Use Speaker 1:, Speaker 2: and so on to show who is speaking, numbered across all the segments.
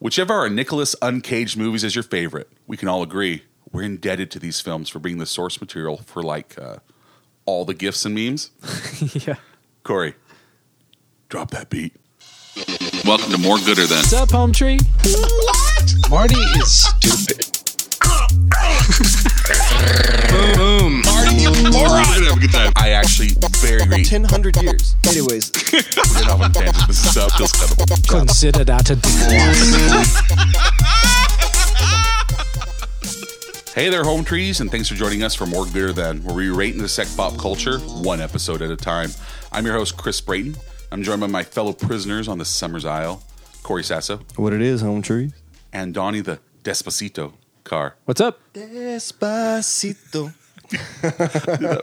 Speaker 1: Whichever our Nicholas Uncaged movies is your favorite, we can all agree we're indebted to these films for being the source material for like uh, all the gifs and memes.
Speaker 2: yeah.
Speaker 1: Corey, drop that beat. Welcome to More Gooder Than.
Speaker 2: What's up, palm tree?
Speaker 3: Marty is stupid. boom, boom. Marty, you moron.
Speaker 1: I actually very agree.
Speaker 3: 1000 years. Anyways,
Speaker 1: Get off on a tangent. This is up. This is up.
Speaker 2: Consider that a divorce.
Speaker 1: Hey there, home trees, and thanks for joining us for More Gooder Than, where we rate and dissect pop culture one episode at a time. I'm your host, Chris Brayton. I'm joined by my fellow prisoners on the Summer's Isle, Corey Sasso
Speaker 3: what it is, home trees?
Speaker 1: and Donnie the Despacito car.
Speaker 2: What's up?
Speaker 3: Despacito.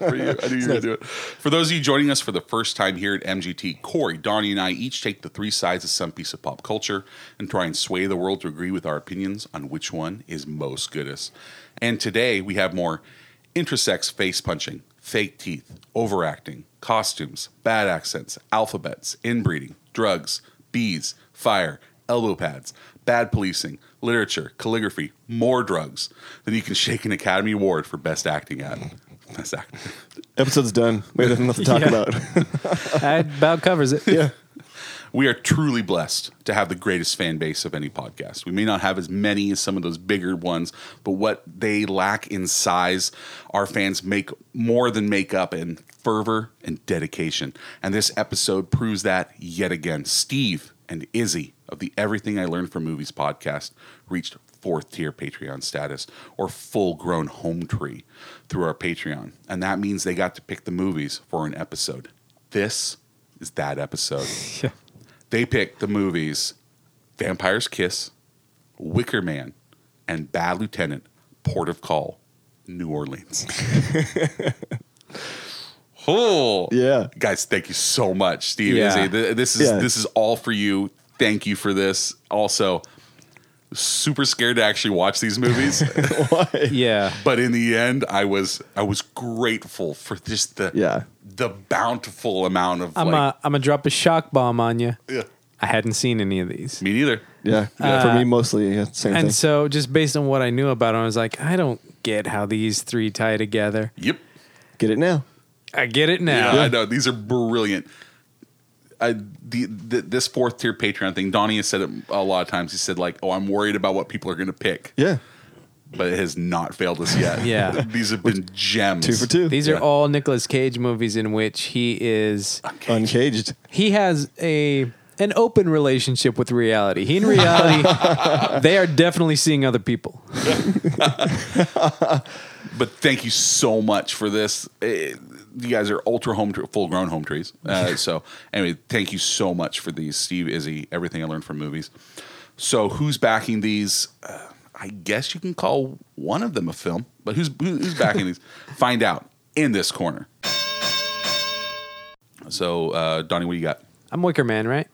Speaker 1: for you. I knew you were going to do it. For those of you joining us for the first time here at MGT, Corey, Donnie, and I each take the three sides of some piece of pop culture and try and sway the world to agree with our opinions on which one is most goodest. And today we have more intersex face punching, fake teeth, overacting, costumes, bad accents, alphabets, inbreeding, drugs, bees, fire, elbow pads, bad policing, literature, calligraphy, more drugs than you can shake an Academy Award for best acting at. Best acting.
Speaker 4: Episode's done. We have nothing to talk
Speaker 2: Yeah.
Speaker 4: about.
Speaker 2: That about covers it.
Speaker 4: yeah.
Speaker 1: We are truly blessed to have the greatest fan base of any podcast. We may not have as many as some of those bigger ones, but what they lack in size, our fans make more than make up in fervor and dedication. And this episode proves that yet again. Steve and Izzy of the Everything I Learned from Movies podcast reached fourth tier Patreon status or full grown home tree through our Patreon. And that means they got to pick the movies for an episode. This is that episode
Speaker 2: Yeah.
Speaker 1: they picked the movies Vampire's Kiss, Wicker Man, and Bad Lieutenant, Port of Call, New Orleans. oh.
Speaker 4: Yeah.
Speaker 1: Guys, thank you so much, Steve.
Speaker 2: Yeah.
Speaker 1: Izzy. Th- This is
Speaker 4: Yeah.
Speaker 1: this is all for you. Thank you for this. Also, super scared to actually watch these movies.
Speaker 2: Yeah.
Speaker 1: but in the end, I was I was grateful for just the
Speaker 4: Yeah.
Speaker 1: the bountiful amount of
Speaker 2: I'm uh,
Speaker 1: like
Speaker 2: a, I'm gonna drop a shock bomb on you.
Speaker 1: Yeah.
Speaker 2: I hadn't seen any of these.
Speaker 1: me neither.
Speaker 4: Yeah. For me, mostly, yeah, same thing.
Speaker 2: Uh, And so, just based on what I knew about them, I was like, I don't get how these three tie together.
Speaker 1: Yep.
Speaker 4: Get it now.
Speaker 2: I get it now.
Speaker 1: Yeah, I know these are brilliant. I, the, the this fourth tier Patreon thing, Donnie has said it a lot of times. He said like, "Oh, I'm worried about what people are going to pick,"
Speaker 4: Yeah.
Speaker 1: but it has not failed us yet.
Speaker 2: Yeah.
Speaker 1: these have been gems.
Speaker 4: Two for two.
Speaker 2: These
Speaker 1: Yeah.
Speaker 2: are all Nicolas Cage movies in which he is
Speaker 4: Uncaged.
Speaker 2: he has a an open relationship with reality. He in reality they are definitely seeing other people.
Speaker 1: But thank you so much for this. Eh, you guys are ultra home, full grown home trees. Uh, so anyway, thank you so much for these, Steve, Izzy, everything I learned from movies. So who's backing these? Uh, I guess you can call one of them a film, but who's who- who's backing these? Find out in this corner. So uh, Donnie, what do you got?
Speaker 2: I'm Wicker Man, right?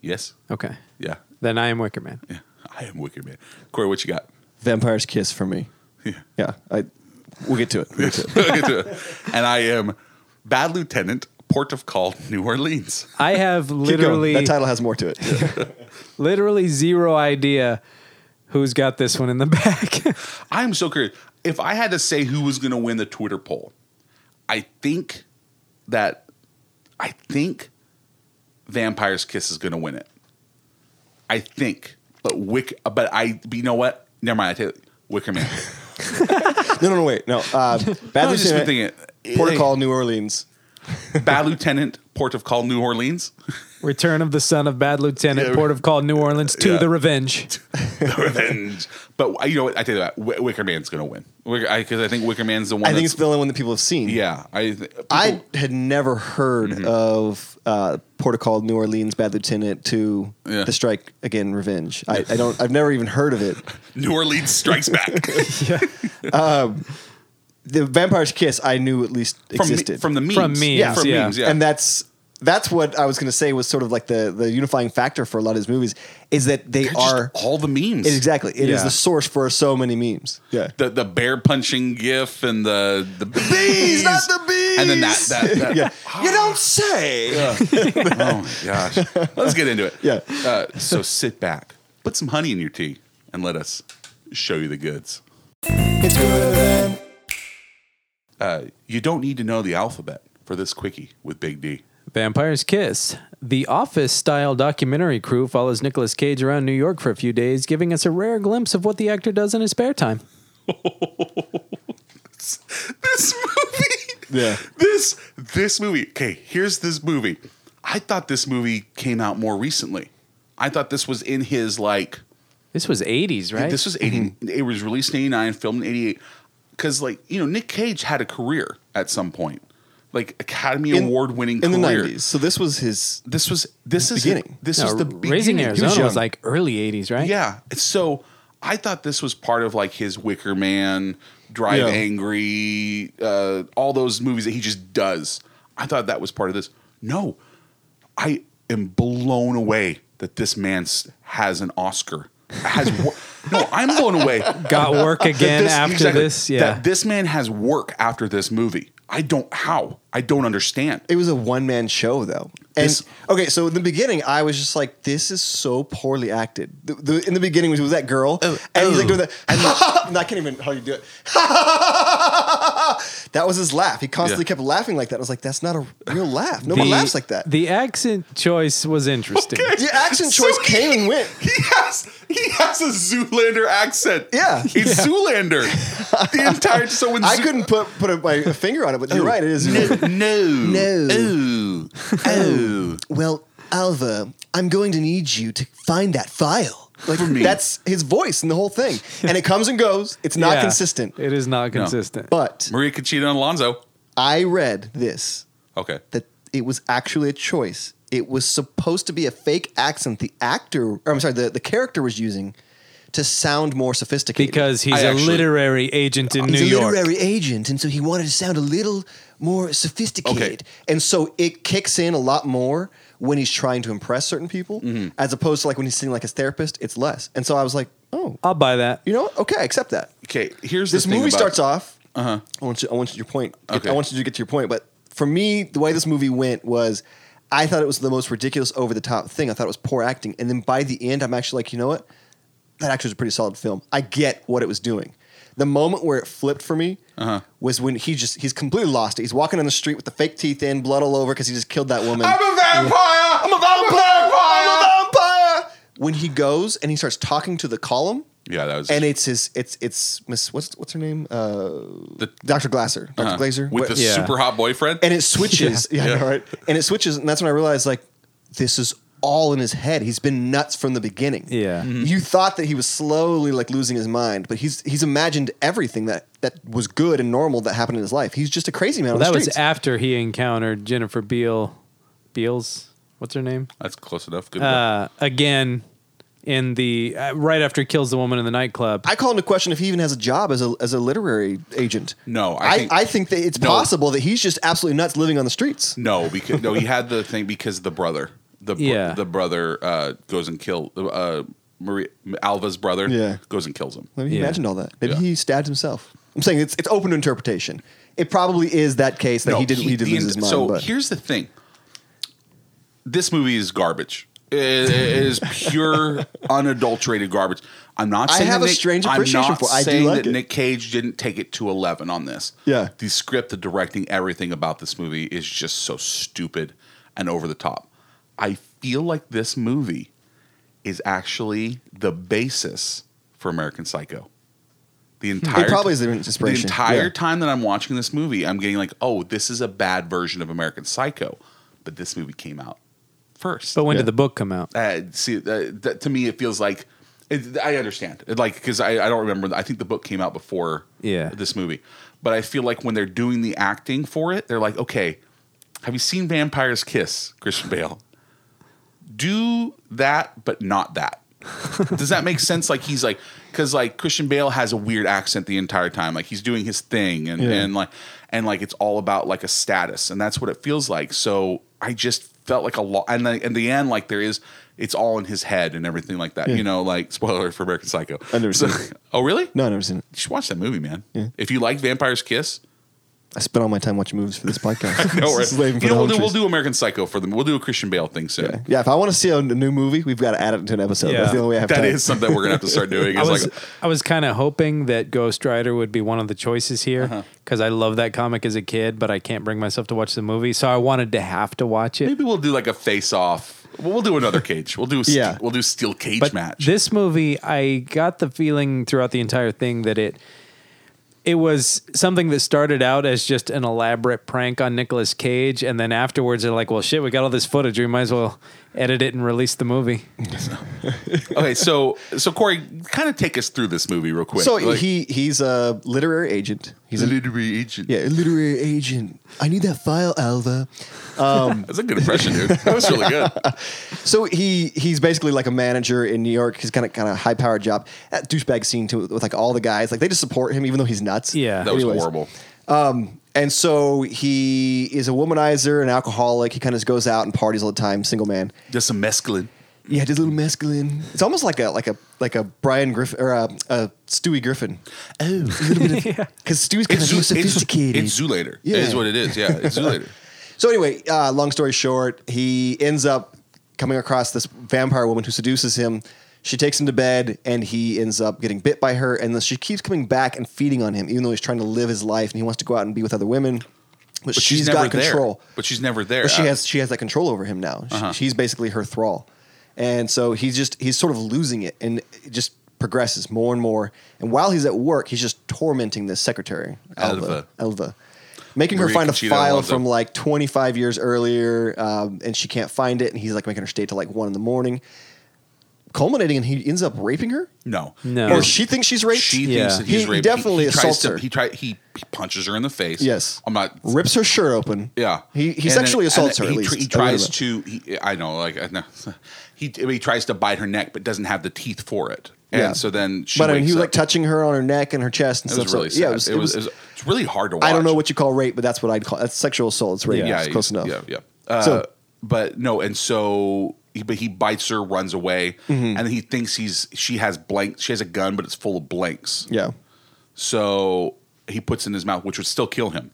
Speaker 1: Yes,
Speaker 2: Okay.
Speaker 1: yeah,
Speaker 2: Then I am Wicker Man.
Speaker 1: yeah. I am wicked man. Corey, what you got?
Speaker 4: Vampire's Kiss for me.
Speaker 1: Yeah.
Speaker 4: Yeah. I. We'll get to it. We'll get to it.
Speaker 1: and I am Bad Lieutenant, Port of Call, New Orleans.
Speaker 2: I have
Speaker 4: Keep going.
Speaker 2: literally
Speaker 4: That title has more to it.
Speaker 2: literally zero idea who's got this one in the back.
Speaker 1: I'm so curious. If I had to say who was going to win the Twitter poll, I think that I think Vampire's Kiss is going to win it. I think, but Wick, but I, but you know what? Never mind. I take it. Wicker Man.
Speaker 4: No, no, no, wait. No. Uh,
Speaker 1: I
Speaker 4: Bad
Speaker 1: was just been
Speaker 4: Lieutenant,
Speaker 1: thinking it.
Speaker 4: Port of Call, New Orleans.
Speaker 1: Bad Lieutenant, Port of Call, New Orleans.
Speaker 2: Return of the Son of Bad Lieutenant,
Speaker 1: Yeah.
Speaker 2: Port of Call, New Orleans to
Speaker 1: Yeah.
Speaker 2: the Revenge.
Speaker 1: The revenge. But you know what? I tell you that Wi- Wicker Man's going to win. Because I, 'cause I think Wicker Man's the one.
Speaker 4: I think
Speaker 1: that's-
Speaker 4: it's the only one that people have seen.
Speaker 1: yeah. I. th-
Speaker 4: I
Speaker 1: people- Mm-hmm.
Speaker 4: had never heard of uh, Port of Call, New Orleans, Bad Lieutenant to
Speaker 1: Yeah.
Speaker 4: The Strike Again, Revenge. I, I don't. I've never even heard of it.
Speaker 1: New Orleans strikes back.
Speaker 4: The Vampire's Kiss, I knew at least
Speaker 1: from,
Speaker 4: existed
Speaker 1: me- from the memes.
Speaker 2: From memes,
Speaker 1: Yeah. From
Speaker 2: yeah.
Speaker 1: memes. Yeah.
Speaker 4: and that's that's what I was going to say was sort of like the the unifying factor for a lot of his movies is that they
Speaker 1: They're just
Speaker 4: are
Speaker 1: all the memes.
Speaker 4: it- exactly It is
Speaker 2: Yeah.
Speaker 4: the source for so many memes. Yeah,
Speaker 1: The the bear punching gif and the the bees,
Speaker 4: not the bees!
Speaker 1: And then that that, that
Speaker 4: yeah. you don't say.
Speaker 1: oh my gosh. Let's get into it.
Speaker 4: Yeah.
Speaker 1: Uh, so sit back, Put some honey in your tea and let us show you the goods.
Speaker 3: It's good.
Speaker 1: Uh, you don't need to know the alphabet for this quickie with Big D.
Speaker 2: Vampire's Kiss. The office style documentary crew follows Nicolas Cage around New York for a few days, giving us a rare glimpse of what the actor does in his spare time.
Speaker 1: This movie.
Speaker 4: Yeah.
Speaker 1: This this movie. Okay, here's this movie. I thought this movie came out more recently. I thought this was in his like
Speaker 2: This was 80s, right?
Speaker 1: This was 80.
Speaker 4: Mm-hmm.
Speaker 1: It was released in 89, filmed in 88. Because, like, you know, Nick Cage had a career at some point, like Academy
Speaker 4: In-
Speaker 1: Award winning
Speaker 4: in
Speaker 1: career.
Speaker 4: the nineties. So this was his.
Speaker 1: This was, this is,
Speaker 4: Beginning.
Speaker 1: this
Speaker 2: No,
Speaker 1: is the
Speaker 2: Raising
Speaker 1: beginning.
Speaker 2: Arizona was,
Speaker 4: young.
Speaker 2: like early 80s, right?
Speaker 1: Yeah. So I thought this was part of like his Wicker Man, Drive
Speaker 4: Yeah.
Speaker 1: Angry, uh, all those movies that he just does. I thought that was part of this. No, I am blown away that this man s- has an Oscar. Has wo- no, I'm blown away.
Speaker 2: Got work again
Speaker 1: That this-
Speaker 2: after
Speaker 1: exactly,
Speaker 2: this. Yeah.
Speaker 1: that this man has work after this movie. I don't how I don't understand.
Speaker 4: It was a one man show though. And
Speaker 1: This-
Speaker 4: okay, so in the beginning, I was just like, "This is so poorly acted." The, the, in the beginning, was was that girl,
Speaker 1: Oh,
Speaker 4: and he's like doing that. And I can't even hardly do it. that was his laugh. He constantly
Speaker 1: Yeah.
Speaker 4: kept laughing like that. I was like, "That's not a real laugh. No
Speaker 2: the,
Speaker 4: one laughs like that." The,
Speaker 2: The accent choice was interesting.
Speaker 4: accent
Speaker 1: So
Speaker 4: choice
Speaker 1: he-
Speaker 4: came and went.
Speaker 1: He has he has a Zoolander accent.
Speaker 4: Yeah.
Speaker 1: it's Zoolander. The entire so when
Speaker 4: I
Speaker 1: Zoo-
Speaker 4: couldn't put put a, my finger on it, but
Speaker 1: Oh.
Speaker 4: you're right. It is.
Speaker 1: no
Speaker 4: No.
Speaker 1: oh oh
Speaker 4: Well, Alva, I'm going to need you to find that file. Like
Speaker 1: For me.
Speaker 4: that's his voice and the whole thing, and it comes and goes. It's not
Speaker 2: Yeah.
Speaker 4: consistent.
Speaker 2: It is not consistent.
Speaker 4: But
Speaker 1: Maria Conchita and Alonso.
Speaker 4: I read this
Speaker 1: Okay,
Speaker 4: that it was actually a choice. It was supposed to be a fake accent the actor, or I'm sorry, the, the character was using to sound more sophisticated.
Speaker 2: because he's
Speaker 1: I
Speaker 2: a
Speaker 1: actually-
Speaker 2: literary agent in
Speaker 4: he's
Speaker 2: New
Speaker 4: a
Speaker 2: York.
Speaker 4: literary agent, and so he wanted to sound a little more sophisticated. And so it kicks in a lot more when he's trying to impress certain people,
Speaker 2: Mm-hmm.
Speaker 4: as opposed to like when he's sitting like his therapist, it's less. And so I was like, oh,
Speaker 2: I'll buy that.
Speaker 4: you know what? Okay, I accept that.
Speaker 1: okay. Here's
Speaker 4: This
Speaker 1: the thing
Speaker 4: movie
Speaker 1: about-
Speaker 4: starts off. Uh-huh. I want you. I want you your point.
Speaker 1: Okay.
Speaker 4: I want you to get to your point. But for me, the way this movie went was, I thought it was the most ridiculous, over the top thing. I thought it was poor acting, and then by the end, I'm actually like, you know what? That actually was a pretty solid film. I get what it was doing. The moment where it flipped for me
Speaker 1: Uh-huh.
Speaker 4: was when he just he's completely lost it. He's walking on the street with the fake teeth in, blood all over because he just killed that woman.
Speaker 1: I'm a vampire. I'm a vampire.
Speaker 4: I'm a vampire. When he goes and he starts talking to the column,
Speaker 1: Yeah, that was
Speaker 4: and it's his it's it's Miss what's what's her name? Uh,
Speaker 1: the,
Speaker 4: Dr. Glasser, Dr.
Speaker 1: uh,
Speaker 4: Glazer,
Speaker 1: with
Speaker 4: Wh-
Speaker 1: the
Speaker 2: Yeah.
Speaker 1: super hot boyfriend.
Speaker 4: and it switches. yeah, I
Speaker 1: Yeah.
Speaker 4: know, right. And it switches, and that's when I realized like this is all in his head. He's been nuts from the beginning.
Speaker 2: Yeah. Mhm.
Speaker 4: you thought that he was slowly like losing his mind, but he's he's imagined everything that that was good and normal that happened in his life. He's just a crazy man.
Speaker 2: Well,
Speaker 4: on the
Speaker 2: that was
Speaker 4: streets.
Speaker 2: after he encountered Jennifer Beal. Beals? What's her name?
Speaker 1: That's close enough. Good.
Speaker 2: Uh, again, in the uh, right after he kills the woman in the nightclub.
Speaker 4: I call into question if he even has a job as a as a literary agent.
Speaker 1: No, I
Speaker 4: I, I,
Speaker 1: think-
Speaker 4: think, that it's
Speaker 1: No.
Speaker 4: possible that he's just absolutely nuts living on the streets.
Speaker 1: No, because no, he had the thing because the brother, the br-
Speaker 2: Yeah.
Speaker 1: the brother uh, goes and kill uh, Maria Alva's brother.
Speaker 4: Yeah.
Speaker 1: goes and kills him.
Speaker 4: Maybe he
Speaker 2: Yeah.
Speaker 4: imagined all that. Maybe
Speaker 1: Yeah.
Speaker 4: he stabbed himself. I'm saying it's it's open to interpretation. It probably is that case that
Speaker 1: No,
Speaker 4: he didn't he, did
Speaker 1: the
Speaker 4: lose
Speaker 1: end-
Speaker 4: his mind.
Speaker 1: So
Speaker 4: but.
Speaker 1: here's the thing: this movie is garbage. It it is pure, unadulterated garbage. I'm not
Speaker 4: I
Speaker 1: saying
Speaker 4: have
Speaker 1: that
Speaker 4: a
Speaker 1: Nick-
Speaker 4: strange appreciation
Speaker 1: I'm not
Speaker 4: for it. I do
Speaker 1: saying
Speaker 4: like
Speaker 1: that
Speaker 4: it.
Speaker 1: Nick Cage didn't take it to 11 on this.
Speaker 4: Yeah.
Speaker 1: the script, the directing, everything about this movie is just so stupid and over the top. I feel like this movie is actually the basis for American Psycho. The entire
Speaker 4: probably is the
Speaker 1: The
Speaker 4: inspiration,
Speaker 1: entire
Speaker 4: yeah.
Speaker 1: time that I'm watching this movie, I'm getting like, oh, this is a bad version of American Psycho, but this movie came out first.
Speaker 2: But when
Speaker 4: Yeah.
Speaker 2: did the book come out?
Speaker 1: uh, see, uh, that, to me, it feels like it, I understand, It, like because I, I don't remember. I think the book came out before
Speaker 2: Yeah.
Speaker 1: this movie, but I feel like when they're doing the acting for it, they're like, okay, have you seen Vampire's Kiss, Christian Bale? Do that, but not that. Does that make sense? Like he's like, because like Christian Bale has a weird accent the entire time. Like he's doing his thing, and
Speaker 4: Yeah.
Speaker 1: and like and like it's all about like a status, and that's what it feels like. So I just felt like a lot, and then in the end, like there is, it's all in his head and everything like that. You know, like spoiler for American Psycho.
Speaker 4: I've never
Speaker 1: So-
Speaker 4: seen it.
Speaker 1: Oh really?
Speaker 4: no, I've never seen it.
Speaker 1: You should watch that movie, man. If you like Vampire's Kiss,
Speaker 4: I spent all my time watching movies for this podcast.
Speaker 1: No,
Speaker 4: This
Speaker 1: right.
Speaker 4: is waiting for
Speaker 1: You know, we'll,
Speaker 4: the home
Speaker 1: do, we'll
Speaker 4: truths.
Speaker 1: do American Psycho for them. We'll do a Christian Bale thing soon.
Speaker 4: Yeah. Yeah, if I want to see a n- new movie, we've got to add it to an episode.
Speaker 2: Yeah.
Speaker 4: That's the only way I have
Speaker 1: That
Speaker 4: time.
Speaker 1: is something we're gonna have to start doing.
Speaker 2: I
Speaker 1: It's
Speaker 2: was
Speaker 1: like
Speaker 2: I was kind of hoping that Ghost Rider would be one of the choices
Speaker 1: Uh-huh.
Speaker 2: here because I love that comic as a kid, but I can't bring myself to watch the movie, so I wanted to have to watch it.
Speaker 1: maybe we'll do like a face off. We'll we'll do another cage. We'll do st-
Speaker 4: Yeah.
Speaker 1: We'll do steel cage
Speaker 2: but
Speaker 1: match.
Speaker 2: this movie, I got the feeling throughout the entire thing that it it was something that started out as just an elaborate prank on Nicolas Cage, and then afterwards they're like, "Well, shit, we got all this footage. We might as well edit it and release the movie."
Speaker 1: okay, so so Corey, kind of take us through this movie real quick.
Speaker 4: So
Speaker 1: Like-
Speaker 4: he he's a literary agent. He's a
Speaker 1: literary agent.
Speaker 4: yeah, a literary agent. I need that file, Alva.
Speaker 1: That's a good impression, dude. That was really good.
Speaker 4: So he he's basically like a manager in New York. He's kind of kind of high powered job. That douchebag scene too with like all the guys. Like they just support him even though he's nuts.
Speaker 2: Yeah.
Speaker 1: That was
Speaker 4: Anyways.
Speaker 1: horrible.
Speaker 4: And so he is a womanizer, an alcoholic. He kind of goes out and parties all the time, single man.
Speaker 1: Just some mescaline.
Speaker 4: Yeah, just a little mescaline. It's almost like a like a like a Brian Griffin or a, a Stewie Griffin.
Speaker 1: Oh,
Speaker 4: Because Stewie's kind of
Speaker 1: Zoo-
Speaker 4: sophisticated.
Speaker 1: It's, it's Zoolander.
Speaker 4: Yeah.
Speaker 1: It is what it is. Yeah, it's Zoolander.
Speaker 4: So anyway, uh, long story short, he ends up coming across this vampire woman who seduces him. She takes him to bed, and he ends up getting bit by her. And then she keeps coming back and feeding on him, even though he's trying to live his life and he wants to go out and be with other women. But,
Speaker 1: But she's
Speaker 4: she's
Speaker 1: never
Speaker 4: got control.
Speaker 1: there. But she's never there.
Speaker 4: But she
Speaker 1: Uh,
Speaker 4: has she has that control over him now. She-
Speaker 1: Uh-huh.
Speaker 4: She's basically her thrall, and so he's just he's sort of losing it, and it just progresses more and more. And while he's at work, he's just tormenting this secretary, Elva, Elva, making her
Speaker 1: Maria
Speaker 4: find a
Speaker 1: Conchita
Speaker 4: file
Speaker 1: Alonso.
Speaker 4: from like 25 years earlier, um, and she can't find it, and he's like making her stay till like one in the morning, culminating, and he ends up raping her,
Speaker 1: No.
Speaker 2: No.
Speaker 4: or she thinks she's raped.
Speaker 1: She
Speaker 2: Yeah.
Speaker 1: thinks that he's
Speaker 4: He
Speaker 1: raped.
Speaker 4: definitely
Speaker 1: tries
Speaker 4: assaults
Speaker 1: to-
Speaker 4: her.
Speaker 1: He, try, he, he punches her in the face.
Speaker 4: Yes.
Speaker 1: I'm not.
Speaker 4: rips her shirt open.
Speaker 1: Yeah.
Speaker 4: he he
Speaker 1: And
Speaker 4: sexually
Speaker 1: then-
Speaker 4: assaults her.
Speaker 1: and
Speaker 4: At
Speaker 1: he,
Speaker 4: least
Speaker 1: tr- He
Speaker 4: a little
Speaker 1: tries
Speaker 4: bit.
Speaker 1: to. He, I know. Like I know. He he tries to bite her neck, but doesn't have the teeth for it. And so then she.
Speaker 4: but I mean, he
Speaker 1: wakes
Speaker 4: was
Speaker 1: up.
Speaker 4: like touching her on her neck and her chest and
Speaker 1: It
Speaker 4: stuff.
Speaker 1: was
Speaker 4: so-
Speaker 1: really sad.
Speaker 4: yeah,
Speaker 1: it, was, it, was, It's really hard to watch.
Speaker 4: I don't know what you call rape, but that's what I'd call that's sexual assault. It's rape.
Speaker 1: yeah,
Speaker 4: it's close
Speaker 1: yeah,
Speaker 4: enough.
Speaker 1: Yeah, yeah. Uh,
Speaker 4: So-
Speaker 1: but no, and so he, but he bites her, runs away,
Speaker 4: Mm-hmm.
Speaker 1: and then he thinks he's she has blanks. She has a gun, but it's full of blanks.
Speaker 4: yeah.
Speaker 1: So he puts it in his mouth, which would still kill him.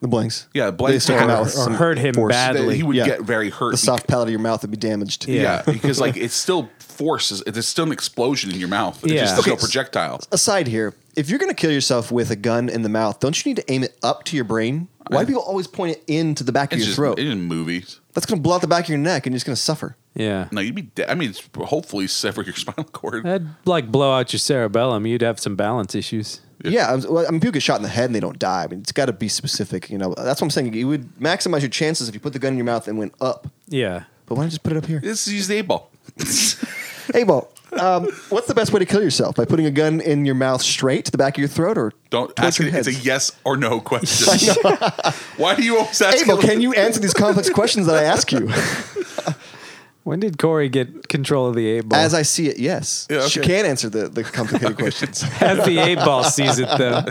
Speaker 4: The blanks.
Speaker 1: Yeah, blanks
Speaker 4: They stick them
Speaker 1: or-
Speaker 4: out with
Speaker 1: or
Speaker 4: some
Speaker 2: hurt him
Speaker 4: force.
Speaker 2: bad. Badly.
Speaker 1: He would
Speaker 4: Yeah.
Speaker 1: get very hurt.
Speaker 4: The soft palate of your mouth would be damaged.
Speaker 1: beca-
Speaker 2: Yeah.
Speaker 1: yeah, because like it's still forces. There's still an explosion in your mouth. It's
Speaker 2: Yeah.
Speaker 1: just there's
Speaker 4: Okay,
Speaker 1: no projectile.
Speaker 4: Aside here, if you're going to kill yourself with a gun in the mouth, don't you need to aim it up to your brain? Why do people always point it into the back of
Speaker 1: It's
Speaker 4: your
Speaker 1: just
Speaker 4: throat?
Speaker 1: it's in movies.
Speaker 4: that's going to blow out the back of your neck, and you're just going to suffer.
Speaker 2: Yeah,
Speaker 1: No, you'd be. Dead. I mean, it's hopefully sever your spinal cord.
Speaker 2: that'd like blow out your cerebellum. You'd have some balance issues.
Speaker 1: Yeah.
Speaker 4: Yeah, I, was, well, I mean, people get shot in the head and they don't die. I mean, it's got to be specific. You know, that's what I'm saying. You would maximize your chances if you put the gun in your mouth and went up.
Speaker 2: Yeah.
Speaker 4: But why not just put it up here?
Speaker 1: This is the eight ball.
Speaker 4: Hey, Bo, um, what's the best way to kill yourself? By putting a gun in your mouth straight to the back of your throat, or
Speaker 1: Don't
Speaker 4: towards
Speaker 1: ask
Speaker 4: your
Speaker 1: it. It's a
Speaker 4: head?
Speaker 1: yes or no question. Why do you always ask?
Speaker 4: Hey, Bo,
Speaker 1: it-
Speaker 4: can you answer these complex questions that I ask you?
Speaker 2: When did Corey get control of the eight ball?
Speaker 4: As I see it, yes,
Speaker 1: Yeah,
Speaker 4: she
Speaker 1: okay.
Speaker 4: can answer the, the complicated questions.
Speaker 2: As the eight ball sees it, though,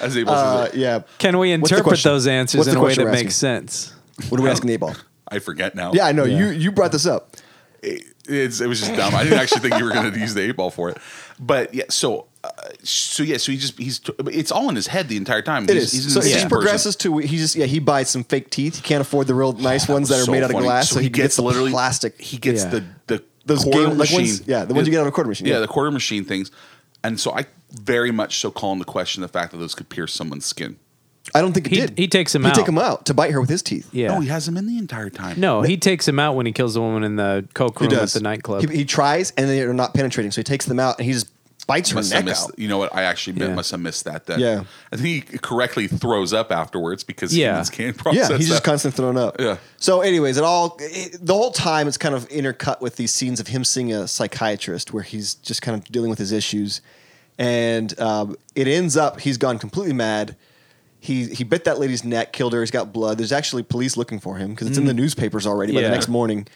Speaker 1: As Abel
Speaker 4: Uh,
Speaker 1: says it.
Speaker 4: yeah.
Speaker 2: can we
Speaker 4: What's the
Speaker 2: interpret
Speaker 4: question?
Speaker 2: those answers
Speaker 4: What's
Speaker 2: in
Speaker 4: the
Speaker 2: a way
Speaker 4: question
Speaker 2: that
Speaker 4: we're
Speaker 2: makes
Speaker 4: asking?
Speaker 2: sense?
Speaker 4: What are we asking, Abel?
Speaker 1: I forget now.
Speaker 4: Yeah, I know
Speaker 2: Yeah.
Speaker 4: you you brought this up.
Speaker 1: It, it's, it was just dumb. I didn't actually think you were going to use the eight ball for it. But yeah, so uh, so yeah, so he just he's it's all in his head the entire time.
Speaker 4: It
Speaker 1: he's,
Speaker 4: is.
Speaker 1: he's an
Speaker 4: so it
Speaker 1: insane
Speaker 4: just
Speaker 1: person.
Speaker 4: progresses to he just yeah he buys some fake teeth. He can't afford the real nice ones that are
Speaker 1: So
Speaker 4: made out of
Speaker 1: funny.
Speaker 4: glass, so, he gets, the plastic.
Speaker 1: He gets
Speaker 2: Yeah.
Speaker 1: the the
Speaker 4: Those
Speaker 1: quarter
Speaker 4: game- like
Speaker 1: machine.
Speaker 4: ones- yeah, the ones you get on a quarter machine,
Speaker 1: Yeah,
Speaker 4: yeah.
Speaker 1: the quarter machine things. And so I very much so call into question the fact that those could pierce someone's skin.
Speaker 4: I don't think it
Speaker 2: He-
Speaker 4: did.
Speaker 2: he takes him
Speaker 4: He
Speaker 2: out.
Speaker 4: take him out to bite her with his teeth.
Speaker 2: Yeah.
Speaker 1: No, he has them in the entire time.
Speaker 2: No, he takes him out when he kills the woman in the coke room at the nightclub.
Speaker 4: He, he tries, and they're not penetrating, so he takes them out and he just bites her
Speaker 1: Must have
Speaker 4: neck
Speaker 1: missed,
Speaker 4: out.
Speaker 1: you know what? I actually mi-
Speaker 2: Yeah.
Speaker 1: must have missed that. Then,
Speaker 4: Yeah.
Speaker 1: I think he correctly throws up afterwards because
Speaker 2: Yeah.
Speaker 1: humans can't
Speaker 4: Yeah,
Speaker 1: process.
Speaker 4: he's just
Speaker 1: that.
Speaker 4: constantly thrown up.
Speaker 1: Yeah.
Speaker 4: So, anyways, it all it, the whole time it's kind of intercut with these scenes of him seeing a psychiatrist where he's just kind of dealing with his issues, and um, it ends up he's gone completely mad. He he bit that lady's neck, killed her. He's got blood. There's actually police looking for him because it's in the newspapers already by
Speaker 2: Mm. Yeah.
Speaker 4: the next morning.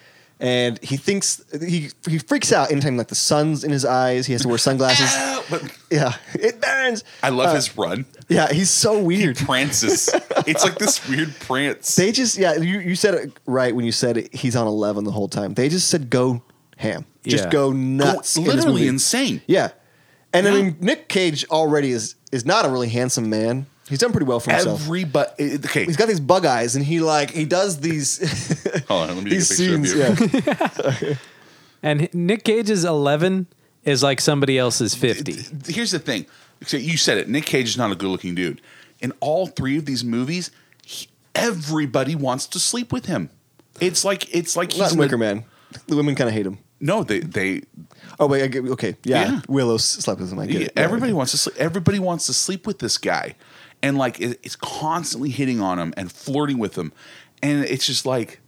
Speaker 4: And he thinks he he freaks out anytime like the sun's in his eyes. He has to wear sunglasses.
Speaker 1: Ah, but
Speaker 4: yeah, it burns.
Speaker 1: I love
Speaker 4: Uh,
Speaker 1: his run.
Speaker 4: Yeah, he's so weird.
Speaker 1: Prances. it's like this weird prance.
Speaker 4: They just yeah, you, you said it right when you said it, he's on eleven the whole time. They just said go ham, just
Speaker 2: Yeah.
Speaker 4: go
Speaker 1: Go-
Speaker 4: nuts, in this
Speaker 1: literally
Speaker 4: movie.
Speaker 1: insane.
Speaker 4: Yeah, and I mean Nick Cage already is is not a really handsome man. He's done pretty well for himself.
Speaker 1: Everybody. eh, Okay.
Speaker 4: He's got these bug eyes, and he like he does these
Speaker 1: Hold on. Let me take a
Speaker 4: these
Speaker 1: picture
Speaker 4: scenes.
Speaker 1: of you.
Speaker 4: Yeah.
Speaker 2: And Nick Cage's 11 is like somebody else's 50.
Speaker 1: Here's the thing. So You said it. Nick Cage is not a good looking dude. In all three of these movies, he, everybody wants to sleep with him. It's like it's like
Speaker 4: Not
Speaker 1: he's an-
Speaker 4: in Wicker Man. The women kind of hate him.
Speaker 1: No, they they
Speaker 4: Oh wait, I get, okay, yeah.
Speaker 1: Yeah.
Speaker 4: Willow s- slept with him. I get it. Yeah,
Speaker 1: everybody wants to sleep. Everybody wants to sleep with this guy, and like it, it's constantly hitting on him and flirting with him, and it's just like,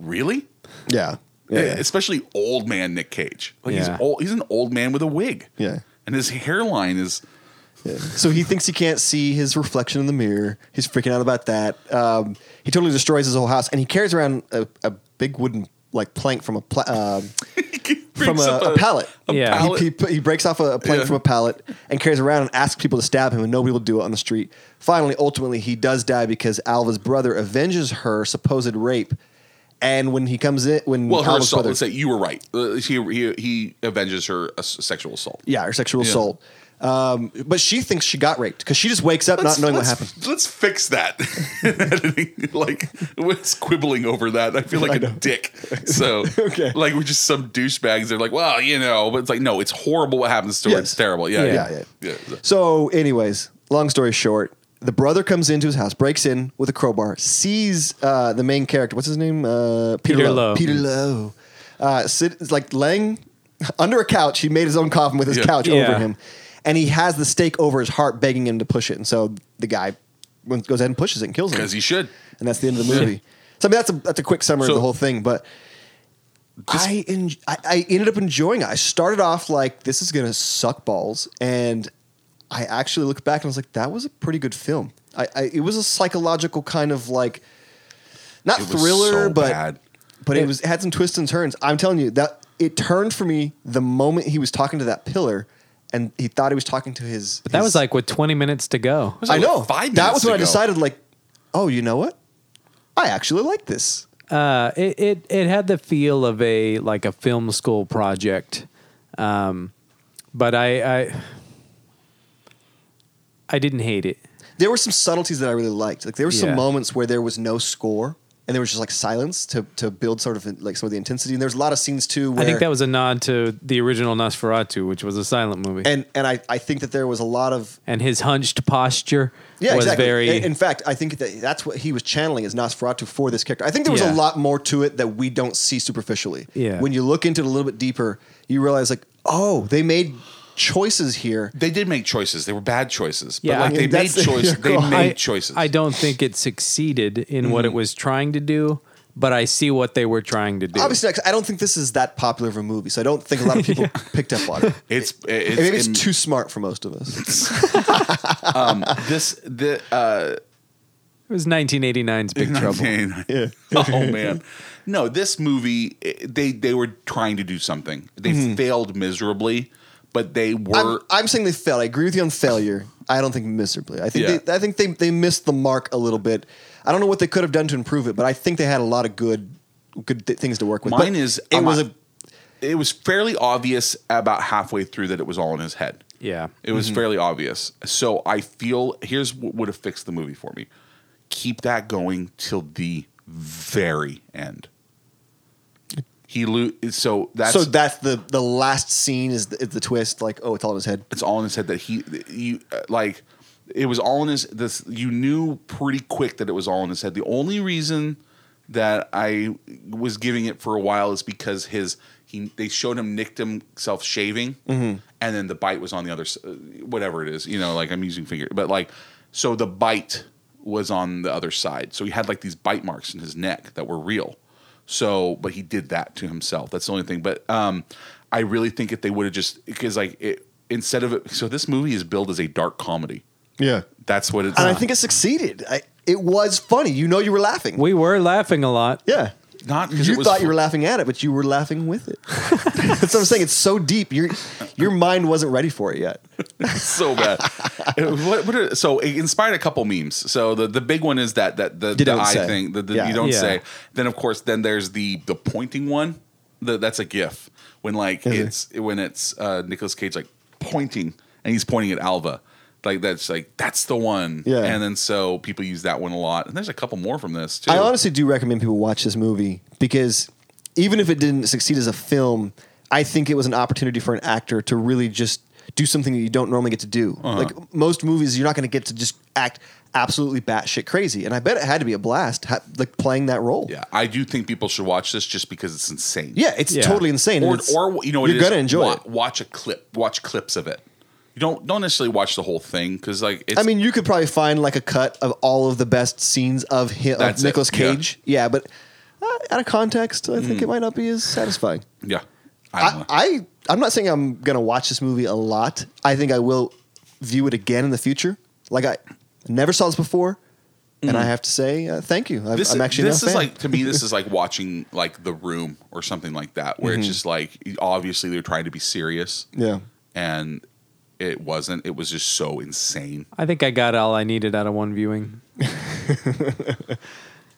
Speaker 1: really, E,
Speaker 4: Yeah, yeah, yeah.
Speaker 1: especially old man Nick Cage. Like
Speaker 2: Yeah.
Speaker 1: he's old. He's an old man with a wig.
Speaker 4: Yeah.
Speaker 1: and his hairline is.
Speaker 4: Yeah. So he thinks he can't see his reflection in the mirror. He's freaking out about that. Um, he totally destroys his whole house, and he carries around a, a big wooden like plank from a pla- um from
Speaker 1: brings
Speaker 4: a,
Speaker 1: up
Speaker 4: a pallet.
Speaker 1: a
Speaker 2: Yeah.
Speaker 1: pallet.
Speaker 4: He, he, he breaks off a, a plank
Speaker 1: Yeah.
Speaker 4: from a pallet and carries around and asks people to stab him, and nobody will do it on the street. Finally, ultimately, he does die because Alva's brother avenges her supposed rape. And when he comes in, when
Speaker 1: Well, her
Speaker 4: Alva's
Speaker 1: assault.
Speaker 4: brother-
Speaker 1: Let's say you were right. Uh, he, he he avenges her uh, s- sexual assault.
Speaker 4: Yeah, or sexual
Speaker 1: Yeah.
Speaker 4: assault. Um, but she thinks she got raped because she just wakes up
Speaker 1: Let's-
Speaker 4: not knowing what
Speaker 1: let's-
Speaker 4: happened.
Speaker 1: Let's fix that. Editing, like it's quibbling over that. I feel like a dick. So
Speaker 4: Okay.
Speaker 1: like we're just some douchebags. They're like, well, you know, but it's like, no, it's horrible what happens to her.
Speaker 4: Yes.
Speaker 1: It's terrible. Yeah,
Speaker 2: Yeah.
Speaker 1: yeah.
Speaker 4: Yeah,
Speaker 1: yeah.
Speaker 4: So, anyways, long story short, the brother comes into his house, breaks in with a crowbar, sees uh, the main character. What's his name? Uh,
Speaker 2: Peter Lowe.
Speaker 4: Peter Lowe. Uh, sit, it's like laying under a couch. He made his own coffin with his
Speaker 1: Yeah.
Speaker 4: couch
Speaker 2: Yeah.
Speaker 4: over him, and he has the stake over his heart, begging him to push it. And so the guy goes ahead and pushes it and kills him.
Speaker 1: Because he should.
Speaker 4: and that's the end of the movie. So I mean, that's a that's a quick summary
Speaker 1: So-
Speaker 4: of the whole thing. But I, en- I I ended up enjoying it. I started off like this is gonna suck balls, and I actually looked back and I was like, that was a pretty good film. I, I it was a psychological kind of like not
Speaker 1: It was
Speaker 4: thriller,
Speaker 1: so
Speaker 4: but
Speaker 1: bad.
Speaker 4: but it was it had some twists and turns. I'm telling you that it turned for me the moment he was talking to that pillar. And he thought he was talking to his.
Speaker 2: But that was like with 20 minutes to go.
Speaker 1: was
Speaker 4: I
Speaker 1: like
Speaker 4: know.
Speaker 1: five
Speaker 4: that
Speaker 1: minutes
Speaker 4: was when I
Speaker 1: ago.
Speaker 4: decided, like, oh, you know what? I actually like this.
Speaker 2: Uh, it, it it had the feel of a like a film school project, um, but I, I I didn't hate it.
Speaker 4: There were some subtleties that I really liked. Like there were
Speaker 2: Yeah.
Speaker 4: some moments where there was no score and there was just like silence to to build sort of like some of the intensity. And there's a lot of scenes too. Where,
Speaker 2: I think that was a nod to the original Nosferatu, which was a silent movie, and,
Speaker 4: and and I I think that there was a lot of
Speaker 2: his hunched posture
Speaker 4: yeah,
Speaker 2: was
Speaker 4: exactly.
Speaker 2: very
Speaker 4: in, in fact, I think that that's what he was channeling is Nosferatu for this character. I think there was
Speaker 2: Yeah.
Speaker 4: a lot more to it that we don't see superficially.
Speaker 2: Yeah.
Speaker 4: When you look into it a little bit deeper, you realize like, oh, they made choices here.
Speaker 1: They did make choices. They were bad choices.
Speaker 2: Yeah,
Speaker 1: but like
Speaker 2: I-
Speaker 1: they made
Speaker 4: that's-
Speaker 1: choices. They
Speaker 4: I-
Speaker 1: made choices. Mm-hmm.
Speaker 2: I don't think it succeeded in what it was trying to do, but I see what they were trying to do.
Speaker 4: Obviously, like, I don't think this is that popular of a movie, so I don't think a lot of people picked up on it.
Speaker 1: It's it's,
Speaker 4: Maybe it's
Speaker 1: it-
Speaker 4: too smart for most of us.
Speaker 1: um this the uh
Speaker 2: it was 1989's Big Trouble.
Speaker 1: 1989. oh man. No, this movie eh, they they were trying to do something. They failed miserably, but they
Speaker 4: I'm,
Speaker 1: were
Speaker 4: Mm-hmm. I'm saying they failed. I agree with you on failure. I don't think miserably. I think
Speaker 1: Yeah.
Speaker 4: they, I think they, they missed the mark a little bit. I don't know what they could have done to improve it, but I think they had a lot of good good th- things to work with. But
Speaker 1: Mine is
Speaker 4: it was
Speaker 1: a
Speaker 4: a
Speaker 1: it was fairly obvious about halfway through that it was all in his head.
Speaker 2: Yeah.
Speaker 1: It was
Speaker 4: Mm-hmm.
Speaker 1: fairly obvious. So I feel here's what would have fixed the movie for me. Keep that going till the very end. He lo- so that's
Speaker 4: so that's the the last scene is the, is the twist. Like oh, it's all in his head.
Speaker 1: it's all in his head that he you uh, like it was all in his this you knew pretty quick that it was all in his head the only reason that i was giving it for a while is because his he they showed him nicked himself shaving and then the bite was on the other s- uh, whatever it is you know like i'm using finger but like so the bite was on the other side so he had like these bite marks in his neck that were real so, but he did that to himself. That's the only thing. But um, I really think if they would have just because like it instead of it, so this movie is billed as a dark comedy.
Speaker 4: Yeah,
Speaker 1: That's what it's.
Speaker 4: and I think it succeeded. I, it was funny. You know, you were laughing.
Speaker 2: We were laughing a lot.
Speaker 4: yeah.
Speaker 1: not because
Speaker 4: You
Speaker 1: it was
Speaker 4: thought you were laughing at it, but you were laughing with it. That's what I'm saying. It's so deep. Your your mind wasn't ready for it yet.
Speaker 1: so bad. It- what- what are- so it inspired a couple memes. So the, the big one is that that the, the
Speaker 4: don't
Speaker 1: eye
Speaker 4: say.
Speaker 1: thing. The, the
Speaker 4: Yeah.
Speaker 1: you don't
Speaker 2: Yeah.
Speaker 1: say. Then of course then there's the the pointing one. The, that's a GIF when like
Speaker 4: it?
Speaker 1: it's when it's uh, Nicholas Cage like pointing and he's pointing at Alva. Like that's like that's the one.
Speaker 4: Yeah.
Speaker 1: And then so people use that one a lot. And there's a couple more from this too.
Speaker 4: I honestly do recommend people watch this movie because even if it didn't succeed as a film, I think it was an opportunity for an actor to really just do something that you don't normally get to do.
Speaker 1: Uh-huh.
Speaker 4: Like most movies, you're not going to get to just act absolutely batshit crazy, and I bet it had to be a blast, ha- like playing that role.
Speaker 1: yeah, I do think people should watch this just because it's insane.
Speaker 4: yeah, it's
Speaker 2: Yeah.
Speaker 4: totally insane. and
Speaker 1: or,
Speaker 4: it's-
Speaker 1: or you know, what
Speaker 4: you're
Speaker 1: it is?
Speaker 4: gonna enjoy
Speaker 1: Wa-
Speaker 4: it.
Speaker 1: Watch a clip, watch clips of it. You don't don't necessarily watch the whole thing because like it's,
Speaker 4: I mean, you could probably find like a cut of all of the best scenes of him, of
Speaker 1: That's it,
Speaker 4: Nicolas
Speaker 1: yeah.
Speaker 4: Cage. Yeah, but uh, out of context, I think it might not be as satisfying.
Speaker 1: yeah. I, don't
Speaker 4: I,
Speaker 1: know.
Speaker 4: I I'm not saying I'm gonna watch this movie a lot. I think I will view it again in the future. Like I never saw this before, and I have to say uh, thank you. I'm,
Speaker 1: Hmm. this
Speaker 4: I'm
Speaker 1: is-
Speaker 4: actually
Speaker 1: this
Speaker 4: not a
Speaker 1: is
Speaker 4: fan.
Speaker 1: like to me this is like watching like The Room or something like that where
Speaker 4: Mm-hmm.
Speaker 1: it's just like obviously they're trying to be serious
Speaker 4: yeah.
Speaker 1: and it wasn't. It was just so insane.
Speaker 2: I think I got all I needed out of one viewing.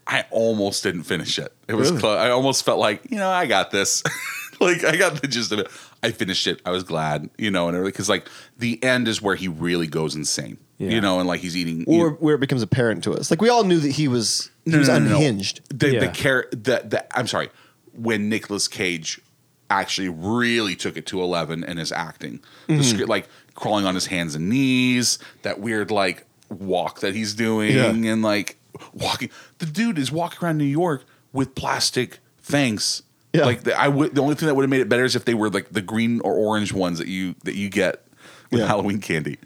Speaker 1: I almost didn't finish it. It was
Speaker 4: Really?
Speaker 1: close. I almost felt like you know I got this. like I got the gist of it. I finished it. I was glad, you know, and because like the end is where he really goes insane,
Speaker 2: Yeah.
Speaker 1: you know, and like he's eating.
Speaker 4: Or where it becomes apparent to us. Like we all knew that he was he was unhinged.
Speaker 1: The, the
Speaker 2: Yeah.
Speaker 1: care the, the I'm sorry, when Nicolas Cage actually really took it to eleven in his acting,
Speaker 4: Mm-hmm.
Speaker 1: the script, like crawling on his hands and knees, that weird like walk that he's doing,
Speaker 4: Yeah.
Speaker 1: and like walking. The dude is walking around New York with plastic fangs.
Speaker 4: Yeah.
Speaker 1: Like the, I would, the only thing that would have made it better is if they were like the green or orange ones that you that you get with
Speaker 4: Yeah.
Speaker 1: Halloween candy.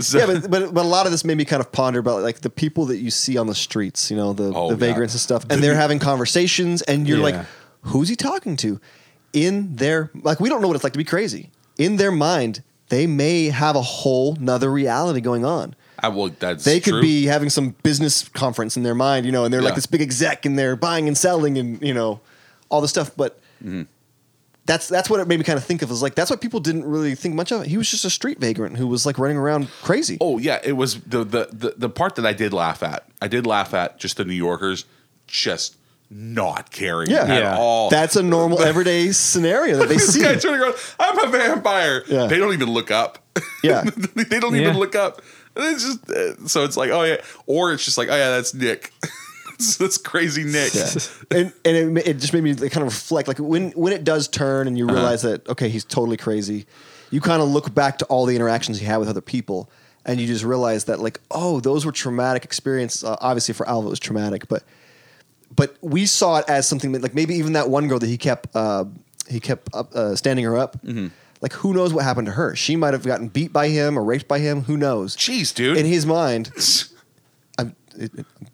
Speaker 1: So,
Speaker 4: Yeah, but, but but a lot of this made me kind of ponder about like the people that you see on the streets, you know, the,
Speaker 1: Oh,
Speaker 4: the
Speaker 1: yeah.
Speaker 4: vagrants and stuff, and they're having conversations, and you're
Speaker 2: Yeah.
Speaker 4: like, who's he talking to? In their like, we don't know what it's like to be crazy. In their mind, they may have a whole nother reality going on.
Speaker 1: I will. That's
Speaker 4: They could
Speaker 1: true.
Speaker 4: be having some business conference in their mind, you know, and they're
Speaker 1: Yeah.
Speaker 4: like this big exec, and they're buying and selling, and you know, all this stuff, but.
Speaker 1: Mm-hmm.
Speaker 4: That's that's what it made me kind of think of. Is like that's what people didn't really think much of. He was just a street vagrant who was like running around crazy.
Speaker 1: Oh yeah, it was the, the the the part that I did laugh at. I did laugh at just the New Yorkers just not caring
Speaker 4: Yeah.
Speaker 1: at
Speaker 2: Yeah.
Speaker 1: all.
Speaker 4: That's a normal everyday scenario that they
Speaker 1: this
Speaker 4: see.
Speaker 1: guy turning around. I'm a vampire.
Speaker 4: Yeah.
Speaker 1: They don't even look up.
Speaker 4: Yeah.
Speaker 1: they don't
Speaker 2: Yeah.
Speaker 1: even look up. And It's just uh, so it's like oh yeah, or it's just like oh yeah, that's Nick. That's- that's crazy Nick.
Speaker 4: Yeah. And and it, ma- it just made me like, kind of reflect like when when it does turn and you realize that okay he's totally crazy, you kind of look back to all the interactions he had with other people and you just realize that like oh those were traumatic experiences. Uh, obviously for Alva it was traumatic, but but we saw it as something that like maybe even that one girl that he kept uh, he kept up, uh, standing her up. Like who knows what happened to her? She might have gotten beat by him or raped by him. Who knows?
Speaker 1: Jeez, dude.
Speaker 4: in his mind, I'm, it, it- I-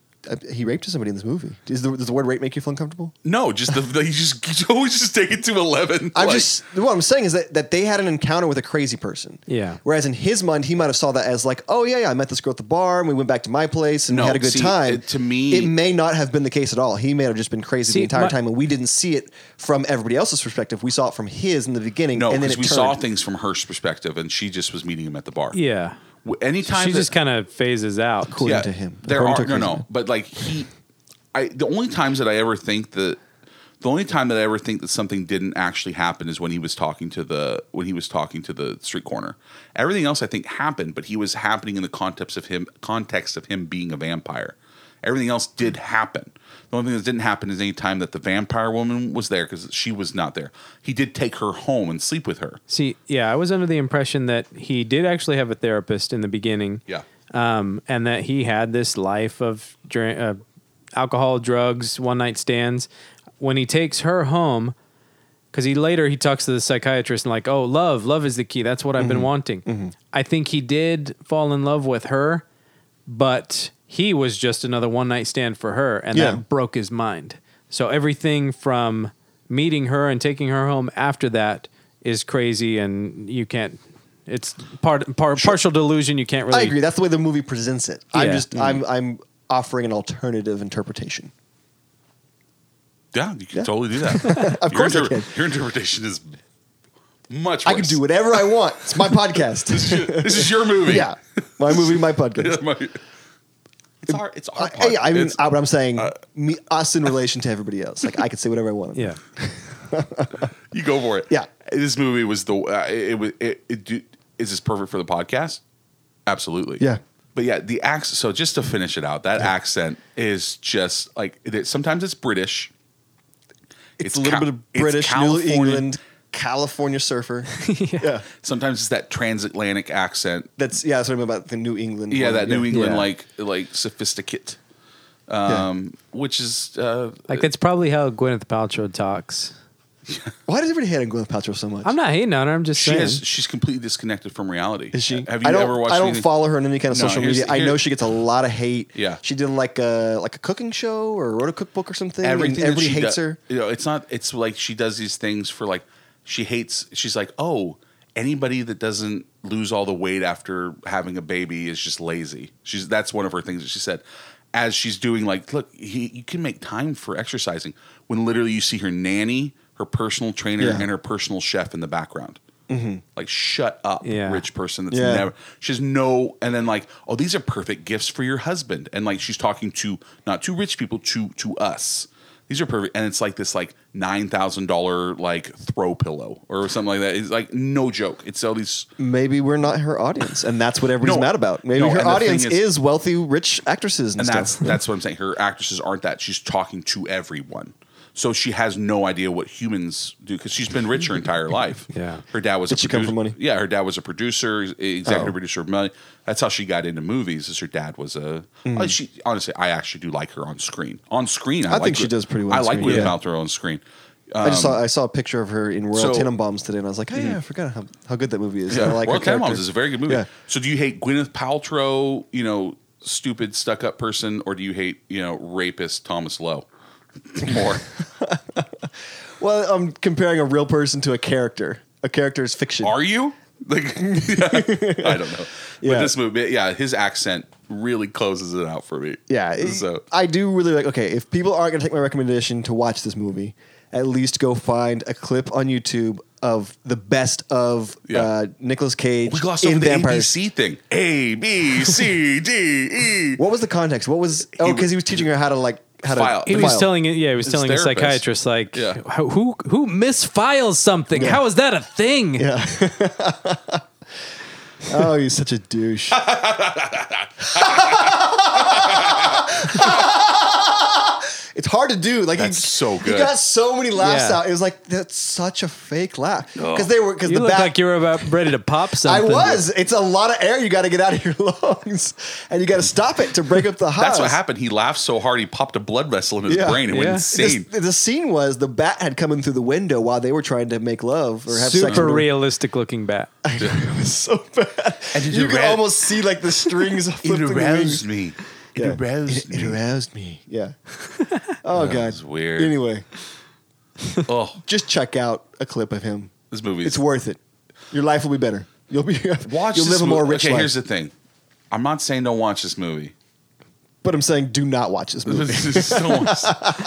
Speaker 4: he raped somebody in this movie. Does the, does the word rape make you feel uncomfortable?
Speaker 1: no, just the, the you just you always just take it to eleven.
Speaker 4: I'm
Speaker 1: like-
Speaker 4: just what I'm saying is that, that they had an encounter with a crazy person.
Speaker 2: Yeah.
Speaker 4: Whereas in his mind, he might have saw that as like, oh yeah, yeah, I met this girl at the bar, and we went back to my place, and
Speaker 1: No,
Speaker 4: we had a good
Speaker 1: see,
Speaker 4: time.
Speaker 1: it- to me-
Speaker 4: it may not have been the case at all. He may have just been crazy
Speaker 2: See,
Speaker 4: the entire
Speaker 2: my-
Speaker 4: time, and we didn't see it from everybody else's perspective. We saw it from his in the beginning.
Speaker 1: no
Speaker 4: and then
Speaker 1: because
Speaker 4: it
Speaker 1: we
Speaker 4: turned.
Speaker 1: saw things from her perspective, and she just was meeting him at the bar.
Speaker 2: Yeah.
Speaker 1: W- anytime
Speaker 2: She
Speaker 1: that-
Speaker 2: just kind of phases out.
Speaker 4: Cool. according to him.
Speaker 1: There
Speaker 4: According
Speaker 1: are
Speaker 4: to
Speaker 1: no,
Speaker 4: Chris.
Speaker 1: no, but like he, I the only times that I ever think that the only time that I ever think that something didn't actually happen is when he was talking to the when he was talking to the street corner. Everything else I think happened, but he was happening in the context of him context of him being a vampire. Everything else did happen. The only thing that didn't happen is any time that the vampire woman was there because she was not there. He did take her home and sleep with her.
Speaker 2: See, yeah, I was under the impression that he did actually have a therapist in the beginning.
Speaker 1: Yeah.
Speaker 2: Um, and that he had this life of drink, uh, alcohol, drugs, one night stands. When he takes her home, because he later he talks to the psychiatrist and like, oh, love, love is the key. That's what
Speaker 4: Mm-hmm.
Speaker 2: I've been wanting. I think he did fall in love with her, but he was just another one night stand for her, and
Speaker 4: Yeah.
Speaker 2: that broke his mind. So everything from meeting her and taking her home after that is crazy, and you can't. It's part, part partial delusion. You can't really.
Speaker 4: I agree. That's the way the movie presents it. I'm
Speaker 2: Yeah.
Speaker 4: just I'm I'm offering an alternative interpretation.
Speaker 1: Yeah, you can
Speaker 4: Yeah.
Speaker 1: totally do that.
Speaker 4: Of
Speaker 1: Your
Speaker 4: course I
Speaker 1: inter-
Speaker 4: can.
Speaker 1: Your interpretation is much.
Speaker 4: I can
Speaker 1: worse.
Speaker 4: do whatever I want. It's my podcast.
Speaker 1: this is your movie.
Speaker 4: yeah, my movie, my podcast.
Speaker 1: it's our it's our
Speaker 4: I, hey, I mean,
Speaker 1: It's- uh,
Speaker 4: I, what I'm saying, me, us in relation to everybody else. Like I could say whatever I want.
Speaker 2: Yeah.
Speaker 1: you go for it.
Speaker 4: Yeah.
Speaker 1: this movie was the uh, it was it, it, do- is this perfect for the podcast? Absolutely.
Speaker 4: Yeah.
Speaker 1: But yeah, the accent. So just to finish it out, that accent is just like it, sometimes it's British.
Speaker 4: It's, a little
Speaker 1: Ca-
Speaker 4: bit of
Speaker 1: it's
Speaker 4: British, New
Speaker 1: California.
Speaker 4: England, California surfer. yeah.
Speaker 1: Sometimes it's that transatlantic accent.
Speaker 4: That's yeah. That's what I mean about the New England.
Speaker 1: Yeah,
Speaker 4: one.
Speaker 1: that New England
Speaker 4: Yeah.
Speaker 1: like like sophisticate,
Speaker 4: Yeah.
Speaker 1: um, which is uh,
Speaker 2: Like that's probably how Gwyneth Paltrow talks.
Speaker 4: Why does everybody hate on Gwyneth Paltrow so much?
Speaker 2: I'm not hating on her. I'm just
Speaker 1: she
Speaker 2: saying.
Speaker 1: has she's completely disconnected from reality.
Speaker 4: Is she?
Speaker 1: Have you
Speaker 4: I don't,
Speaker 1: ever watched?
Speaker 4: I don't
Speaker 1: anything-
Speaker 4: follow her on any kind of
Speaker 1: No,
Speaker 4: social
Speaker 1: here's-
Speaker 4: media. I know
Speaker 1: here-
Speaker 4: she gets a lot of hate.
Speaker 1: Yeah.
Speaker 4: She did like a like a cooking show or wrote a cookbook or something. and
Speaker 1: Everything that
Speaker 4: everybody
Speaker 1: she
Speaker 4: hates
Speaker 1: do-
Speaker 4: her.
Speaker 1: You know, it's not. It's like she does these things for like she hates. She's like, oh, anybody that doesn't lose all the weight after having a baby is just lazy. She's that's one of her things that she said. As she's doing, like, look, he, you can make time for exercising when literally you see her nanny, her personal trainer,
Speaker 4: Yeah. Mm-hmm.
Speaker 1: and her personal chef in the background. Like, shut up,
Speaker 2: Yeah.
Speaker 1: rich person. That's
Speaker 4: Yeah.
Speaker 1: never. She has no. And then like, oh, these are perfect gifts for your husband. And like, she's talking to not to rich people, to to us. These are perfect. And it's like this like nine thousand dollar like throw pillow or something like that. It's like no joke. It's all these.
Speaker 4: Maybe we're not her audience, and that's what everybody's
Speaker 1: No.
Speaker 4: mad about. Maybe
Speaker 1: No,
Speaker 4: her
Speaker 1: and the thing
Speaker 4: audience
Speaker 1: is-
Speaker 4: is, wealthy, rich actresses and,
Speaker 1: And
Speaker 4: stuff.
Speaker 1: that's that's what I'm saying. Her actresses aren't that. She's talking to everyone. So she has no idea what humans do because she's been rich her entire life.
Speaker 2: Yeah.
Speaker 1: her dad was.
Speaker 4: Did
Speaker 1: a
Speaker 4: she come
Speaker 1: producer-
Speaker 4: from money?
Speaker 1: Yeah, her dad was a producer, executive
Speaker 4: Oh.
Speaker 1: producer of money. That's how she got into movies. Is her dad was a. Like, she honestly, I actually do like her on screen. On screen, I,
Speaker 4: Mm. I think
Speaker 1: like
Speaker 4: she
Speaker 1: Gwen-
Speaker 4: does pretty well
Speaker 1: I
Speaker 4: on
Speaker 1: like
Speaker 4: screen,
Speaker 1: Gwyneth
Speaker 4: yeah.
Speaker 1: Paltrow on screen.
Speaker 4: I just saw I saw a picture of her in Royal
Speaker 1: um, so- Mm-hmm.
Speaker 4: Tenenbaums today, and I was like, oh yeah, I forgot how, how good that movie is.
Speaker 1: Yeah,
Speaker 4: And I like
Speaker 1: Royal
Speaker 4: her character.
Speaker 1: Tenenbaums is a very good movie.
Speaker 4: Yeah.
Speaker 1: So, do you hate Gwyneth Paltrow? You know, stupid, stuck-up person, or do you hate you know rapist Thomas Lowe? More.
Speaker 4: Well, I'm comparing a real person to a character. A character is fiction.
Speaker 1: Are you? Like, yeah, I don't know. But
Speaker 4: Yeah.
Speaker 1: this movie, yeah, his accent really closes it out for me.
Speaker 4: Yeah. it-
Speaker 1: So
Speaker 4: I do really like, okay, if people aren't going to take my recommendation to watch this movie, at least go find a clip on YouTube of the best of
Speaker 1: Yeah.
Speaker 4: uh, Nicolas Cage
Speaker 1: we glossed over
Speaker 4: in
Speaker 1: the
Speaker 4: Vampires.
Speaker 1: ABC thing. A B C D E.
Speaker 4: What was the context? What was, oh,
Speaker 1: was-
Speaker 4: because he was teaching her how to like, how
Speaker 1: File.
Speaker 4: to
Speaker 2: he was
Speaker 4: file.
Speaker 2: telling it. Yeah, he was
Speaker 1: His
Speaker 2: telling a
Speaker 1: therapist.
Speaker 2: psychiatrist like,
Speaker 1: Yeah.
Speaker 2: "How- who who misfiles something? How is that a thing?
Speaker 4: Yeah. oh, he's such a douche. it's hard to do. Like he-
Speaker 1: That's so
Speaker 4: He
Speaker 1: good.
Speaker 4: got so many laughs
Speaker 2: Yeah.
Speaker 4: out. It was like that's such a fake laugh because they were because
Speaker 2: You
Speaker 4: the
Speaker 2: look
Speaker 4: back.
Speaker 2: like you're about ready to pop
Speaker 4: I
Speaker 2: something.
Speaker 4: was. It's a lot of air you got to get out of your lungs, and you got to stop it to break up the house.
Speaker 1: That's what happened. He laughed so hard he popped a blood vessel in his
Speaker 4: Yeah.
Speaker 1: brain and went
Speaker 2: Yeah.
Speaker 1: insane.
Speaker 4: This- the scene was the bat had come in through the window while they were trying to make love or have sex.
Speaker 2: Super
Speaker 4: or-
Speaker 2: realistic looking bat.
Speaker 4: It was so bad.
Speaker 1: And it
Speaker 4: you could
Speaker 1: arou-
Speaker 4: almost see like the strings
Speaker 1: it
Speaker 4: flipping the
Speaker 1: aroused
Speaker 4: wings.
Speaker 1: me. It
Speaker 4: Yeah.
Speaker 1: aroused
Speaker 4: It
Speaker 1: me.
Speaker 4: aroused me. Yeah. Oh god.
Speaker 1: was weird.
Speaker 4: Anyway,
Speaker 1: Oh,
Speaker 4: just check out a clip of him.
Speaker 1: this movie.
Speaker 4: It's
Speaker 1: Is
Speaker 4: worth it. Your life will be better. You'll be
Speaker 1: watch.
Speaker 4: You'll
Speaker 1: this
Speaker 4: live a more
Speaker 1: movie.
Speaker 4: rich
Speaker 1: okay,
Speaker 4: life.
Speaker 1: here's the thing. I'm not saying don't watch this movie.
Speaker 4: but I'm saying do not watch this movie.
Speaker 1: So-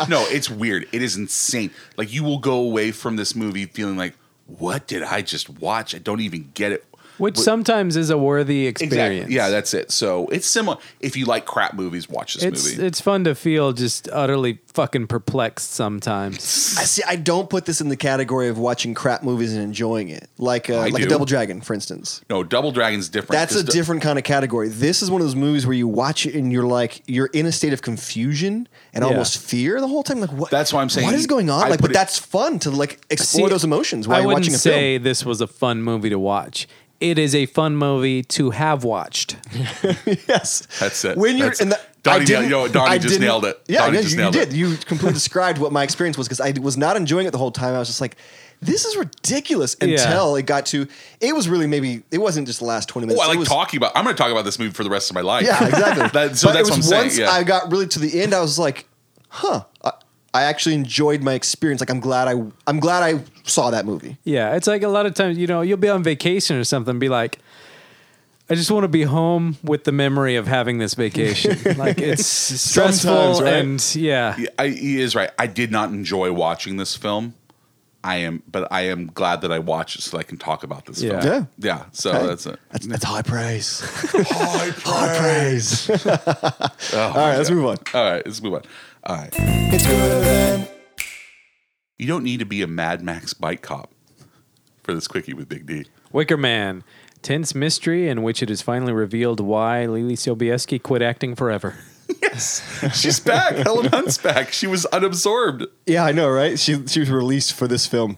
Speaker 1: no, it's weird. It is insane. Like you will go away from this movie feeling like, what did I just watch? I don't even get it.
Speaker 2: Which
Speaker 1: What-
Speaker 2: sometimes is a worthy experience.
Speaker 1: Exactly. Yeah, that's it. So it's similar. If you like crap movies, watch this
Speaker 2: it's
Speaker 1: movie.
Speaker 2: it's fun to feel just utterly fucking perplexed sometimes.
Speaker 4: I see. I don't put this in the category of watching crap movies and enjoying it, like uh,
Speaker 1: I
Speaker 4: like a
Speaker 1: do.
Speaker 4: Double Dragon, for instance.
Speaker 1: no, Double Dragon's different.
Speaker 4: That's a
Speaker 1: 'cause the-
Speaker 4: different kind of category. This is one of those movies where you watch it and you're like, you're in a state of confusion and
Speaker 2: Yeah.
Speaker 4: almost fear the whole time. Like, what?
Speaker 1: That's why I'm saying
Speaker 4: What is going
Speaker 1: I
Speaker 4: on? like,
Speaker 1: put
Speaker 4: but
Speaker 1: it-
Speaker 4: that's fun to like explore
Speaker 2: See,
Speaker 4: those emotions while
Speaker 2: I
Speaker 4: you're
Speaker 2: wouldn't
Speaker 4: watching a
Speaker 2: say
Speaker 4: film.
Speaker 2: this was a fun movie to watch. It is a fun movie to have watched.
Speaker 4: yes,
Speaker 1: That's it.
Speaker 4: When you're
Speaker 1: That's-
Speaker 4: in the,
Speaker 1: Donnie
Speaker 4: I
Speaker 1: nailed-
Speaker 4: didn't,
Speaker 1: you know what, Donnie
Speaker 4: I
Speaker 1: just
Speaker 4: didn't-
Speaker 1: nailed it.
Speaker 4: Yeah,
Speaker 1: Donnie
Speaker 4: yeah,
Speaker 1: just
Speaker 4: you
Speaker 1: nailed
Speaker 4: did.
Speaker 1: it.
Speaker 4: You completely described what my experience was because I was not enjoying it the whole time. I was just like. This is ridiculous
Speaker 2: Yeah.
Speaker 4: until it got to. It was really maybe it wasn't just the last twenty minutes.
Speaker 1: Oh, I
Speaker 4: it
Speaker 1: like
Speaker 4: was,
Speaker 1: talking about. I'm going to talk about this movie for the rest of my life.
Speaker 4: Yeah, exactly.
Speaker 1: That- so
Speaker 4: But
Speaker 1: that's
Speaker 4: it
Speaker 1: what I'm
Speaker 4: was
Speaker 1: saying.
Speaker 4: Once
Speaker 1: yeah.
Speaker 4: I got really to the end, I was like, huh. I, I actually enjoyed my experience. Like I'm glad I I'm glad I saw that movie.
Speaker 2: Yeah, it's like a lot of times, you know, you'll be on vacation or something, be like, I just want to be home with the memory of having this vacation. like it's stressful
Speaker 4: Sometimes, right?
Speaker 2: and yeah.
Speaker 1: Yeah, I, he is right. I did not enjoy watching this film. I am, but I am glad that I watched it so that I can talk about this
Speaker 2: Yeah.
Speaker 1: film.
Speaker 4: Yeah.
Speaker 1: Yeah. So
Speaker 4: Hey,
Speaker 1: that's it.
Speaker 4: That's, that's high praise.
Speaker 1: High
Speaker 4: high praise.
Speaker 1: Oh
Speaker 4: All right, let's move on.
Speaker 1: All right, let's move on. All right.
Speaker 3: It's good and
Speaker 1: You don't need to be a Mad Max bike cop for this quickie with Big D.
Speaker 2: Wicker Man. tense mystery in which it is finally revealed why Lily Sobieski quit acting forever.
Speaker 1: She's back. Helen Hunt's back. She was unabsorbed.
Speaker 4: Yeah, I know, right? She she was released for this film.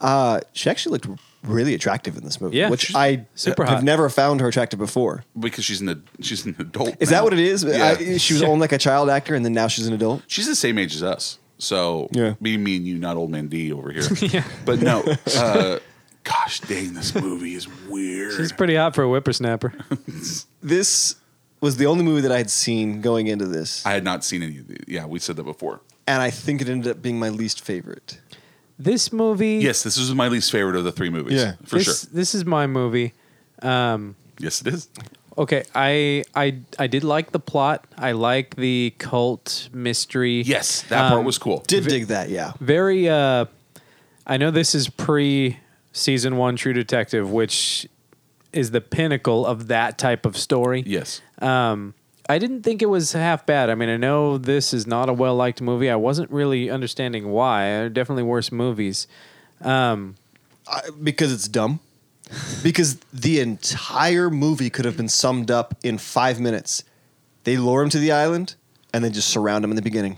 Speaker 4: Uh, she actually looked really attractive in this movie,
Speaker 2: Yeah,
Speaker 4: which
Speaker 2: she's
Speaker 4: I
Speaker 2: super
Speaker 4: have
Speaker 2: hot.
Speaker 4: never found her attractive before.
Speaker 1: because she's an ad- she's an adult.
Speaker 4: Is
Speaker 1: now.
Speaker 4: that what it is?
Speaker 1: Yeah.
Speaker 4: I, she was only like a child actor, and then now she's an adult.
Speaker 1: she's the same age as us. So
Speaker 4: Yeah.
Speaker 1: me, me and you, not old man D over here. But no, uh, gosh dang, this movie is weird.
Speaker 2: She's pretty hot for a whippersnapper.
Speaker 4: This was the only movie that I had seen going into this,
Speaker 1: I had not seen any. of the- Yeah, we said that before.
Speaker 4: and I think it ended up being my least favorite.
Speaker 2: this movie,
Speaker 1: Yes, this was my least favorite of the three movies.
Speaker 4: Yeah.
Speaker 1: for
Speaker 2: this,
Speaker 1: sure.
Speaker 2: This is my movie.
Speaker 1: Yes, it is.
Speaker 2: Okay, I I I did like the plot. I like the cult mystery.
Speaker 1: Yes, that part was cool.
Speaker 4: Um, Did dig that, yeah.
Speaker 2: very uh i know this is pre season one true detective which is the pinnacle of that type of story
Speaker 1: yes,
Speaker 2: i didn't think it was half bad i mean i know this is not a well-liked movie i wasn't really understanding why there are definitely worse movies
Speaker 4: I, because it's dumb. Because the entire movie could have been summed up in five minutes. They lure him to the island and then just surround him in the beginning.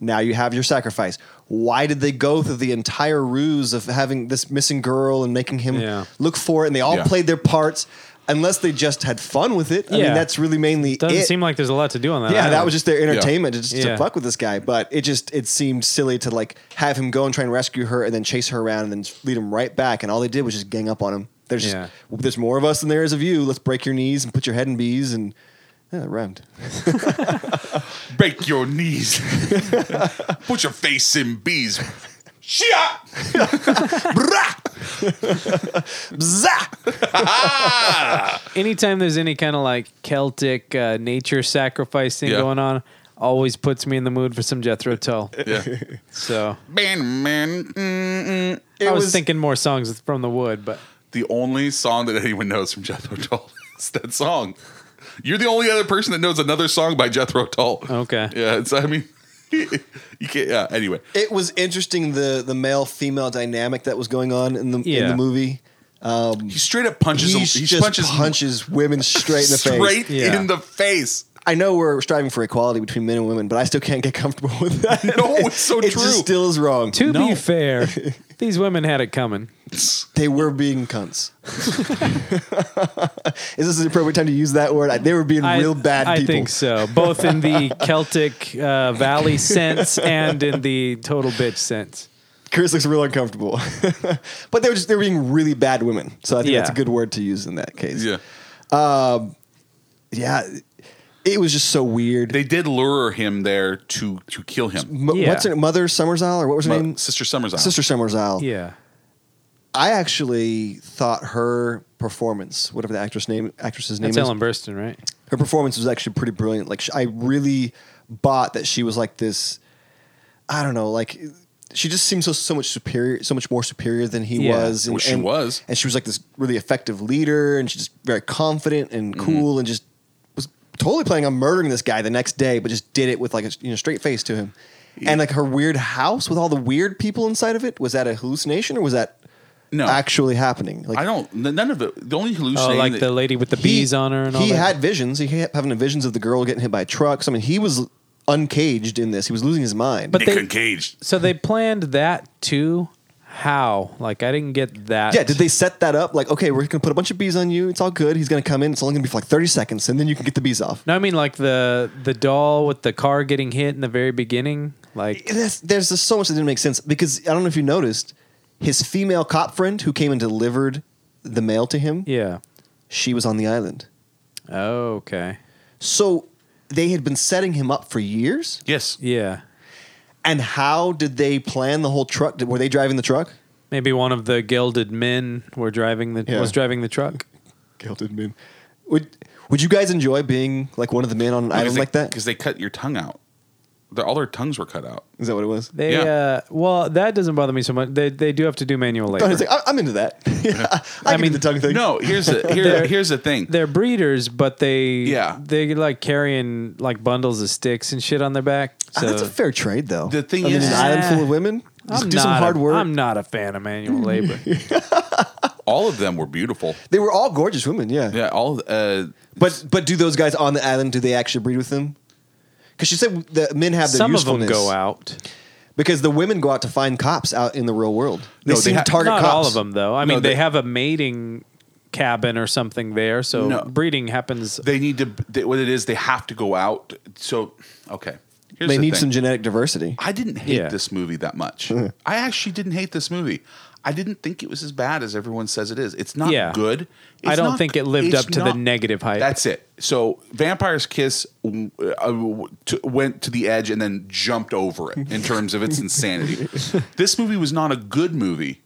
Speaker 4: Now you have your sacrifice. Why did they go through the entire ruse of having this missing girl and making him
Speaker 2: Yeah.
Speaker 4: look for it? And they all
Speaker 1: Yeah.
Speaker 4: played their parts, unless they just had fun with it. I mean,
Speaker 2: Yeah.
Speaker 4: that's really mainly
Speaker 2: doesn't
Speaker 4: it.
Speaker 2: seem like there's a lot to do on that
Speaker 4: Yeah, that
Speaker 2: island.
Speaker 4: was just their entertainment to, just to
Speaker 2: Yeah.
Speaker 4: fuck with this guy. But it just it seemed silly to like have him go and try and rescue her and then chase her around and then lead him right back. And all they did was just gang up on him. There's just
Speaker 2: Yeah.
Speaker 4: there's more of us than there is of you. Let's break your knees and put your head in bees and yeah, it rhymed.
Speaker 1: break your knees, put your face in bees. Shia! Brah!
Speaker 4: Bzzah!
Speaker 2: anytime there's any kind of like celtic uh, nature sacrifice thing
Speaker 1: Yeah.
Speaker 2: going on always puts me in the mood for some jethro tull
Speaker 1: Yeah.
Speaker 2: so
Speaker 1: Man, man. mm, mm-mm.
Speaker 2: i was,
Speaker 4: was-
Speaker 2: thinking more songs from the wood but
Speaker 1: The only song that anyone knows from Jethro Tull is that song. You're the only other person that knows another song by Jethro Tull.
Speaker 2: Okay.
Speaker 1: Yeah, it's, I mean, you can't, yeah, anyway.
Speaker 4: It was interesting the the male female dynamic that was going on in the in
Speaker 2: Yeah.
Speaker 4: the movie.
Speaker 1: He straight up punches
Speaker 4: He
Speaker 1: him.
Speaker 4: just
Speaker 1: He punches,
Speaker 4: punches women straight in the face.
Speaker 1: straight
Speaker 2: Yeah.
Speaker 1: in the face.
Speaker 4: I know we're striving for equality between men and women, but I still can't get comfortable with that.
Speaker 1: No, it's so
Speaker 4: it
Speaker 1: true.
Speaker 4: Just still is wrong.
Speaker 2: To
Speaker 1: No.
Speaker 2: be fair, these women had it coming.
Speaker 4: They were being cunts. Is this the appropriate time to use that word? I, they were being real bad
Speaker 2: I
Speaker 4: people.
Speaker 2: think so, both in the Celtic uh, Valley sense and in the total bitch sense.
Speaker 4: Chris looks real uncomfortable. but they were just they were being really bad women. So I think that's a
Speaker 2: Yeah.
Speaker 4: good word to use in that case.
Speaker 1: Yeah.
Speaker 4: Yeah. It was just so weird.
Speaker 1: They did lure him there to to kill him.
Speaker 4: M-
Speaker 2: Yeah.
Speaker 4: What's her Mother Summersile or what was her
Speaker 1: Mo-
Speaker 4: name?
Speaker 1: Sister Summers Island.
Speaker 4: Sister Summersile.
Speaker 2: Yeah,
Speaker 4: I actually thought her performance, whatever the actress name actress's name
Speaker 2: that's
Speaker 4: is,
Speaker 2: Ellen Burstyn, right?
Speaker 4: her performance was actually pretty brilliant. Like sh- I really bought that she was like this. I don't know, like she just seemed so so much superior, so much more superior than he
Speaker 2: Yeah.
Speaker 4: was.
Speaker 1: Well, she was.
Speaker 4: and she was like this really effective leader, and she's just very confident and
Speaker 1: Mm-hmm.
Speaker 4: cool, and just was totally planning on murdering this guy the next day, but just did it with like a you know straight face to him. And like her weird house with all the weird people inside of it was that a hallucination or was that
Speaker 1: No.
Speaker 4: actually happening? Like
Speaker 1: I don't, n- none of it. The only
Speaker 2: Oh,
Speaker 1: hallucination.
Speaker 2: like
Speaker 1: that-
Speaker 2: the lady with the
Speaker 4: he-
Speaker 2: bees on her and all
Speaker 4: he
Speaker 2: that.
Speaker 4: had visions. He kept having visions of the girl getting hit by trucks. I mean, he was uncaged in this. He was losing his mind.
Speaker 2: But-
Speaker 1: Nick
Speaker 2: they-
Speaker 1: and Cage.
Speaker 2: so they planned that too. How? Like I didn't get that.
Speaker 4: yeah, did they set that up? Like, okay, we're gonna put a bunch of bees on you. It's all good. He's gonna come in. It's only gonna be for like thirty seconds, and then you can get the bees off.
Speaker 2: No, I mean like the the doll with the car getting hit in the very beginning. Like
Speaker 4: That's, there's just so much that didn't make sense because I don't know if you noticed his female cop friend who came and delivered the mail to him.
Speaker 2: yeah. Oh,
Speaker 4: She was on the island,
Speaker 2: Okay.
Speaker 4: so they had been setting him up for years.
Speaker 1: Yes.
Speaker 2: Yeah.
Speaker 4: And how did they plan the whole truck? Were they driving the truck?
Speaker 2: Maybe one of the gilded men were driving the
Speaker 4: Yeah.
Speaker 2: was driving the truck.
Speaker 4: Gilded men. Would Would you guys enjoy being like one of the men on an island like that?
Speaker 1: Because they cut your tongue out. Their- all their tongues were cut out.
Speaker 4: Is that what it was?
Speaker 2: They
Speaker 1: Yeah.
Speaker 2: uh well that doesn't bother me so much. They they do have to do manual
Speaker 4: I
Speaker 2: labor.
Speaker 4: was Oh, like, "Ah." I- I'm into that. yeah, I,
Speaker 2: I
Speaker 4: mean
Speaker 2: mean,
Speaker 4: the tongue thing.
Speaker 1: No, here's the here,
Speaker 2: They're-
Speaker 1: here's the thing.
Speaker 2: They're breeders, but they
Speaker 1: Yeah.
Speaker 2: they like carrying like bundles of sticks and shit on their back.
Speaker 4: Ah,
Speaker 2: So
Speaker 4: that's a fair trade though.
Speaker 1: The thing
Speaker 4: I mean,
Speaker 1: is-
Speaker 4: an island full of women. Just
Speaker 2: I'm
Speaker 4: do
Speaker 2: not
Speaker 4: some hard
Speaker 2: a,
Speaker 4: work.
Speaker 2: I'm not a fan of manual labor.
Speaker 1: all of them were beautiful.
Speaker 4: They were all gorgeous women, yeah.
Speaker 1: Yeah, all. of- Uh,
Speaker 4: But but do those guys on the island do they actually breed with them? Because she said the men have their
Speaker 2: Some of them
Speaker 4: usefulness.
Speaker 2: go out.
Speaker 4: because the women go out to find cops out in the real world. They
Speaker 1: No, they
Speaker 4: seem
Speaker 1: ha-
Speaker 4: to target
Speaker 2: Not
Speaker 4: cops.
Speaker 2: all of them, though. I
Speaker 1: No,
Speaker 2: mean, they,
Speaker 1: they-
Speaker 2: have a mating cabin or something there, so
Speaker 1: No.
Speaker 2: breeding happens.
Speaker 1: they need to. They, what it is, they have to go out. So okay, here's
Speaker 4: They
Speaker 1: the
Speaker 4: need
Speaker 1: thing.
Speaker 4: some genetic diversity.
Speaker 1: I didn't hate
Speaker 2: Yeah.
Speaker 1: this movie that much. I actually didn't hate this movie. I didn't think it was as bad as everyone says it is. It's not
Speaker 2: Yeah.
Speaker 1: good.
Speaker 2: I
Speaker 1: It's
Speaker 2: don't
Speaker 1: not-
Speaker 2: think it lived
Speaker 1: it's
Speaker 2: up to the negative hype.
Speaker 1: That's it. So Vampire's Kiss w- uh, w- to, went to the edge and then jumped over it in terms of its insanity. This movie was not a good movie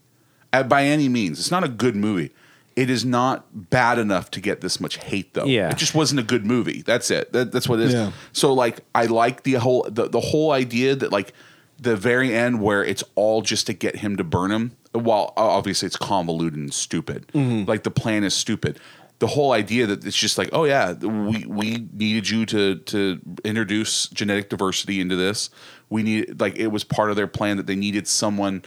Speaker 1: uh, by any means. It's not a good movie. It is not bad enough to get this much hate, though.
Speaker 2: Yeah.
Speaker 1: It just wasn't a good movie. That's it. That, that's what it is.
Speaker 4: Yeah.
Speaker 1: So like I like the whole the, the whole idea that like the very end where it's all just to get him to burn him. While o- obviously it's convoluted and stupid. Like the plan is stupid. The whole idea that it's just like, oh yeah, we we needed you to to introduce genetic diversity into this. We need like it was part of their plan that they needed someone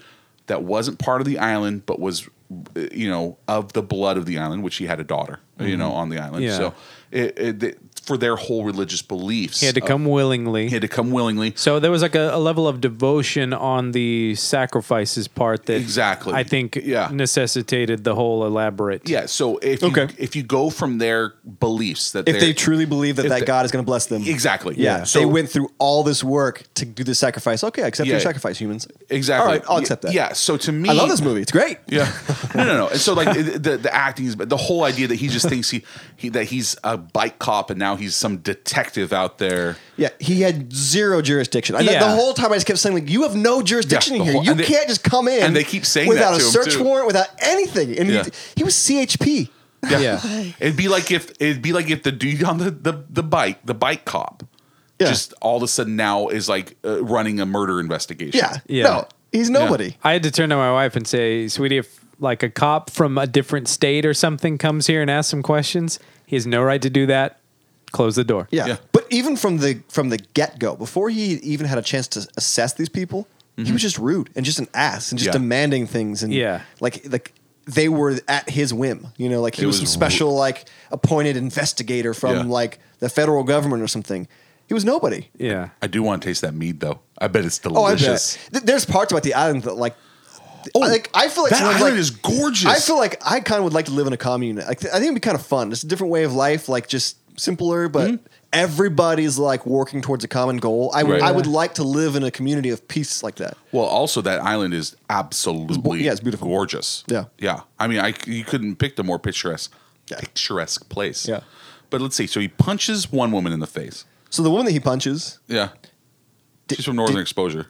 Speaker 1: that wasn't part of the island but was uh, you know of the blood of the island, which he had a daughter, you know, on the island.
Speaker 2: Yeah.
Speaker 1: So it, it, th- eh, for their whole religious beliefs. Uh,
Speaker 2: He had to come willingly.
Speaker 1: he had to come willingly.
Speaker 2: So there was like a, a level of devotion on the sacrifices part that
Speaker 1: Exactly.
Speaker 2: I think
Speaker 1: Yeah.
Speaker 2: necessitated the whole elaborate.
Speaker 1: Yeah. So if
Speaker 4: Okay.
Speaker 1: you, if you go from their beliefs that
Speaker 4: if
Speaker 1: they're-
Speaker 4: they truly believe that
Speaker 1: if
Speaker 4: that
Speaker 1: they-
Speaker 4: God is going to bless them,
Speaker 1: exactly
Speaker 4: Yeah,
Speaker 1: So
Speaker 4: they went through all this work to do the sacrifice. Okay, I accept
Speaker 1: Yeah.
Speaker 4: your sacrifice, humans.
Speaker 1: exactly.
Speaker 4: All right, I'll accept that.
Speaker 1: Yeah. So to me,
Speaker 4: I love this movie. It's great.
Speaker 1: Yeah. No, no, no. And so like it- the the acting is but the whole idea that he just thinks he, he that he's a bike cop and now he's some detective out there.
Speaker 4: Yeah, he had zero jurisdiction. I,
Speaker 2: Yeah.
Speaker 4: The whole time I just kept saying, like, you have no jurisdiction
Speaker 1: Yeah, the
Speaker 4: here.
Speaker 1: whole-
Speaker 4: you
Speaker 1: and they-
Speaker 4: can't just come in.
Speaker 1: and they keep saying that
Speaker 4: without
Speaker 1: to
Speaker 4: a
Speaker 1: him,
Speaker 4: search
Speaker 1: too.
Speaker 4: warrant, without anything. And
Speaker 1: Yeah.
Speaker 4: he, he was CHP.
Speaker 2: Yeah.
Speaker 1: It'd be like if it'd be like if the dude on the the, the bike, the bike cop,
Speaker 4: Yeah.
Speaker 1: just all of a sudden now is like uh, running a murder investigation.
Speaker 4: Yeah,
Speaker 2: Yeah.
Speaker 4: no, he's nobody.
Speaker 2: I had to turn to my wife and say, "Sweetie, if like a cop from a different state or something comes here and asks some questions, he has no right to do that. Close the door."
Speaker 4: Yeah.
Speaker 1: Yeah.
Speaker 4: But even from the from the get go, before he even had a chance to assess these people, he was just rude and just an ass and just
Speaker 1: Mm-hmm. Yeah.
Speaker 4: demanding things and
Speaker 2: Yeah.
Speaker 4: like like they were at his whim. You know, like he
Speaker 1: It
Speaker 4: was,
Speaker 1: was
Speaker 4: some special like appointed investigator from
Speaker 1: Yeah.
Speaker 4: like the federal government or something. He was nobody.
Speaker 2: Yeah.
Speaker 1: I do want to taste that mead though. I bet it's
Speaker 4: Oh, I
Speaker 1: delicious.
Speaker 4: bet. Th- There's parts about the island that like oh, like I feel like
Speaker 1: that
Speaker 4: someone's
Speaker 1: island
Speaker 4: like-
Speaker 1: is gorgeous.
Speaker 4: I feel like I kind of would like to live in a commune. Like, I think it'd be kind of fun. It's a different way of life, like just simpler, but
Speaker 1: Mm-hmm.
Speaker 4: everybody's like working towards a common goal. I, would
Speaker 1: Right.
Speaker 4: I would like to live in a community of peace like that.
Speaker 1: well, also that island is absolutely
Speaker 4: yeah, it's beautiful.
Speaker 1: gorgeous.
Speaker 4: Yeah.
Speaker 1: yeah. I mean, I you couldn't pick a more picturesque
Speaker 4: Yeah.
Speaker 1: picturesque place.
Speaker 4: Yeah.
Speaker 1: but let's see. So he punches one woman in the face.
Speaker 4: So the woman that he punches,
Speaker 1: Yeah,
Speaker 4: Did-
Speaker 1: she's from Northern
Speaker 4: did-
Speaker 1: Exposure.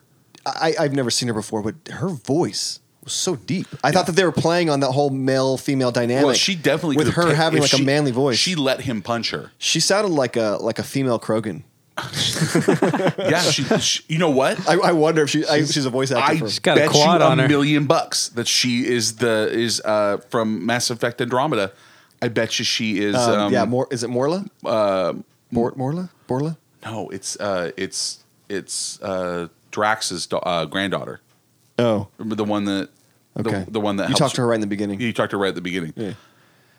Speaker 4: I, I've never seen her before, but her voice was so deep. I thought that they were playing on that whole male female dynamic.
Speaker 1: Well, she definitely
Speaker 4: with
Speaker 1: could've
Speaker 4: her
Speaker 1: picked-
Speaker 4: having
Speaker 1: if
Speaker 4: like a
Speaker 1: she-
Speaker 4: manly voice.
Speaker 1: She
Speaker 4: She,
Speaker 1: let him punch her.
Speaker 4: she sounded like a like a female Krogan.
Speaker 1: Yeah, she, she, you know what?
Speaker 4: I, I wonder if she I, she's a voice actor.
Speaker 1: I
Speaker 4: for,
Speaker 2: She's got a
Speaker 1: bet
Speaker 2: quad
Speaker 1: you
Speaker 2: on
Speaker 1: a
Speaker 2: her.
Speaker 1: million bucks that she is the is uh, from Mass Effect Andromeda. I bet you she is.
Speaker 4: um,
Speaker 1: Um,
Speaker 4: yeah, more is it Morla? Uh, Morla? Borla?
Speaker 1: No, it's uh, it's it's uh, Drax's da- uh, granddaughter.
Speaker 4: Oh,
Speaker 1: Remember the one that
Speaker 4: Okay.
Speaker 1: the, the one that
Speaker 4: You
Speaker 1: helps-
Speaker 4: talked to her right in the beginning.
Speaker 1: You talked to her right at the beginning.
Speaker 4: Yeah.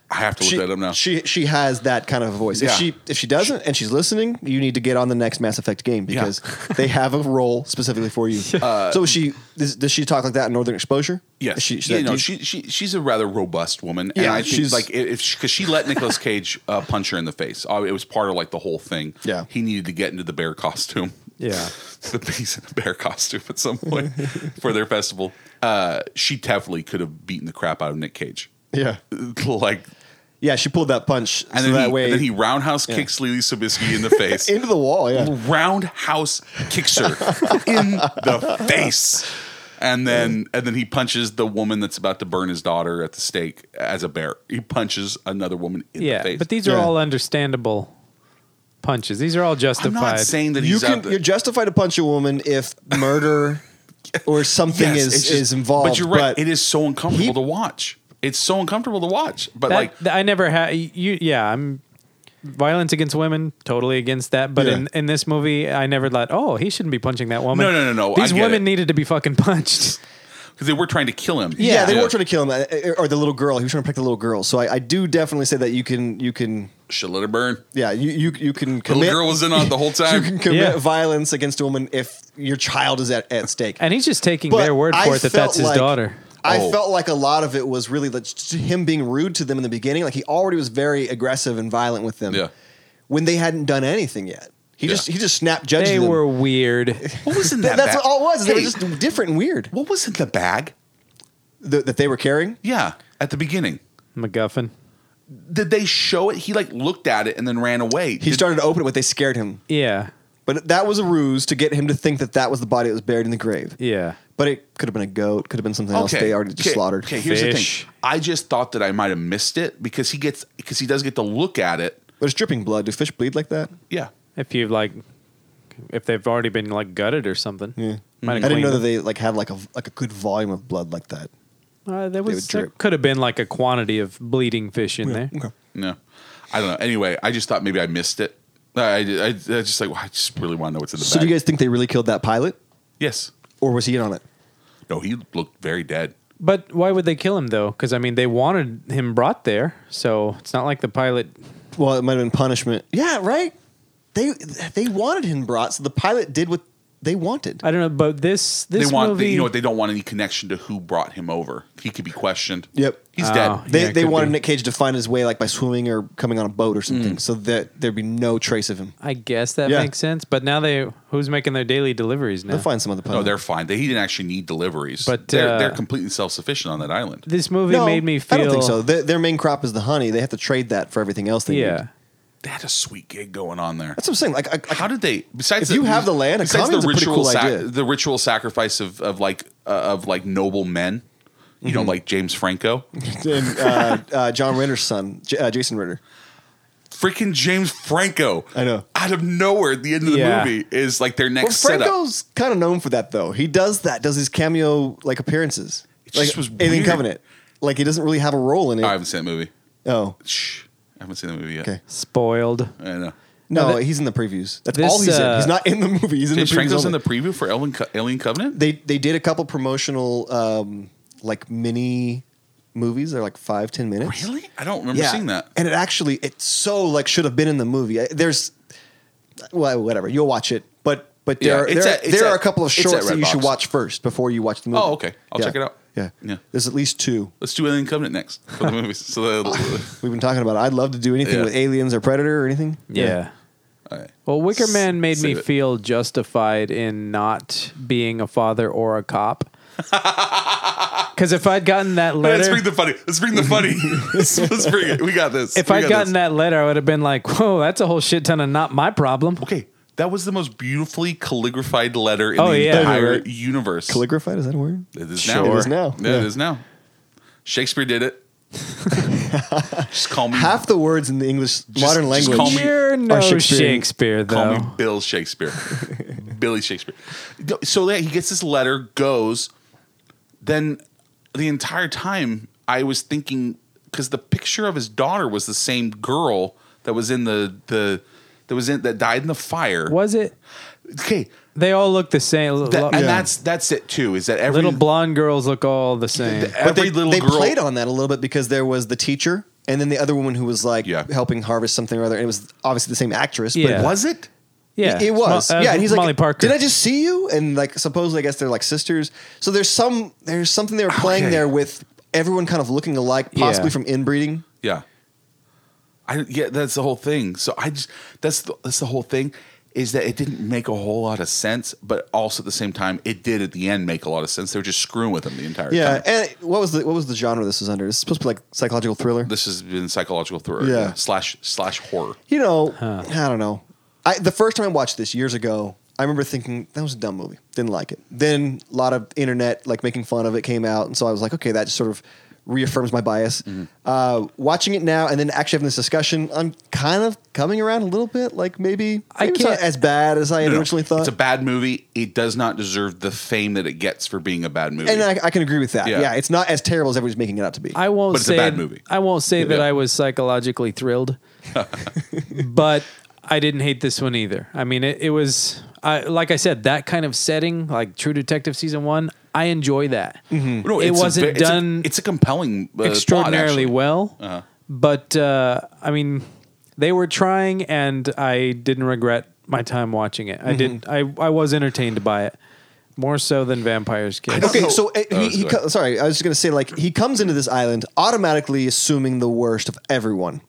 Speaker 1: I have to look
Speaker 4: she,
Speaker 1: that up now.
Speaker 4: She she has that kind of a voice. If
Speaker 1: Yeah.
Speaker 4: she if she doesn't and she's listening, you need to get on the next Mass Effect game because they have a role specifically for you. so is she does, does she talk like that in Northern Exposure?
Speaker 1: Uh, Yes,
Speaker 4: Is
Speaker 1: she,
Speaker 4: she,
Speaker 1: you know, she, she she's a rather robust woman, and
Speaker 4: Yeah,
Speaker 1: I think
Speaker 4: she's-
Speaker 1: like if because she let Nicolas Cage uh, punch her in the face, Uh, it was part of like the whole thing.
Speaker 4: Yeah.
Speaker 1: he needed to get into the bear costume.
Speaker 2: Yeah.
Speaker 1: the bees in a bear costume at some point for their festival. Uh, she definitely could have beaten the crap out of Nick Cage,
Speaker 4: yeah
Speaker 1: like,
Speaker 4: yeah she pulled that punch
Speaker 1: and,
Speaker 4: so
Speaker 1: then,
Speaker 4: that
Speaker 1: he,
Speaker 4: way
Speaker 1: and then he roundhouse kicks Lily Sobieski in the face.
Speaker 4: into the wall. Yeah,
Speaker 1: roundhouse kicks her in the face. And then and then he punches the woman that's about to burn his daughter at the stake as a bear. He punches another woman in the
Speaker 2: Yeah.
Speaker 1: face.
Speaker 2: But these are
Speaker 4: Yeah.
Speaker 2: all understandable punches. These are all
Speaker 1: I'm
Speaker 2: justified.
Speaker 1: not saying that
Speaker 4: you
Speaker 1: he's
Speaker 4: can
Speaker 1: out there-
Speaker 4: you're justified to punch a woman if murder or something
Speaker 1: Yes,
Speaker 4: is
Speaker 1: it's just-
Speaker 4: is involved.
Speaker 1: But you're right.
Speaker 4: but
Speaker 1: it is so uncomfortable
Speaker 4: he-
Speaker 1: to watch. It's so uncomfortable to watch. But
Speaker 2: That-
Speaker 1: like
Speaker 2: that I never had you. Yeah, I'm violence against women totally against that. But
Speaker 4: Yeah.
Speaker 2: in in this movie, I never thought, oh, he shouldn't be punching that woman.
Speaker 1: No, no, no, no, I
Speaker 2: These
Speaker 1: get
Speaker 2: women
Speaker 1: it.
Speaker 2: needed to be fucking punched.
Speaker 1: because they were trying to kill him.
Speaker 4: Yeah, they were trying to kill him, uh, or the little girl. He was trying to pick the little girl. So I, I do definitely say that you can, you can,
Speaker 1: Should let her burn.
Speaker 4: yeah, you you, you can
Speaker 1: Little
Speaker 4: commit.
Speaker 1: girl was in on it the whole
Speaker 4: you
Speaker 1: time.
Speaker 4: can commit
Speaker 2: Yeah.
Speaker 4: violence against a woman if your child is at, at stake.
Speaker 2: And he's just taking
Speaker 4: But
Speaker 2: their word for
Speaker 4: I
Speaker 2: it that
Speaker 4: felt
Speaker 2: that's his
Speaker 4: like-
Speaker 2: daughter.
Speaker 4: I
Speaker 1: Oh.
Speaker 4: felt like a lot of it was really like just him being rude to them in the beginning. Like he already was very aggressive and violent with them.
Speaker 1: Yeah.
Speaker 4: When they hadn't done anything yet, he
Speaker 1: Yeah.
Speaker 4: just he just snapped judges.
Speaker 2: They
Speaker 4: them.
Speaker 2: were weird.
Speaker 1: What was in
Speaker 4: Th-
Speaker 1: that?
Speaker 4: that's
Speaker 1: bag?
Speaker 4: all it was. They were
Speaker 1: Hey,
Speaker 4: just different and weird.
Speaker 1: what was in the bag?
Speaker 4: Th- that they were carrying.
Speaker 1: Yeah, at the beginning,
Speaker 2: MacGuffin.
Speaker 1: did they show it? He like looked at it and then ran away.
Speaker 4: He
Speaker 1: Did-
Speaker 4: started to open it, but they scared him.
Speaker 2: Yeah.
Speaker 4: But that was a ruse to get him to think that that was the body that was buried in the grave.
Speaker 2: Yeah.
Speaker 4: But it could have been a goat, could have been something else they already just
Speaker 1: okay,
Speaker 4: slaughtered.
Speaker 1: Okay, here's
Speaker 2: Fish.
Speaker 1: the thing. I just thought that I might have missed it because he gets because he does get to look at it.
Speaker 4: But it's dripping blood. Do fish bleed like that?
Speaker 1: Yeah.
Speaker 2: If you've like, if they've already been like gutted or something. Yeah.
Speaker 4: I didn't know that they like had like a like a good volume of blood like that.
Speaker 2: Uh, there
Speaker 4: would
Speaker 2: was there
Speaker 4: drip.
Speaker 2: could have been like a quantity of bleeding fish in there.
Speaker 1: No, I don't know. Anyway, I just thought maybe I missed it. I, I, I just like well, I just really want to know what's in the
Speaker 4: So
Speaker 1: bag.
Speaker 4: do you guys think they really killed that pilot,
Speaker 1: yes.
Speaker 4: or was he in on it?
Speaker 1: No, he looked very dead.
Speaker 2: But why would they kill him though? Because I mean, they wanted him brought there, so it's not like the pilot.
Speaker 4: Well, it might have been punishment. Yeah, right. They they wanted him brought, so the pilot did what they wanted.
Speaker 2: I don't know, but this this
Speaker 1: they want
Speaker 2: movie,
Speaker 1: they, you know what they don't want any connection to who brought him over. He could be questioned.
Speaker 4: Yep.
Speaker 1: He's
Speaker 2: Oh.
Speaker 1: dead.
Speaker 4: they
Speaker 2: Yeah, it
Speaker 4: they
Speaker 2: could
Speaker 4: wanted
Speaker 2: be.
Speaker 4: Nick Cage to find his way like by swimming or coming on a boat or something,
Speaker 1: Mm.
Speaker 4: so that there'd be no trace of him.
Speaker 2: I guess that
Speaker 4: Yeah.
Speaker 2: makes sense. But now they who's making their daily deliveries now?
Speaker 4: They'll find some other pilot.
Speaker 1: No, Oh, they're fine. They, he didn't actually need deliveries.
Speaker 2: But,
Speaker 1: they're,
Speaker 2: uh,
Speaker 1: they're completely self sufficient on that island.
Speaker 2: This movie made me feel.
Speaker 4: I don't think so. Their, their main crop is the honey. They have to trade that for everything else. They
Speaker 2: Yeah.
Speaker 4: need.
Speaker 1: They had a sweet gig going on there.
Speaker 4: that's what I'm saying. Like, like
Speaker 1: How did they? Besides,
Speaker 4: If you have the land, a
Speaker 1: besides
Speaker 4: commune's a pretty cool idea.
Speaker 1: the ritual sacrifice of of like uh, of like noble men, you
Speaker 4: Mm-hmm.
Speaker 1: know, like James Franco,
Speaker 4: and, uh, uh, John Ritter's son, J- uh, Jason Ritter.
Speaker 1: freaking James Franco.
Speaker 4: I know.
Speaker 1: Out of nowhere, at the end of the
Speaker 2: Yeah.
Speaker 1: movie is like their
Speaker 4: Well,
Speaker 1: next setup.
Speaker 4: Franco's kind of known for that, though. He does that. Does his cameo like appearances?
Speaker 1: It
Speaker 4: like
Speaker 1: just was
Speaker 4: Alien
Speaker 1: weird.
Speaker 4: Covenant. Like he doesn't really have a role in it.
Speaker 1: I haven't seen that movie.
Speaker 4: oh
Speaker 1: Shh, I haven't seen that movie yet.
Speaker 4: Okay.
Speaker 2: Spoiled.
Speaker 1: I know.
Speaker 4: no,
Speaker 2: No, that-
Speaker 4: he's in the previews. That's
Speaker 2: This,
Speaker 4: all he's in.
Speaker 2: uh,
Speaker 4: He's not in the movie. He's in
Speaker 1: James
Speaker 4: the previews.
Speaker 1: Franco's in
Speaker 4: only.
Speaker 1: the preview for Alien, Co- Alien Covenant.
Speaker 4: they they did a couple promotional um, like mini movies. They're like five ten minutes.
Speaker 1: really? I don't remember seeing that.
Speaker 4: And it actually, it's so like should have been in the movie. I- There's, well, whatever. You'll watch it, but but there
Speaker 1: Yeah,
Speaker 4: are,
Speaker 1: it's
Speaker 4: there,
Speaker 1: at- it's
Speaker 4: there
Speaker 1: at-
Speaker 4: are a couple of
Speaker 1: it's at
Speaker 4: shorts that you should
Speaker 1: Redbox.
Speaker 4: watch first before you watch the movie.
Speaker 1: Oh, okay. I'll
Speaker 4: Yeah.
Speaker 1: check it out.
Speaker 4: Yeah,
Speaker 1: Yeah.
Speaker 4: There's at least two.
Speaker 1: Let's do Alien Covenant next for the movies. So uh, the,
Speaker 4: We've been talking about. it. I'd love to do anything
Speaker 1: Yeah.
Speaker 4: with aliens or predator or anything.
Speaker 2: Yeah.
Speaker 1: all right.
Speaker 2: Well, Wicker Man made me
Speaker 1: save it.
Speaker 2: feel justified in not being a father or a cop. Because if I'd gotten that
Speaker 1: Let's
Speaker 2: letter,
Speaker 1: bring the funny. Let's bring the funny. let's, let's bring it. We got this.
Speaker 2: if
Speaker 1: We
Speaker 2: I'd
Speaker 1: got
Speaker 2: gotten
Speaker 1: this.
Speaker 2: that letter, I would have been like, "Whoa, that's a whole shit ton of not my problem."
Speaker 1: Okay, that was the most beautifully calligraphied letter in
Speaker 2: Oh,
Speaker 1: the
Speaker 2: yeah.
Speaker 1: entire
Speaker 4: Right.
Speaker 1: universe.
Speaker 4: Calligraphied is that a word?
Speaker 1: it is
Speaker 2: Sure.
Speaker 1: now.
Speaker 2: It is
Speaker 4: now.
Speaker 1: Yeah,
Speaker 4: Yeah.
Speaker 1: It is now. Shakespeare did it. just call me.
Speaker 4: Half the words in the English modern
Speaker 1: just
Speaker 4: language.
Speaker 1: call me-
Speaker 2: You're no
Speaker 4: Shakespearean-
Speaker 2: Shakespeare,
Speaker 1: Call
Speaker 2: though.
Speaker 1: me Bill Shakespeare. Billy Shakespeare. So yeah, he gets this letter, goes. Then the entire time I was thinking because the picture of his daughter was the same girl that was in the the that was in that died in the fire.
Speaker 2: Was it?
Speaker 1: Okay,
Speaker 2: They all look the same.
Speaker 1: that,
Speaker 2: Lo-
Speaker 1: and that's that's it too. Is that every
Speaker 2: Little blonde girls look all the same.
Speaker 1: every
Speaker 4: they,
Speaker 1: little
Speaker 4: they
Speaker 1: girl?
Speaker 4: played on that a little bit because there was the teacher and then the other woman who was like
Speaker 1: Yeah.
Speaker 4: helping harvest something or other. And it was obviously the same actress, but
Speaker 2: Yeah.
Speaker 1: Was it?
Speaker 2: yeah,
Speaker 4: It, it was.
Speaker 2: Mo- uh,
Speaker 4: yeah, and he's
Speaker 2: Molly
Speaker 4: like,
Speaker 2: Parker.
Speaker 4: Did I just see you? And like, supposedly, I guess they're like sisters. So there's some, there's something they were playing
Speaker 1: Okay.
Speaker 4: there with everyone kind of looking alike, possibly
Speaker 2: Yeah.
Speaker 4: from inbreeding.
Speaker 1: Yeah. I yeah, that's the whole thing. So I just that's the, that's the whole thing is that it didn't make a whole lot of sense, but also at the same time, it did at the end make a lot of sense. They were just screwing with him the entire
Speaker 4: Yeah.
Speaker 1: time.
Speaker 4: And what was the what was the genre this was under? It's supposed to be like psychological thriller.
Speaker 1: This has been psychological thriller
Speaker 4: Yeah.
Speaker 1: slash slash horror.
Speaker 4: you know, I don't know. I the first time I watched this years ago, I remember thinking that was a dumb movie. Didn't like it. Then a lot of internet like making fun of it came out, and so I was like, okay, that just sort of reaffirms my bias.
Speaker 1: Mm-hmm.
Speaker 4: Uh, watching it now and then actually having this discussion, I'm kind of coming around a little bit. Like maybe,
Speaker 2: I
Speaker 4: maybe it's not
Speaker 2: can't-
Speaker 4: as bad as I had
Speaker 1: No, no,
Speaker 4: originally thought.
Speaker 1: It's a bad movie. It does not deserve the fame that it gets for being a bad movie.
Speaker 4: and I, I can agree with that. Yeah.
Speaker 1: Yeah.
Speaker 4: it's not as terrible as everybody's making it out to be.
Speaker 2: I won't
Speaker 1: But it's a
Speaker 2: say
Speaker 1: bad movie.
Speaker 2: I won't say that
Speaker 1: Yeah.
Speaker 2: I was psychologically thrilled, but I didn't hate this one either. I mean, it, it was I, like I said, that kind of setting, like True Detective season one. I enjoy that.
Speaker 1: No,
Speaker 2: it
Speaker 1: it's a
Speaker 2: wasn't
Speaker 1: ve- it's a-
Speaker 2: done
Speaker 1: it's a compelling, uh, plot, actually.
Speaker 2: extraordinarily well,
Speaker 1: Uh-huh.
Speaker 2: but uh, I mean, they were trying, and I didn't regret my time watching it. I
Speaker 1: Mm-hmm.
Speaker 2: did. I I was entertained by it more so than Vampires Kiss.
Speaker 1: don't-
Speaker 4: Okay,
Speaker 1: So-
Speaker 4: so uh,
Speaker 1: Oh,
Speaker 4: he, he
Speaker 1: sorry.
Speaker 4: co- sorry, I was just gonna say like he comes into this island automatically assuming the worst of everyone,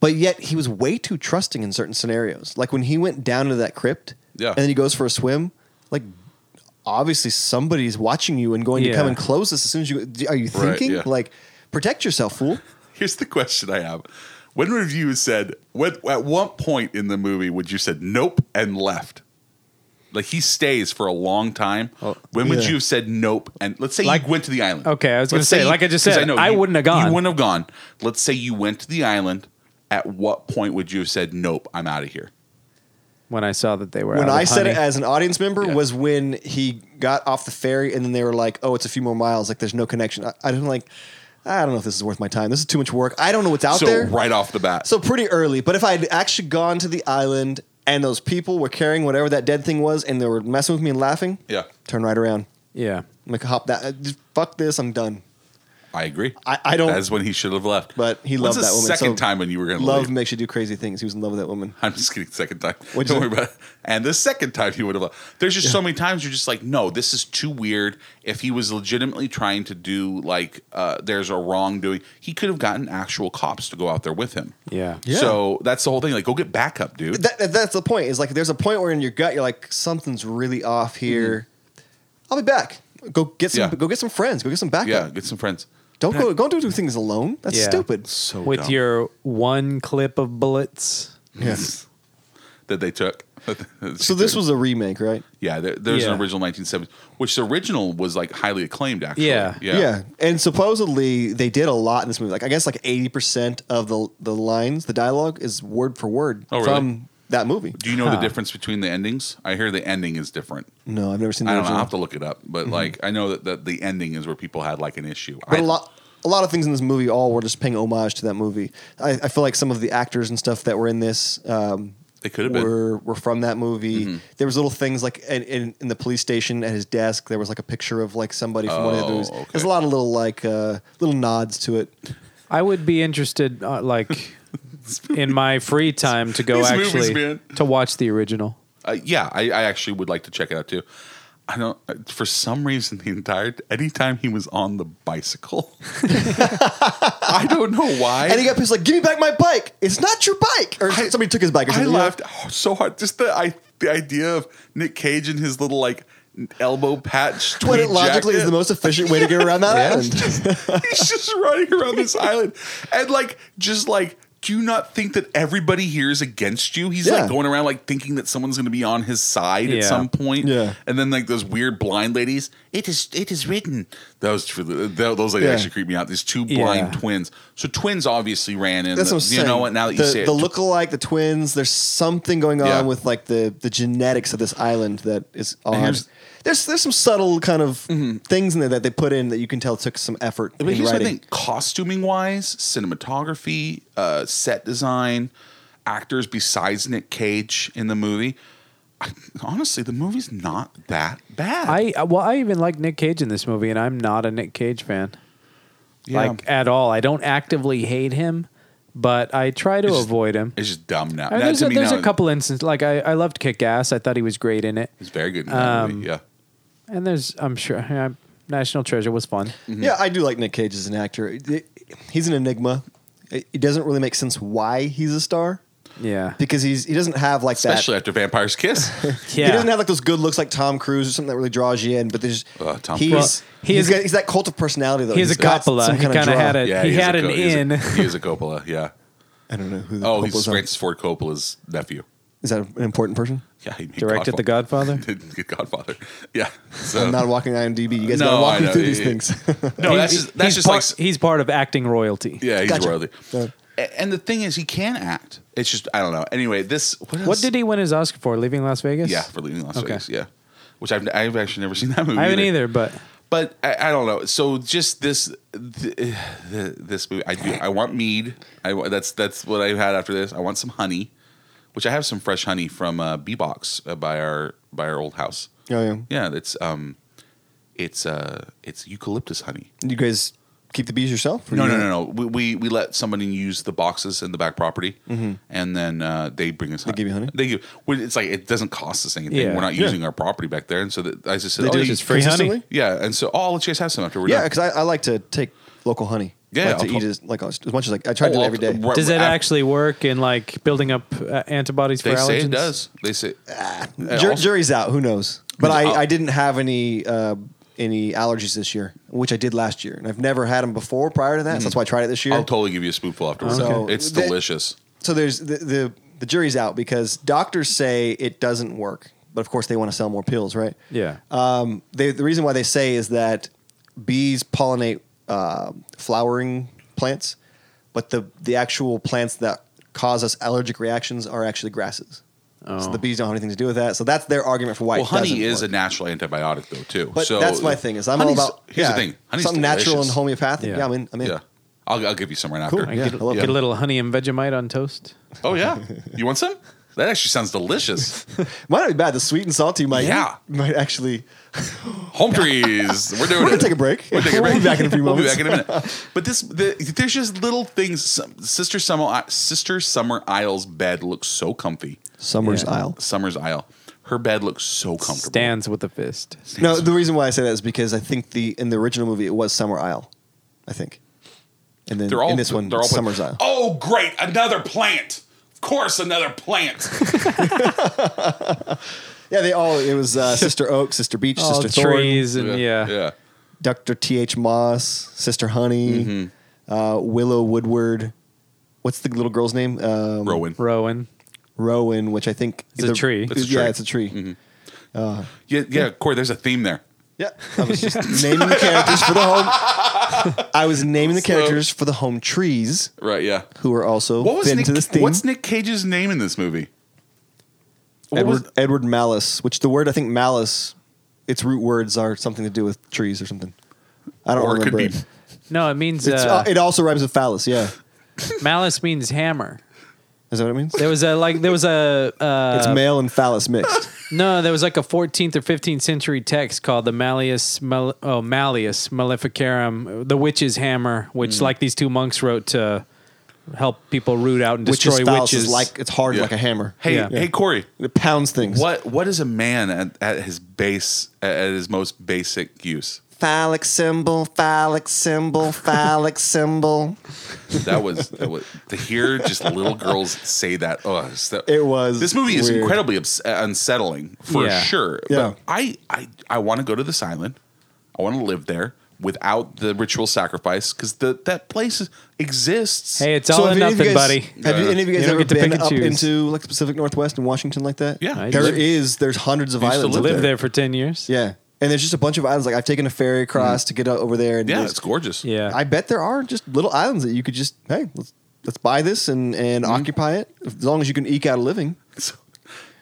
Speaker 4: but yet he was way too trusting in certain scenarios. Like when he went down into that crypt,
Speaker 1: Yeah.
Speaker 4: and then he goes for a swim, like obviously somebody's watching you and going to come
Speaker 2: Yeah.
Speaker 4: and close this as soon as you. Are you
Speaker 1: Right,
Speaker 4: thinking
Speaker 1: yeah.
Speaker 4: like protect yourself, fool?
Speaker 1: Here's the question I have. When reviews said, when, at what point in the movie would you said nope and left? Like he stays for a long time. when would
Speaker 4: yeah.
Speaker 1: you have said nope? And let's say
Speaker 2: Oh, Like-
Speaker 1: you went to the island.
Speaker 2: Okay, I was gonna
Speaker 1: Let's
Speaker 2: say,
Speaker 1: you-
Speaker 2: like I just
Speaker 1: 'cause
Speaker 2: said, I
Speaker 1: you-
Speaker 2: wouldn't have gone.
Speaker 1: You wouldn't have gone. Let's say you went to the island. At what point would you have said nope? I'm out of here.
Speaker 2: when I saw that they were
Speaker 4: when
Speaker 2: out
Speaker 4: I
Speaker 2: of
Speaker 4: said it
Speaker 2: honey.
Speaker 4: as an audience member
Speaker 1: Yeah.
Speaker 4: was when he got off the ferry and then they were like, "Oh, it's a few more miles. Like, there's no connection." I, I didn't like. I don't know if this is worth my time. This is too much work. I don't know what's out
Speaker 1: so
Speaker 4: there.
Speaker 1: right off the bat,
Speaker 4: So pretty early. But if I had actually gone to the island and those people were carrying whatever that dead thing was and they were messing with me and laughing,
Speaker 1: Yeah.
Speaker 4: turn right around.
Speaker 2: yeah,
Speaker 4: I'm like hop that. uh, Just fuck this. I'm done.
Speaker 1: I agree.
Speaker 4: I- I don't-
Speaker 1: That's when he should have left.
Speaker 4: But he
Speaker 1: When's
Speaker 4: loved
Speaker 1: the
Speaker 4: that woman,
Speaker 1: Second
Speaker 4: so
Speaker 1: time when you were going to
Speaker 4: Love
Speaker 1: leave.
Speaker 4: makes you do crazy things. He was in love with that woman.
Speaker 1: I'm just kidding. Second time.
Speaker 4: What'd
Speaker 1: Don't
Speaker 4: you
Speaker 1: worry about it. And the second time he would have. left. There's just so many times you're just like, no, this is too weird. If he was legitimately trying to do like, uh, there's a wrongdoing, he could have gotten actual cops to go out there with him.
Speaker 2: yeah,
Speaker 1: So that's the whole thing. Like, go get backup, dude.
Speaker 4: That, that- that's the point. Is like there's a point where in your gut you're like something's really off here. I'll be back. Go get some.
Speaker 1: Mm-hmm. Yeah.
Speaker 4: Go get some friends. Go get some backup.
Speaker 1: yeah, get some friends.
Speaker 4: Don't go. Don't do things alone. That's
Speaker 2: Yeah.
Speaker 4: stupid.
Speaker 1: So
Speaker 2: with
Speaker 1: dumb.
Speaker 2: your one clip of bullets.
Speaker 1: yes that they took.
Speaker 4: So this was a remake, right?
Speaker 1: yeah. There, there's
Speaker 2: Yeah.
Speaker 1: an original 1970s, which the original was like highly acclaimed. Actually,
Speaker 2: Yeah.
Speaker 1: yeah.
Speaker 4: And supposedly they did a lot in this movie. Like I guess like eighty percent of the the lines, the dialogue is word for word
Speaker 1: Oh, really?
Speaker 4: from that movie.
Speaker 1: Do you know
Speaker 2: Huh.
Speaker 1: the difference between the endings? I hear the ending is different.
Speaker 4: No, I've never seen the
Speaker 1: I don't know.
Speaker 4: original.
Speaker 1: I'll have to look it up. But like, I know that, that the ending is where people had like an issue.
Speaker 4: Mm-hmm. but
Speaker 1: I,
Speaker 4: a lot a lot of things in this movie all were just paying homage to that movie. I, I feel like some of the actors and stuff that were in this um,
Speaker 1: They could have been. Mm-hmm.
Speaker 4: were were from that movie. There was little things like in, in, in the police station at his desk. There was like a picture of like somebody from one of the
Speaker 1: Oh,
Speaker 4: movies.
Speaker 1: okay.
Speaker 4: There's a lot of little like uh, little nods to it.
Speaker 2: I would be interested, uh, like in my free time, to go
Speaker 1: These movies,
Speaker 2: actually
Speaker 1: man.
Speaker 2: to watch the original.
Speaker 1: Uh, yeah, I, I actually would like to check it out too. I don't. uh, For some reason, the entire anytime he was on the bicycle, I don't know why.
Speaker 4: And he got pissed like, "Give me back my bike! It's not your bike!" Or somebody took his bike. Or
Speaker 1: I
Speaker 4: something, you know?
Speaker 1: laughed so hard. Just the I, the idea of Nick Cage and his little like elbow patch.
Speaker 4: What
Speaker 1: tweed
Speaker 4: it logically is
Speaker 1: jacket.
Speaker 4: the most efficient way to get around that island.
Speaker 1: He's just running around this island and like just like do you not think that everybody here is against you? He's
Speaker 4: Yeah.
Speaker 1: like going around like thinking that someone's going to be on his side at
Speaker 2: Yeah.
Speaker 1: some point.
Speaker 4: Yeah.
Speaker 1: And then like those weird blind ladies. It is it is written. Those for the, tho- those ladies
Speaker 4: Yeah.
Speaker 1: actually creep me out. These two blind
Speaker 2: Yeah.
Speaker 1: twins. So twins obviously ran in.
Speaker 4: That's
Speaker 1: the-
Speaker 4: what I'm
Speaker 1: you
Speaker 4: saying.
Speaker 1: know what? Now that you
Speaker 4: the,
Speaker 1: say it,
Speaker 4: the lookalike, the twins, there's something going on
Speaker 1: Yeah.
Speaker 4: with like the the genetics of this island that is odd.
Speaker 1: here's- Mm-hmm.
Speaker 4: There's there's some subtle kind of things in there that they put in that you can tell took some effort.
Speaker 1: But
Speaker 4: in
Speaker 1: here's
Speaker 4: writing.
Speaker 1: my thing: costuming wise, cinematography, uh, set design, actors besides Nick Cage in the movie. I, honestly, the movie's not that bad.
Speaker 2: I uh, well, I even like Nick Cage in this movie, and I'm not a Nick Cage fan,
Speaker 1: Yeah.
Speaker 2: like at all. I don't actively hate him, but I try to
Speaker 1: It's just-
Speaker 2: avoid him.
Speaker 1: it's just dumb now.
Speaker 2: I mean,
Speaker 1: That
Speaker 2: there's
Speaker 1: to
Speaker 2: a,
Speaker 1: me
Speaker 2: there's
Speaker 1: now
Speaker 2: a couple instances like I, I loved Kick Ass. I thought he was great in it,
Speaker 1: is very good. In that
Speaker 2: Um,
Speaker 1: movie. Yeah,
Speaker 2: and there's I'm sure yeah, National Treasure was fun.
Speaker 1: Mm-hmm.
Speaker 4: Yeah, I do like Nick Cage as an actor. It- it- He's an enigma. It it doesn't really make sense why he's a star
Speaker 2: Yeah,
Speaker 4: because he's he doesn't have like
Speaker 1: especially
Speaker 4: that.
Speaker 1: after Vampire's Kiss.
Speaker 2: yeah.
Speaker 4: He doesn't have like those good looks like Tom Cruise or something that really draws you in. But there's
Speaker 1: Uh, Tom Cruise.
Speaker 4: he's
Speaker 2: Well, he
Speaker 4: he's
Speaker 2: is-
Speaker 4: got, he's that cult of personality though.
Speaker 2: He's a
Speaker 4: got
Speaker 2: Coppola.
Speaker 4: some
Speaker 2: He
Speaker 4: kinda
Speaker 2: kinda
Speaker 4: draw.
Speaker 2: had a-
Speaker 1: yeah,
Speaker 2: He
Speaker 1: is
Speaker 2: had
Speaker 1: a
Speaker 2: an
Speaker 1: he is a-
Speaker 2: in.
Speaker 1: He is a Coppola. Yeah.
Speaker 4: I don't know who. The
Speaker 1: Oh,
Speaker 4: Coppola's
Speaker 1: he's
Speaker 4: on.
Speaker 1: Francis Ford Coppola's nephew.
Speaker 4: Is that an important person?
Speaker 1: Yeah, he made
Speaker 2: Directed The Godfather?
Speaker 1: Did Good Godfather. Yeah. So
Speaker 4: I'm not walking IMDb. You guys
Speaker 1: No,
Speaker 4: gotta
Speaker 1: I
Speaker 4: walk me
Speaker 1: know.
Speaker 4: through these
Speaker 1: Yeah,
Speaker 4: things. Oh,
Speaker 1: no,
Speaker 2: He-
Speaker 1: that's
Speaker 2: he-
Speaker 1: just, that's
Speaker 2: he's
Speaker 1: just
Speaker 2: part,
Speaker 1: like
Speaker 2: he's part of acting royalty.
Speaker 1: Yeah, he's
Speaker 4: Gotcha.
Speaker 1: royalty.
Speaker 4: Yeah.
Speaker 1: A- And the thing is, he can act. It's just I don't know. Anyway, this what,
Speaker 2: What did he win his Oscar for? Leaving Las Vegas.
Speaker 1: Yeah, for leaving Las
Speaker 2: Okay.
Speaker 1: Vegas. Yeah, which I've I've actually never seen that movie.
Speaker 2: I haven't either, but
Speaker 1: But I, I don't know. So just this th- th- this movie. I do. I want mead. I wa- that's that's what I had after this. I want some honey, which I have some fresh honey from uh, B Box uh, by our by our old house.
Speaker 4: Oh, yeah.
Speaker 1: Yeah, that's um, It's uh, it's eucalyptus honey.
Speaker 4: You guys keep the bees yourself?
Speaker 1: No, no, no, no. We, we we let somebody use the boxes in the back property, and then uh, they bring us. They
Speaker 4: Mm-hmm. give you honey?
Speaker 1: They give. well, It's like it doesn't cost us anything.
Speaker 2: Yeah.
Speaker 1: We're not
Speaker 2: Yeah.
Speaker 1: using our property back there, and so that, I just said,
Speaker 4: They
Speaker 1: oh,
Speaker 4: do
Speaker 1: you-
Speaker 4: it
Speaker 2: just free honey.
Speaker 4: consistently?
Speaker 1: yeah, and so oh, I'll let you guys have some after we're
Speaker 4: Yeah,
Speaker 1: done.
Speaker 4: because I, I like to take local honey.
Speaker 1: Yeah,
Speaker 4: I like to
Speaker 1: I'll
Speaker 4: eat
Speaker 1: pro-
Speaker 4: as like as much as like I try to do
Speaker 1: Oh,
Speaker 4: it every day.
Speaker 1: I'll- right,
Speaker 2: Does that
Speaker 1: af-
Speaker 2: actually work in like building up uh, antibodies for
Speaker 1: They
Speaker 2: allergens?
Speaker 1: say it does. They say
Speaker 4: Uh,
Speaker 1: And
Speaker 4: Jur-
Speaker 1: also-
Speaker 4: jury's out. Who knows? But I,
Speaker 1: I'll-
Speaker 4: I didn't have any uh, any allergies this year, which I did last year, and I've never had them before prior to that. So that's why I tried it this year.
Speaker 1: Mm-hmm. I'll totally give you a spoonful afterwards.
Speaker 4: So-
Speaker 1: it's
Speaker 4: They-
Speaker 1: delicious.
Speaker 4: so there's the, the the jury's out because doctors say it doesn't work, but of course they want to sell more pills, right?
Speaker 2: Yeah.
Speaker 1: Uh,
Speaker 4: Um, they, the reason why they say is that bees pollinate uh, flowering plants, but the the actual plants that cause us allergic reactions are actually grasses. So the bees don't have anything to do with that. So that's their argument for why.
Speaker 1: Oh. Well,
Speaker 4: it
Speaker 1: honey
Speaker 4: doesn't
Speaker 1: is
Speaker 4: work.
Speaker 1: a natural antibiotic, though, too.
Speaker 4: But
Speaker 1: so
Speaker 4: that's my thing. Is I'm all
Speaker 1: honey's-
Speaker 4: about
Speaker 1: Here's
Speaker 4: yeah,
Speaker 1: the thing: honey's
Speaker 4: something natural and
Speaker 1: delicious.
Speaker 4: homeopathic.
Speaker 2: Yeah.
Speaker 4: Yeah, I'm in. I'm in.
Speaker 1: Yeah, I'll, I'll give you some right
Speaker 2: Cool.
Speaker 1: after.
Speaker 2: I
Speaker 4: Yeah,
Speaker 2: get,
Speaker 4: I love
Speaker 2: get
Speaker 4: it.
Speaker 2: a little honey and Vegemite on toast.
Speaker 1: Oh yeah, you want some? That actually sounds delicious.
Speaker 4: Might not be bad. The sweet and salty might
Speaker 1: Yeah.
Speaker 4: might actually.
Speaker 1: Home trees. We're doing
Speaker 4: We're gonna
Speaker 1: it.
Speaker 4: take a break.
Speaker 1: We're taking a
Speaker 4: We'll
Speaker 1: break.
Speaker 4: be back in a few
Speaker 1: We'll be
Speaker 4: moments.
Speaker 1: back in a minute. But this, the, there's just little things. Some- Sister Summer, Sister Summer Isle's bed looks so comfy.
Speaker 4: Summer's
Speaker 2: Yeah.
Speaker 4: Isle.
Speaker 1: Summer's Isle, her bed looks so comfortable.
Speaker 2: Stands with a fist.
Speaker 4: No, the reason why I say that is because I think the in the original movie it was Summer Isle, I think, and then
Speaker 1: They're all
Speaker 4: in this one
Speaker 1: They're all
Speaker 4: Summer's Isle.
Speaker 1: Oh, great! Another plant. Of course, another plant.
Speaker 4: Yeah, they all it was uh, Sister Oak, Sister Beach,
Speaker 1: Oh,
Speaker 2: All
Speaker 4: Sister Oh, Thorn,
Speaker 2: trees and yeah.
Speaker 1: yeah.
Speaker 4: Doctor T H Moss, Sister Honey,
Speaker 1: Mm-hmm.
Speaker 4: uh, Willow Woodward. What's the little girl's name? Um,
Speaker 1: Rowan.
Speaker 2: Rowan.
Speaker 4: Rowan, which I think
Speaker 2: It's a tree.
Speaker 1: It's a
Speaker 4: Yeah,
Speaker 1: tree. Mm-hmm.
Speaker 4: it's a tree.
Speaker 1: Yeah, yeah, Corey. There's a theme there.
Speaker 4: Yeah, I was just naming the characters for the home. I was naming the
Speaker 1: Slow.
Speaker 4: characters for the home trees,
Speaker 1: Right. Yeah.
Speaker 4: who are also
Speaker 1: What was
Speaker 4: fit
Speaker 1: Nick,
Speaker 4: into this theme.
Speaker 1: What's Nick Cage's name in this movie? What
Speaker 4: Edward
Speaker 1: was-
Speaker 4: Edward Malice, which the word I think malice, its root words are something to do with trees or something. I don't
Speaker 1: or it could
Speaker 4: remember.
Speaker 1: be.
Speaker 4: it.
Speaker 2: No, it means
Speaker 4: It's,
Speaker 2: uh,
Speaker 4: uh, it also rhymes with phallus. Yeah,
Speaker 2: malice means hammer.
Speaker 4: is that what it means?
Speaker 2: There was a like there was a uh,
Speaker 4: it's male and phallus mixed.
Speaker 2: no there was like a 14th or 15th century text called the Malleus Mal- oh Malleus Maleficarum the witch's hammer which like these two monks wrote to help people root out and
Speaker 4: Which is
Speaker 2: destroy
Speaker 4: phallus
Speaker 2: witches
Speaker 4: is like it's hard
Speaker 1: Yeah.
Speaker 4: like a hammer.
Speaker 1: Hey,
Speaker 2: Yeah.
Speaker 1: hey, Corey.
Speaker 4: It pounds things.
Speaker 1: What what is a man at, at his base at his most basic use?
Speaker 4: Phallic symbol, phallic symbol, phallic symbol.
Speaker 1: That was, that was to hear just little girls say that. Oh, it's that-
Speaker 4: It was
Speaker 1: This movie is
Speaker 4: weird.
Speaker 1: incredibly ups- uh, unsettling for
Speaker 2: Yeah.
Speaker 1: sure.
Speaker 4: Yeah.
Speaker 1: But I I I want to go to this island. I want to live there without the ritual sacrifice because the that place exists.
Speaker 2: hey it's
Speaker 4: So
Speaker 2: all or
Speaker 4: have any of
Speaker 2: nothing
Speaker 4: you guys-
Speaker 2: buddy
Speaker 4: Have you, any of you
Speaker 2: You
Speaker 4: guys
Speaker 2: don't
Speaker 4: ever
Speaker 2: get to
Speaker 4: been
Speaker 2: pick and
Speaker 4: up
Speaker 2: choose.
Speaker 4: into like the Pacific Northwest and Washington like that?
Speaker 1: Yeah. I
Speaker 4: there
Speaker 2: used-
Speaker 4: is. There's hundreds of
Speaker 1: I used to
Speaker 4: islands. up
Speaker 1: live
Speaker 2: lived there for 10 years
Speaker 4: Yeah, and there's just a bunch of islands. Like I've taken a ferry across to get out over there. And
Speaker 1: Mm-hmm. yeah,
Speaker 4: there's-
Speaker 1: it's gorgeous.
Speaker 2: yeah
Speaker 4: I bet there are just little islands that you could just hey, let's let's buy this and
Speaker 1: Mm-hmm.
Speaker 4: and occupy it as long as you can eke out a living.
Speaker 1: So,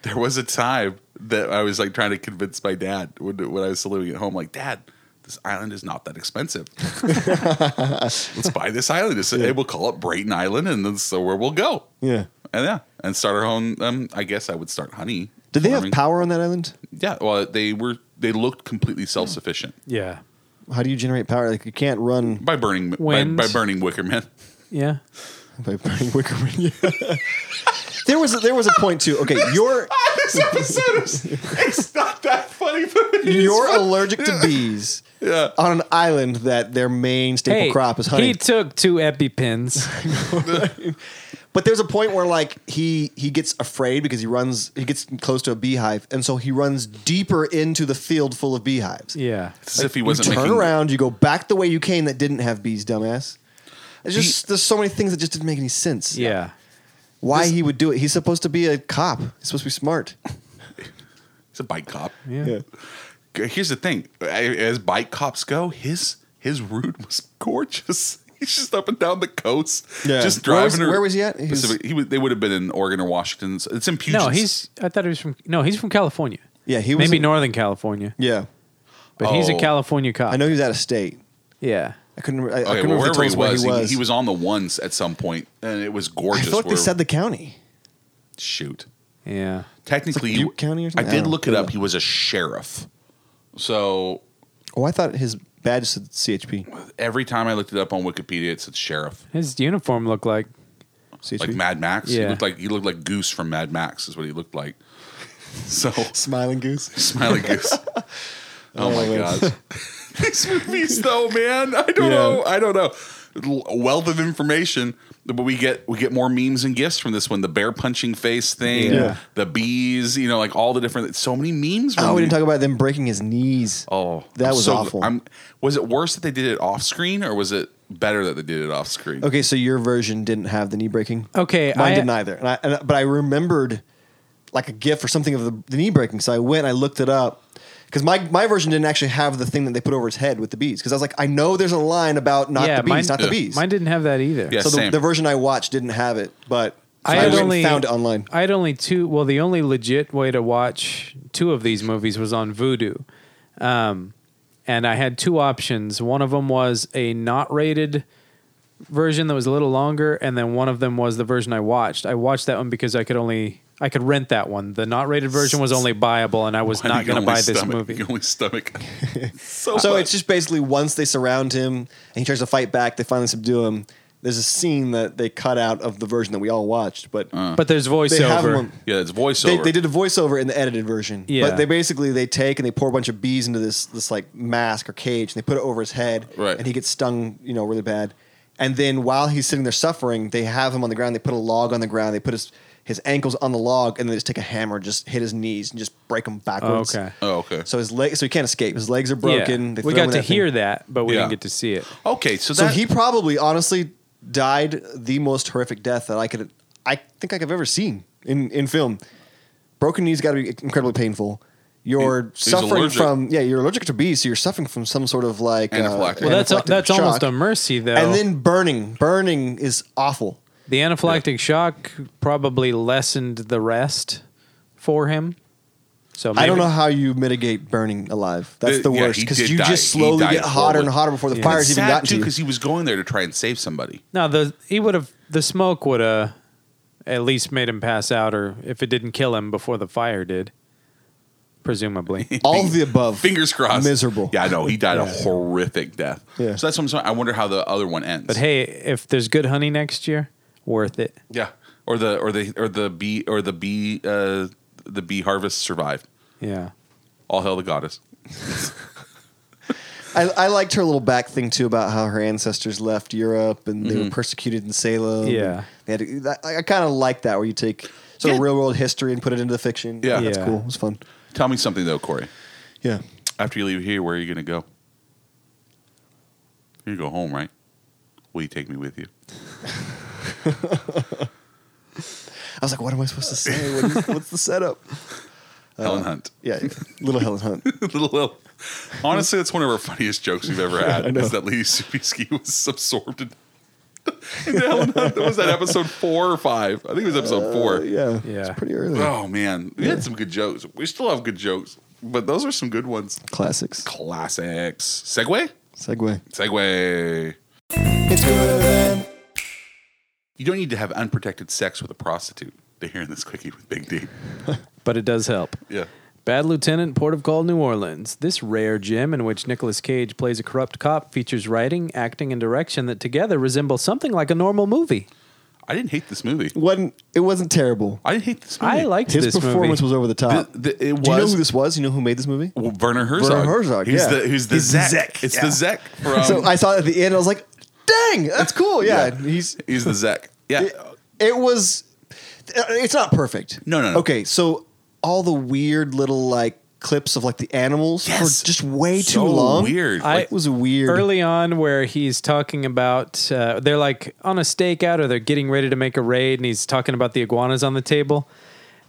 Speaker 1: there was a time that I was like trying to convince my dad when, when I was still living at home, like, Dad, this island is not that expensive. Let's buy this island. It's, hey, We'll call it Brayton Island, and that's so where we'll go.
Speaker 4: Yeah.
Speaker 1: And yeah, and start our own. Um, I guess I would start honey.
Speaker 4: Did they have
Speaker 1: farming.
Speaker 4: power on that island?
Speaker 1: Yeah. Well, they were. They looked completely self sufficient
Speaker 2: yeah
Speaker 4: How do you generate power? Like you can't run
Speaker 1: by burning by,
Speaker 2: Wind.
Speaker 1: by burning wicker men.
Speaker 2: yeah
Speaker 4: by burning wicker. there was a, there was a point too. Okay, you're
Speaker 1: this episode is it's not that funny, but it is
Speaker 4: you're
Speaker 1: fun.
Speaker 4: allergic to bees
Speaker 1: Yeah.
Speaker 4: on an island that their main staple
Speaker 2: hey
Speaker 4: crop is honey.
Speaker 2: he took two epipens
Speaker 4: But there's a point where like he he gets afraid because he runs he gets close to a beehive and so he runs deeper into the field full of beehives.
Speaker 2: yeah
Speaker 1: It's as if he
Speaker 4: You
Speaker 1: wasn't
Speaker 4: turn
Speaker 1: making
Speaker 4: around, you go back the way you came that didn't have bees, dumbass. It's just there's so many things that just didn't make any sense.
Speaker 2: yeah
Speaker 4: Why he would do it. He's supposed to be a cop. He's supposed to be smart.
Speaker 1: It's a bike cop.
Speaker 2: yeah,
Speaker 1: here's the thing as bike cops go his his route was gorgeous he's just up and down the coast
Speaker 4: Yeah.
Speaker 1: just
Speaker 4: Where was-
Speaker 1: driving her-
Speaker 4: where was he at? He was-
Speaker 1: Pacific- he was- they would have been in oregon or washington It's- it's in Puget.
Speaker 2: no he's i thought he was from no he's from california
Speaker 4: Yeah, he was
Speaker 2: maybe
Speaker 4: in-
Speaker 2: northern california
Speaker 4: Yeah.
Speaker 2: but he's a
Speaker 1: Oh.
Speaker 2: california cop
Speaker 4: I know he was out of state.
Speaker 2: yeah
Speaker 4: I couldn't re- I, I
Speaker 1: okay
Speaker 4: couldn't
Speaker 1: well,
Speaker 4: remember if
Speaker 1: wherever
Speaker 4: they
Speaker 1: he
Speaker 4: told us
Speaker 1: was,
Speaker 4: where
Speaker 1: he, he was on the ones at some point and it was
Speaker 4: I
Speaker 1: gorgeous
Speaker 4: feel like they
Speaker 1: where-
Speaker 4: said the county.
Speaker 1: shoot
Speaker 2: yeah
Speaker 1: technically
Speaker 4: Butte County or something?
Speaker 1: i
Speaker 4: I
Speaker 1: did
Speaker 4: don't
Speaker 1: look
Speaker 4: know.
Speaker 1: it up he was a sheriff so
Speaker 4: Oh, I thought his badge said CHP.
Speaker 1: Every time I looked it up on Wikipedia, it said sheriff,
Speaker 2: His uniform looked like
Speaker 4: CHP.
Speaker 1: like Mad Max. He
Speaker 2: Yeah.
Speaker 1: looked like he looked like Goose from Mad Max is what he looked like. So
Speaker 4: Smiling goose.
Speaker 1: Smiley Goose. Oh, my
Speaker 4: man.
Speaker 1: god. These movies though, man. I don't
Speaker 2: Yeah.
Speaker 1: know. I don't know. L- Wealth of information, but we get we get more memes and gifts from this one. The bear punching face thing,
Speaker 2: Yeah.
Speaker 1: the bees, you know, like all the different. So many memes.
Speaker 4: Oh,
Speaker 1: from
Speaker 4: we didn't
Speaker 1: these-
Speaker 4: talk about them breaking his knees.
Speaker 1: Oh,
Speaker 4: that
Speaker 1: I'm
Speaker 4: was
Speaker 1: so-
Speaker 4: awful.
Speaker 1: I'm, was it worse that they did it off screen, or was it better that they did it off screen?
Speaker 4: Okay, so your version didn't have the knee breaking.
Speaker 2: Okay,
Speaker 4: mine
Speaker 2: I-
Speaker 4: didn't either. And I, and, I- but I remembered like a GIF or something of the, the knee breaking, so I went and I looked it up because my my version didn't actually have the thing that they put over his head with the bees. Because I was like, I know there's a line about not
Speaker 2: yeah,
Speaker 4: the bees,
Speaker 2: mine,
Speaker 4: not
Speaker 1: Yeah.
Speaker 4: the bees.
Speaker 2: Mine didn't have that either.
Speaker 1: Yeah,
Speaker 4: so the,
Speaker 1: same.
Speaker 4: the version I watched didn't have it, but so
Speaker 2: I had
Speaker 4: went and
Speaker 2: only
Speaker 4: found it online.
Speaker 2: I had only two. Well, the only legit way to watch two of these movies was on Vudu, um, and I had two options. One of them was a not rated version that was a little longer, and then one of them was the version I watched. I watched that one because I could only I could rent that one. The not rated version was only buyable, and I was
Speaker 1: Why do
Speaker 2: not
Speaker 1: you
Speaker 2: going to
Speaker 1: only
Speaker 2: buy this
Speaker 1: stomach-
Speaker 2: movie.
Speaker 1: You only stomach. so
Speaker 4: So
Speaker 1: much.
Speaker 4: it's just basically once they surround him and he tries to fight back, they finally subdue him. There's a scene that they cut out of the version that we all watched, but
Speaker 1: Uh,
Speaker 2: But there's
Speaker 4: they have
Speaker 2: voiceover.
Speaker 4: one.
Speaker 1: yeah, it's voiceover.
Speaker 4: They, they did a voiceover in the edited version.
Speaker 2: Yeah.
Speaker 4: But they basically they take and they pour a bunch of bees into this this like mask or cage and they put it over his head.
Speaker 1: Right.
Speaker 4: And he gets stung, you know, really bad. And then while he's sitting there suffering, they have him on the ground. They put a log on the ground. They put his his ankles on the log and they just take a hammer, and just hit his knees and just break him backwards.
Speaker 2: okay.
Speaker 1: Oh, okay.
Speaker 4: So his leg, so he can't escape. His legs are
Speaker 2: Yeah.
Speaker 4: broken.
Speaker 2: We
Speaker 4: They throw him
Speaker 2: got
Speaker 4: in
Speaker 2: to
Speaker 4: that thing.
Speaker 2: hear that, but we
Speaker 1: Yeah.
Speaker 2: didn't get to see it.
Speaker 1: okay, so
Speaker 4: So
Speaker 1: that
Speaker 4: he probably honestly died the most horrific death that I could I think I've ever seen in, in film. Broken knees got to be incredibly painful. You're
Speaker 1: He's
Speaker 4: suffering
Speaker 1: allergic.
Speaker 4: from yeah, you're allergic to bees, so you're suffering from some sort of like uh,
Speaker 1: Anaphylactic.
Speaker 2: Well, that's
Speaker 4: anaphylactic
Speaker 2: that's almost
Speaker 4: shock.
Speaker 2: a mercy though.
Speaker 4: And then burning, burning is awful.
Speaker 2: The anaphylactic shock probably lessened the rest for him. So maybe,
Speaker 4: I don't know how you mitigate burning alive. That's
Speaker 1: The-
Speaker 4: the
Speaker 1: Uh, yeah,
Speaker 4: worst
Speaker 1: he
Speaker 4: because
Speaker 1: did
Speaker 4: you
Speaker 1: die.
Speaker 4: just
Speaker 1: He
Speaker 4: slowly
Speaker 1: died
Speaker 4: get hotter and
Speaker 1: horribly.
Speaker 4: hotter before the
Speaker 2: Yeah.
Speaker 4: fire's
Speaker 1: It's
Speaker 4: even
Speaker 1: sad
Speaker 4: gotten
Speaker 1: too
Speaker 4: to you.
Speaker 1: because he was going there to try and save somebody.
Speaker 2: No, the he would have the smoke would have at least made him pass out, or if it didn't kill him before the fire did, presumably.
Speaker 4: All of the above.
Speaker 1: Fingers crossed.
Speaker 4: Miserable.
Speaker 1: Yeah, I know. He died a horrific death.
Speaker 4: Yeah.
Speaker 1: So that's what I'm saying. I wonder how the other one ends.
Speaker 2: but hey, if there's good honey next year, worth it.
Speaker 1: yeah, or the or the or the bee or the bee uh, the bee harvest survived.
Speaker 2: Yeah.
Speaker 1: All hail the goddess.
Speaker 4: I, I liked her little back thing too about how her ancestors left Europe and they were persecuted in Salem.
Speaker 2: Mm-hmm. Yeah.
Speaker 4: They had to, that, I kind of like that where you take sort
Speaker 1: Yeah.
Speaker 4: of real world history and put it into the fiction.
Speaker 1: Yeah.
Speaker 4: that's
Speaker 2: Yeah.
Speaker 4: cool. It was fun.
Speaker 1: Tell me something though, Corey.
Speaker 4: Yeah,
Speaker 1: After you leave here, where are you going to go? You're going to go home, right? Will you take me with you?
Speaker 4: I was like, what am I supposed to say? What is, what's the setup? Uh,
Speaker 1: Helen Hunt.
Speaker 4: Yeah, yeah. little Helen Hunt.
Speaker 1: Little Hill. Honestly, that's one of our funniest jokes we've ever had. is that Lady Subiski was absorbed in, into Helen Hunt. Was that episode four or five? I think it was episode four.
Speaker 4: Uh, yeah,
Speaker 2: Yeah.
Speaker 4: It's pretty early.
Speaker 1: Oh man, we had some good jokes. We still have good jokes, but those are some good ones.
Speaker 4: Classics.
Speaker 1: Classics. Segway.
Speaker 4: Segway.
Speaker 1: Segway.
Speaker 3: It's good.
Speaker 1: You don't need to have unprotected sex with a prostitute. They're hearing this quickie with Big D.
Speaker 2: But it does help.
Speaker 1: Yeah.
Speaker 2: Bad Lieutenant, Port of Call, New Orleans. This rare gem in which Nicolas Cage plays a corrupt cop features writing, acting, and direction that together resemble something like a normal movie.
Speaker 1: I didn't hate this movie.
Speaker 4: wasn't It wasn't terrible.
Speaker 1: I didn't hate this movie.
Speaker 2: I liked
Speaker 4: His
Speaker 2: this
Speaker 4: performance
Speaker 2: movie.
Speaker 4: was over the top.
Speaker 1: The- the- it
Speaker 4: Do you know
Speaker 1: was-
Speaker 4: who this was? You know who made this movie?
Speaker 1: Well, Werner Herzog.
Speaker 4: Werner Herzog,
Speaker 1: Who's
Speaker 4: yeah.
Speaker 1: the who's the
Speaker 4: He's the
Speaker 1: Zek?
Speaker 4: Zek,
Speaker 1: It's
Speaker 4: yeah.
Speaker 1: the Zek from.
Speaker 4: so I saw it at the end. I was like, dang, that's cool. Yeah, he's
Speaker 1: He's the Zek. Yeah.
Speaker 4: it, it was uh, it's not perfect
Speaker 1: No, no, no.
Speaker 4: okay so all the weird little like clips of like the animals
Speaker 1: Yes.
Speaker 4: were just way too
Speaker 1: So
Speaker 4: long
Speaker 1: weird.
Speaker 2: I-
Speaker 4: it was weird
Speaker 2: early on where he's talking about uh, they're like on a stakeout or they're getting ready to make a raid and he's talking about the iguanas on the table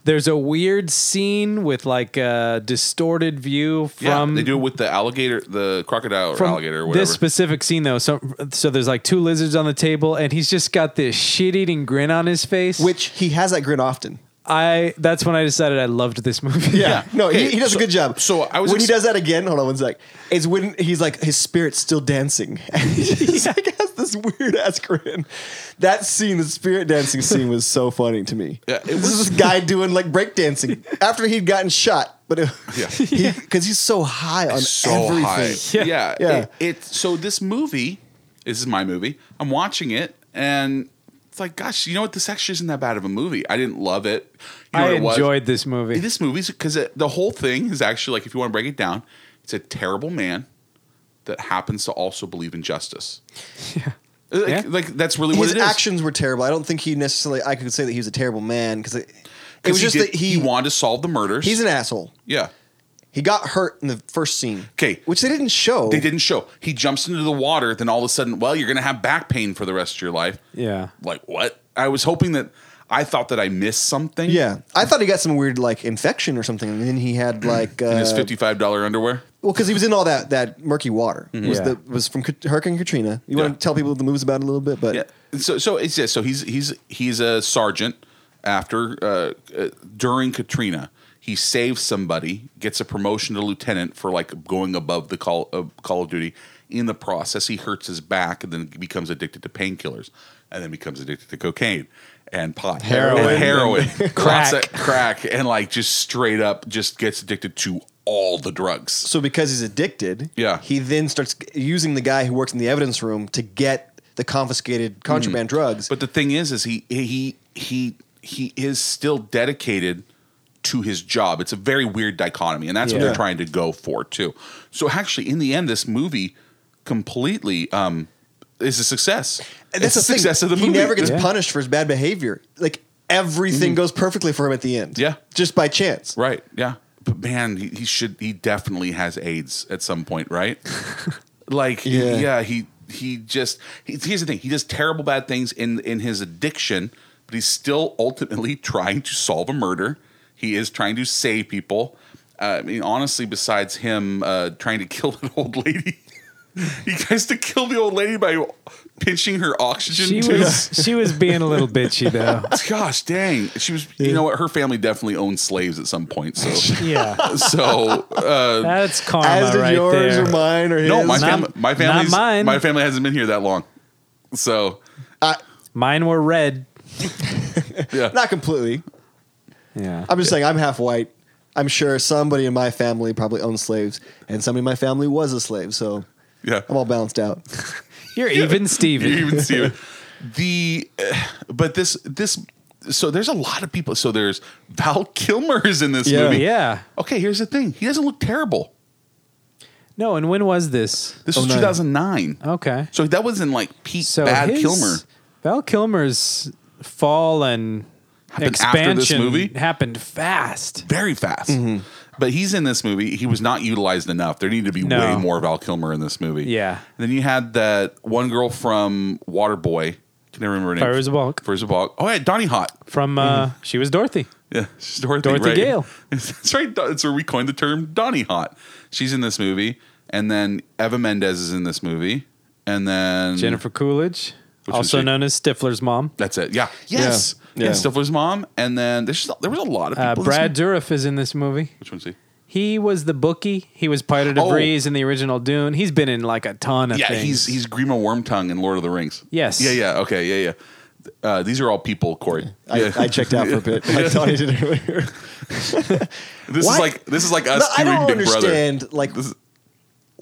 Speaker 2: there's a weird scene with like a distorted view
Speaker 1: yeah,
Speaker 2: from
Speaker 1: they do it with the alligator, the crocodile or
Speaker 2: from
Speaker 1: alligator or whatever.
Speaker 2: this specific scene though so so there's like two lizards on the table and he's just got this shit-eating grin on his face
Speaker 4: which he has that grin often
Speaker 2: I that's when I decided I loved this movie.
Speaker 1: Yeah.
Speaker 4: No,
Speaker 1: Okay,
Speaker 4: he, he does
Speaker 1: so-
Speaker 4: a good job.
Speaker 1: so I was
Speaker 4: when
Speaker 1: ex-
Speaker 4: he does that again. Hold on one sec. It's when he's like his spirit's still dancing. he's like has this weird ass grin. That scene, the spirit dancing scene, was so funny to me.
Speaker 1: Yeah, it
Speaker 4: this
Speaker 1: was-
Speaker 4: is this guy doing like breakdancing after he'd gotten shot, but it,
Speaker 1: Yeah.
Speaker 4: because he's so high on
Speaker 1: so
Speaker 4: everything.
Speaker 1: high. yeah.
Speaker 2: Yeah.
Speaker 4: Yeah.
Speaker 1: It, it's so this movie. This is my movie. I'm watching it, and it's like, gosh, you know what? This actually isn't that bad of a movie. I didn't love it. You know
Speaker 2: I
Speaker 1: what it was?
Speaker 2: enjoyed this movie.
Speaker 1: this movie's because the whole thing is actually like, if you want to break it down, it's a terrible man that happens to also believe in justice. Yeah. Like,
Speaker 2: Yeah.
Speaker 1: like, that's really what
Speaker 4: His
Speaker 1: it is.
Speaker 4: actions were terrible. I don't think he necessarily. I could say that he was a terrible man because it, it
Speaker 1: 'Cause
Speaker 4: was
Speaker 1: he
Speaker 4: just
Speaker 1: did-
Speaker 4: that he,
Speaker 1: he wanted to solve the murders.
Speaker 4: he's an asshole.
Speaker 1: yeah.
Speaker 4: He got hurt in the first scene.
Speaker 1: 'Kay.
Speaker 4: which they didn't show.
Speaker 1: They didn't show. He jumps into the water, then all of a sudden, well, you're going to have back pain for the rest of your life.
Speaker 2: yeah.
Speaker 1: Like, what? I was hoping that I thought that I missed something.
Speaker 4: Yeah, I thought he got some weird like infection or something, and then he had like uh,
Speaker 1: In his $55 underwear.
Speaker 4: well, because he was in all that that murky water. Was
Speaker 2: Yeah.
Speaker 4: the was from Kat- Hurricane Katrina. You
Speaker 1: Yeah.
Speaker 4: want to tell people what the movie's about a little bit, but
Speaker 1: Yeah. So, so it's yeah, so he's he's he's a sergeant after uh, uh, during Katrina. He saves somebody, gets a promotion to lieutenant for like going above the call of Call of Duty. In the process, he hurts his back and then becomes addicted to painkillers, and then becomes addicted to cocaine and pot,
Speaker 2: Heroin.
Speaker 1: and heroin, Lots
Speaker 2: Crack.
Speaker 1: of crack, and like just straight up just gets addicted to all the drugs.
Speaker 4: so because he's addicted,
Speaker 1: Yeah.
Speaker 4: he then starts using the guy who works in the evidence room to get the confiscated contraband drugs.
Speaker 1: Mm. But the thing is, is he he he he is still dedicated to his job. It's a very weird dichotomy, and that's what
Speaker 2: Yeah.
Speaker 1: they're trying to go for too. So actually, in the end, this movie completely um, is a success.
Speaker 4: And that's
Speaker 1: it's
Speaker 4: the
Speaker 1: a success
Speaker 4: thing.
Speaker 1: of the
Speaker 4: he
Speaker 1: movie. Mm-hmm.
Speaker 4: never gets
Speaker 2: Yeah.
Speaker 4: punished for his bad behavior. Like everything goes perfectly for him at the end.
Speaker 1: Yeah.
Speaker 4: just by chance.
Speaker 1: right. Yeah, but man, he, he should. He definitely has AIDS at some point, right? like yeah,
Speaker 4: Yeah.
Speaker 1: he he just he, here's the thing he does terrible bad things in in his addiction but he's still ultimately trying to solve a murder he is trying to save people uh, i mean honestly besides him uh, trying to kill an old lady he tries to kill the old lady by pinching her oxygen
Speaker 2: She
Speaker 1: tube.
Speaker 2: was she was being a little bitchy though.
Speaker 1: gosh dang she was you know what her family definitely owned slaves at some point so
Speaker 2: Yeah.
Speaker 1: so uh,
Speaker 2: That's karma
Speaker 4: As did
Speaker 2: right
Speaker 4: yours
Speaker 2: there.
Speaker 4: or mine or his.
Speaker 1: no my,
Speaker 2: Not-
Speaker 1: fam- my
Speaker 2: not
Speaker 1: family's
Speaker 2: mine.
Speaker 1: my family hasn't been here that long so
Speaker 4: I-
Speaker 2: Mine were red.
Speaker 1: yeah
Speaker 4: not completely.
Speaker 1: Uh,
Speaker 2: Yeah.
Speaker 4: I'm just saying I'm half white. I'm sure somebody in my family probably owned slaves, and somebody in my family was a slave, so
Speaker 1: Yeah.
Speaker 4: I'm all balanced out.
Speaker 2: You're even
Speaker 1: You
Speaker 2: Steven.
Speaker 1: even see it. The uh, but this this so there's a lot of people. So there's Val Kilmer is in this
Speaker 4: Yeah.
Speaker 1: movie.
Speaker 2: Yeah.
Speaker 1: Okay, here's the thing. He doesn't look terrible.
Speaker 2: No, and when was this?
Speaker 1: This was
Speaker 4: 09.
Speaker 1: 2009.
Speaker 2: Okay.
Speaker 1: So that wasn't like peak
Speaker 2: Oh. So
Speaker 1: bad
Speaker 2: his-
Speaker 1: Kilmer.
Speaker 2: Val Kilmer's fall and
Speaker 1: Happened after
Speaker 2: expansion
Speaker 1: this movie?
Speaker 2: happened fast.
Speaker 1: Very fast.
Speaker 2: Mm-hmm.
Speaker 1: But he's in this movie. He was not utilized enough. There needed to be
Speaker 2: No.
Speaker 1: way more Val Kilmer in this movie.
Speaker 2: Yeah.
Speaker 1: then you had that one girl from Waterboy. Can I remember her name?
Speaker 2: Fairies Balk
Speaker 1: First of all, oh yeah, Donnie Hot.
Speaker 2: from uh,
Speaker 1: Mm-hmm.
Speaker 2: she was Dorothy.
Speaker 1: Yeah, she's Dorothy,
Speaker 2: Dorothy
Speaker 1: right?
Speaker 2: Gale.
Speaker 1: That's right. Do- That's where we coined the term Donnie Hot. She's in this movie, and then Eva Mendes is in this movie, and then
Speaker 2: Jennifer Coolidge,
Speaker 1: Which was
Speaker 2: also
Speaker 1: she?
Speaker 2: known as Stifler's mom.
Speaker 1: That's it. Yeah. Yes.
Speaker 4: Yeah.
Speaker 1: And Stifler's mom, and then there's just, there was a lot of people.
Speaker 2: Uh,
Speaker 1: in this
Speaker 2: Brad
Speaker 1: movie.
Speaker 2: Dourif is in this movie.
Speaker 1: Which one's he?
Speaker 2: He was the bookie. He was Pirate of
Speaker 1: Oh.
Speaker 2: DeVries in the original Dune. He's been in like a ton of
Speaker 1: Yeah,
Speaker 2: things.
Speaker 1: he's he's Grima Wormtongue in Lord of the Rings.
Speaker 2: Yes.
Speaker 1: Yeah. Yeah. Okay. Yeah. Yeah. Uh, these are all people, Corey.
Speaker 4: I,
Speaker 1: yeah.
Speaker 4: I checked out for a bit. I thought I did earlier.
Speaker 1: this is
Speaker 4: Why-
Speaker 1: like this is like us
Speaker 4: No, I
Speaker 1: doing
Speaker 4: don't
Speaker 1: Big Brother.
Speaker 4: understand, like,
Speaker 1: This is-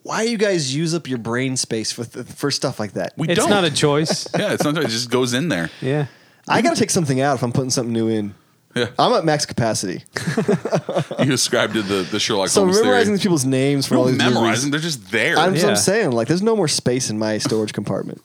Speaker 4: why you guys use up your brain space for th- for stuff like that?
Speaker 1: We
Speaker 2: it's
Speaker 1: don't.
Speaker 2: not a choice.
Speaker 1: yeah, it's not. It just goes in there.
Speaker 2: yeah.
Speaker 4: I got to take something out if I'm putting something new in.
Speaker 1: Yeah.
Speaker 4: I'm at max capacity,
Speaker 1: You ascribed to the, the Sherlock
Speaker 4: so
Speaker 1: Holmes
Speaker 4: memorizing
Speaker 1: theory.
Speaker 4: these people's names for all
Speaker 1: No
Speaker 4: these movies-
Speaker 1: memorizing. They're just there.
Speaker 4: I'm, so I'm
Speaker 2: Yeah.
Speaker 4: saying, like, there's no more space in my storage compartment.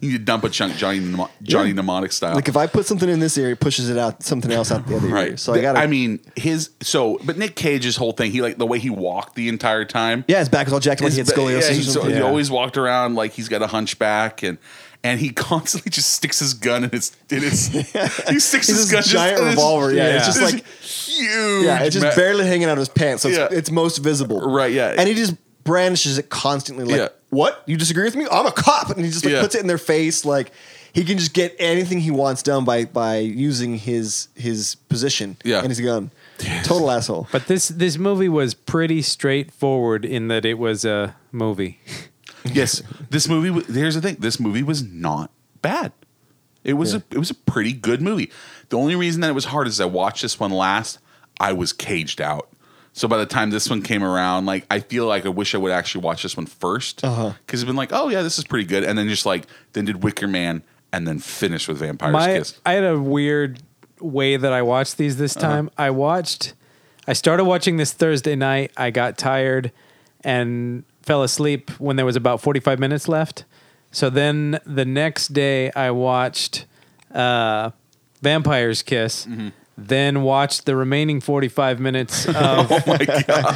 Speaker 1: You dump a chunk Johnny Mnem- Johnny
Speaker 4: Yeah.
Speaker 1: mnemonic style.
Speaker 4: Like, if I put something in this area, it pushes it out something else out the other area.
Speaker 1: right.
Speaker 4: So I got. to
Speaker 1: I mean, his so but Nick Cage's whole thing, he like the way he walked the entire time.
Speaker 4: yeah, his back was all jacked when
Speaker 1: His-
Speaker 4: he had scoliosis.
Speaker 1: yeah,
Speaker 4: or
Speaker 1: he's-
Speaker 4: something.
Speaker 1: he
Speaker 2: Yeah.
Speaker 1: always walked around like he's got a hunchback and and he constantly just sticks his gun in his in his he sticks
Speaker 4: He's
Speaker 1: his
Speaker 4: this
Speaker 1: gun just
Speaker 4: giant
Speaker 1: in his-
Speaker 4: revolver, yeah,
Speaker 2: it's just
Speaker 1: this
Speaker 4: like-
Speaker 1: huge
Speaker 4: Yeah, it's just
Speaker 1: ma-
Speaker 4: barely hanging out of his pants, so it's,
Speaker 1: Yeah.
Speaker 4: it's most visible.
Speaker 1: Right, yeah.
Speaker 4: And he just brandishes it constantly like,
Speaker 1: Yeah.
Speaker 4: "What? You disagree with me? I'm a cop." And he just like
Speaker 1: Yeah.
Speaker 4: puts it in their face like He can just get anything he wants done by by using his his position
Speaker 1: Yeah.
Speaker 4: and his gun. Total asshole.
Speaker 2: But this this movie was pretty straightforward in that it was a movie.
Speaker 1: Yes, this movie. w- Here's the thing: this movie was not bad. It was a it was a pretty good movie. The only reason that it was hard is I watched this one last. I was caged out. So by the time this one came around, like I feel like I wish I would actually watch this one first because
Speaker 4: Uh-huh.
Speaker 1: it's been like, oh yeah, this is pretty good, and then just like then did Wicker Man and then finished with Vampire's
Speaker 2: My
Speaker 1: Kiss.
Speaker 2: I had a weird way that I watched these this time. I watched I started watching this Thursday night. I got tired and fell asleep when there was about 45 minutes left. So then the next day I watched uh, Vampire's Kiss. Then watched the remaining 45 minutes of
Speaker 1: Oh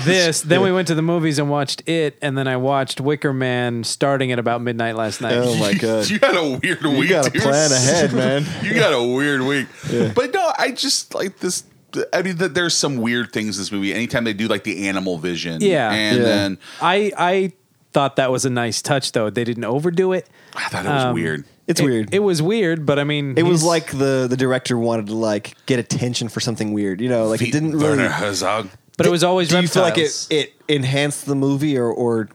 Speaker 2: this. Then we went to the movies and watched it. And then I watched Wicker Man starting at about midnight last night.
Speaker 4: Oh my god.
Speaker 1: You had a weird week.
Speaker 4: You got to
Speaker 1: dude.
Speaker 4: plan ahead, man.
Speaker 1: you got a weird week. But no, I just like this. I mean, th- there's some weird things in this movie. Anytime they do like the animal vision,
Speaker 2: Yeah.
Speaker 1: and
Speaker 4: Yeah.
Speaker 1: then
Speaker 2: I I thought that was a nice touch though. They didn't overdo it.
Speaker 1: I thought it was
Speaker 2: Um,
Speaker 1: weird.
Speaker 4: It's
Speaker 2: It-
Speaker 4: weird.
Speaker 2: It was weird, but I mean,
Speaker 4: It was
Speaker 2: he's-
Speaker 4: like the the director wanted to like get attention for something weird, you know, like it didn't really.
Speaker 1: Werner Herzog.
Speaker 2: but it was always.
Speaker 4: Do you feel like it
Speaker 2: reptiles.
Speaker 4: it enhanced the movie or or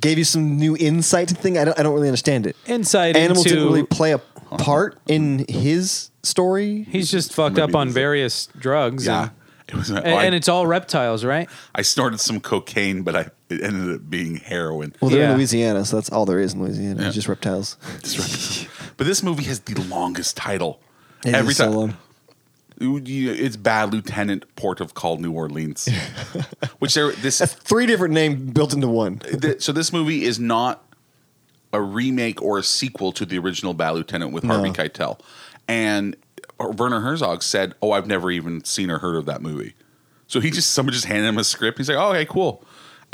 Speaker 4: gave you some new insight to thing? I don't I don't really understand it.
Speaker 2: Insight
Speaker 4: Animal
Speaker 2: into-
Speaker 4: didn't really play a part in his story.
Speaker 2: He's just fucked
Speaker 1: Maybe
Speaker 2: up on
Speaker 1: it's-
Speaker 2: various drugs.
Speaker 1: Yeah,
Speaker 2: and,
Speaker 1: uh, it was.
Speaker 2: and,
Speaker 1: I,
Speaker 2: and it's all reptiles, right?
Speaker 1: I snorted some cocaine, but I it ended up being heroin.
Speaker 4: Well, they're
Speaker 2: Yeah.
Speaker 4: in Louisiana, so that's all there is in Louisiana. It's just reptiles.
Speaker 1: but this movie has the longest title.
Speaker 4: It
Speaker 1: Every
Speaker 4: is so
Speaker 1: time,
Speaker 4: long.
Speaker 1: You- you- it's Bad Lieutenant Port of Call New Orleans, which there this
Speaker 4: That's three different names built into one.
Speaker 1: Th- so this movie is not a remake or a sequel to the original Bad Lieutenant with Harvey Keitel. And uh, Werner Herzog said, "Oh, I've never even seen or heard of that movie." So he just someone just handed him a script. He's like, "Oh, okay, cool."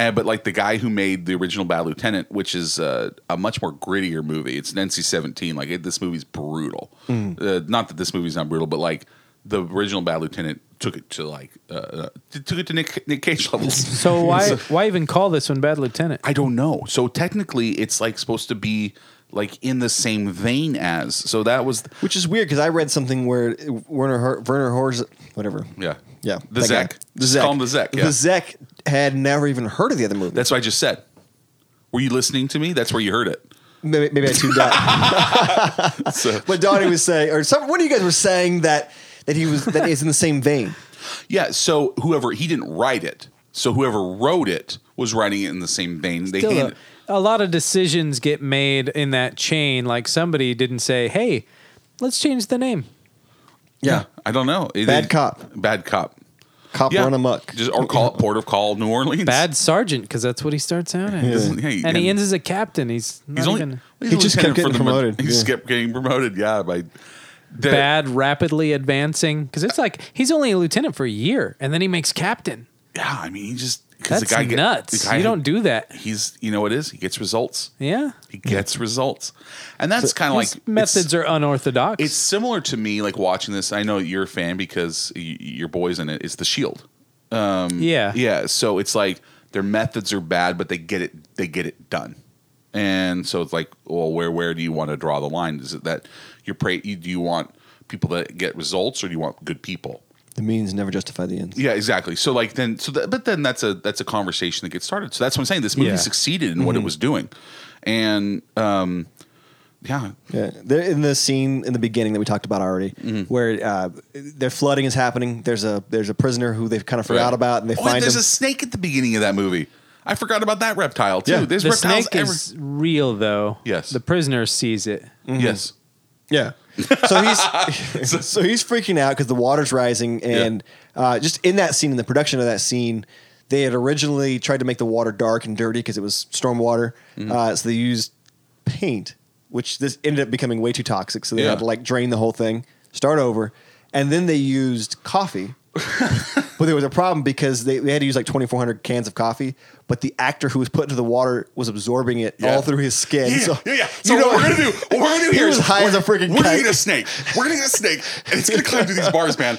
Speaker 1: And, but like the guy who made the original Bad Lieutenant, which is uh, a much more grittier movie. It's an NC-17. Like it, this movie's brutal. Uh, not that this movie's not brutal, but like the original Bad Lieutenant took it to like uh, uh, t- took it to Nick, Nick Cage levels.
Speaker 2: So why why even call this one Bad Lieutenant?
Speaker 1: I don't know. So technically, it's like supposed to be like in the same vein as. So that was
Speaker 4: Which is weird because I read something where Werner Her- Werner Horz, whatever.
Speaker 1: yeah,
Speaker 4: Yeah.
Speaker 1: The
Speaker 4: that guy.
Speaker 1: Zek,
Speaker 4: The
Speaker 1: Just
Speaker 4: Zek.
Speaker 1: call him the Zek. Yeah,
Speaker 4: The Zek had never even heard of the other movie.
Speaker 1: that's what I just said. Were you listening to me? That's where you heard it.
Speaker 4: maybe, maybe I tuned out.
Speaker 1: So
Speaker 4: but Donnie was saying, or some, one of you guys were saying that that he was that is in the same vein.
Speaker 1: yeah, so whoever he didn't write it, so whoever wrote it was writing it in the same vein. They
Speaker 2: Still,
Speaker 1: hand,
Speaker 2: a, a lot of decisions get made in that chain. Like somebody didn't say, "Hey, let's change the name."
Speaker 1: yeah, I don't know. It-
Speaker 4: Bad
Speaker 1: it-
Speaker 4: cop.
Speaker 1: bad cop,
Speaker 4: Cop
Speaker 1: yeah,
Speaker 4: run amok.
Speaker 1: Just or call it Port of Call New Orleans.
Speaker 2: Bad sergeant, because that's what he starts out as,
Speaker 1: Doesn't- yeah, he-
Speaker 2: and he
Speaker 1: and-
Speaker 2: ends as a captain. He's not
Speaker 1: He's only
Speaker 2: even
Speaker 1: he's
Speaker 4: He
Speaker 1: a
Speaker 4: just kept
Speaker 1: lieutenant for the
Speaker 4: getting
Speaker 1: mon-
Speaker 4: promoted,
Speaker 1: He just
Speaker 4: yeah.
Speaker 1: kept getting promoted. Yeah, by the-
Speaker 2: bad rapidly advancing because it's like he's only a lieutenant for a year and then he makes captain
Speaker 1: Yeah, I mean, he just because
Speaker 2: that's
Speaker 1: the guy get-
Speaker 2: nuts
Speaker 1: the guy-
Speaker 2: you don't do that
Speaker 1: He's you know what it is. He gets results.
Speaker 2: yeah
Speaker 1: He gets results, and that's kind of
Speaker 2: His
Speaker 1: like
Speaker 2: methods
Speaker 1: It's,
Speaker 2: are unorthodox
Speaker 1: it's similar to me like watching this. I know you're a fan because y- your boys in it. It's the Shield.
Speaker 2: yeah
Speaker 1: um, Yeah, so it's like their methods are bad, but they get it. They get it done. And so it's like, well, where where do you want to draw the line? Is it that you're pray? You, do you want people that get results, or do you want good people?
Speaker 4: The means never justify the ends.
Speaker 1: Yeah, exactly. So like then, so that, but then that's a that's a conversation that gets started. So that's what I'm saying. This movie
Speaker 2: Yeah. Mm-hmm.
Speaker 1: succeeded in what it was doing, and um, yeah,
Speaker 4: Yeah, they're in the scene in the beginning that we talked about already,
Speaker 1: Mm-hmm.
Speaker 4: where uh, their flooding is happening. There's a there's a prisoner who they've kind of forgot
Speaker 1: Right.
Speaker 4: about, and they
Speaker 1: oh,
Speaker 4: find
Speaker 1: there's
Speaker 4: him.
Speaker 1: a snake at the beginning of that movie. I forgot about that reptile too.
Speaker 4: Yeah.
Speaker 1: There's
Speaker 2: the
Speaker 1: reptiles
Speaker 2: snake
Speaker 1: every-
Speaker 2: is Mm-hmm. real though
Speaker 1: Yes.
Speaker 2: the prisoner sees it
Speaker 1: Mm-hmm. Yes,
Speaker 4: Yeah. So he's so he's freaking out because the water's rising, and uh, just in that scene, in the production of that scene, they had originally tried to make the water dark and dirty because it was storm water.
Speaker 1: Mm-hmm.
Speaker 4: Uh, so they used paint, which this ended up becoming way too toxic. So they
Speaker 1: Yeah.
Speaker 4: had to like drain the whole thing, start over, and then they used coffee. but there was a problem because they, they had to use like 2,400 cans of coffee, but the actor who was put into the water was absorbing it
Speaker 1: Yeah.
Speaker 4: all through his skin.
Speaker 1: Yeah,
Speaker 4: so
Speaker 1: yeah, yeah. So what we're gonna do- what we're gonna do
Speaker 4: he
Speaker 1: here
Speaker 4: was
Speaker 1: is
Speaker 4: high as a freaking
Speaker 1: we're gonna
Speaker 4: kite.
Speaker 1: get a snake. We're gonna get a snake, and it's gonna climb through these bars, man.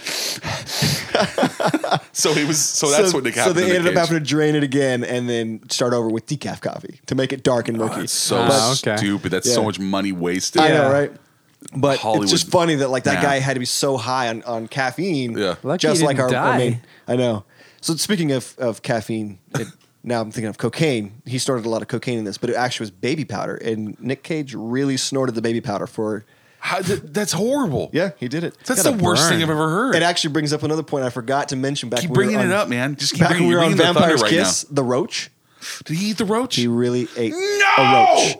Speaker 1: so it was. So that's what Nick
Speaker 4: so
Speaker 1: happened.
Speaker 4: they
Speaker 1: to Nick
Speaker 4: ended
Speaker 1: Cage.
Speaker 4: up having to drain it again and then start over with decaf coffee to make it dark and murky.
Speaker 1: Oh, That's so
Speaker 2: Ah, okay.
Speaker 1: stupid. That's so
Speaker 4: Yeah.
Speaker 1: much money wasted.
Speaker 4: I
Speaker 2: Yeah.
Speaker 4: know, right? But
Speaker 1: Hollywood-
Speaker 4: it's just funny that like that
Speaker 1: Yeah.
Speaker 4: guy had to be so high on, on caffeine,
Speaker 1: Yeah.
Speaker 2: Lucky
Speaker 4: just
Speaker 2: he
Speaker 4: like our,
Speaker 2: didn't
Speaker 4: our main.
Speaker 2: die.
Speaker 4: I know. So speaking of of caffeine, it, now I'm thinking of cocaine. He snorted a lot of cocaine in this, but it actually was baby powder, and Nick Cage really snorted the baby powder for.
Speaker 1: How, th- that's horrible.
Speaker 4: Yeah, he did it.
Speaker 1: That's the
Speaker 2: Gotta
Speaker 1: worst
Speaker 2: burn.
Speaker 1: thing I've ever heard.
Speaker 4: It actually brings up another point I forgot to mention back.
Speaker 1: keep
Speaker 4: when we were
Speaker 1: bringing it
Speaker 4: on-
Speaker 1: up, man. Just keep
Speaker 4: Back when
Speaker 1: bringing,
Speaker 4: we were
Speaker 1: you're
Speaker 4: on
Speaker 1: bringing the thunder
Speaker 4: Vampire's
Speaker 1: right
Speaker 4: Kiss, the
Speaker 1: now.
Speaker 4: roach.
Speaker 1: Did he eat the roach?
Speaker 4: He really ate a
Speaker 1: no,
Speaker 4: roach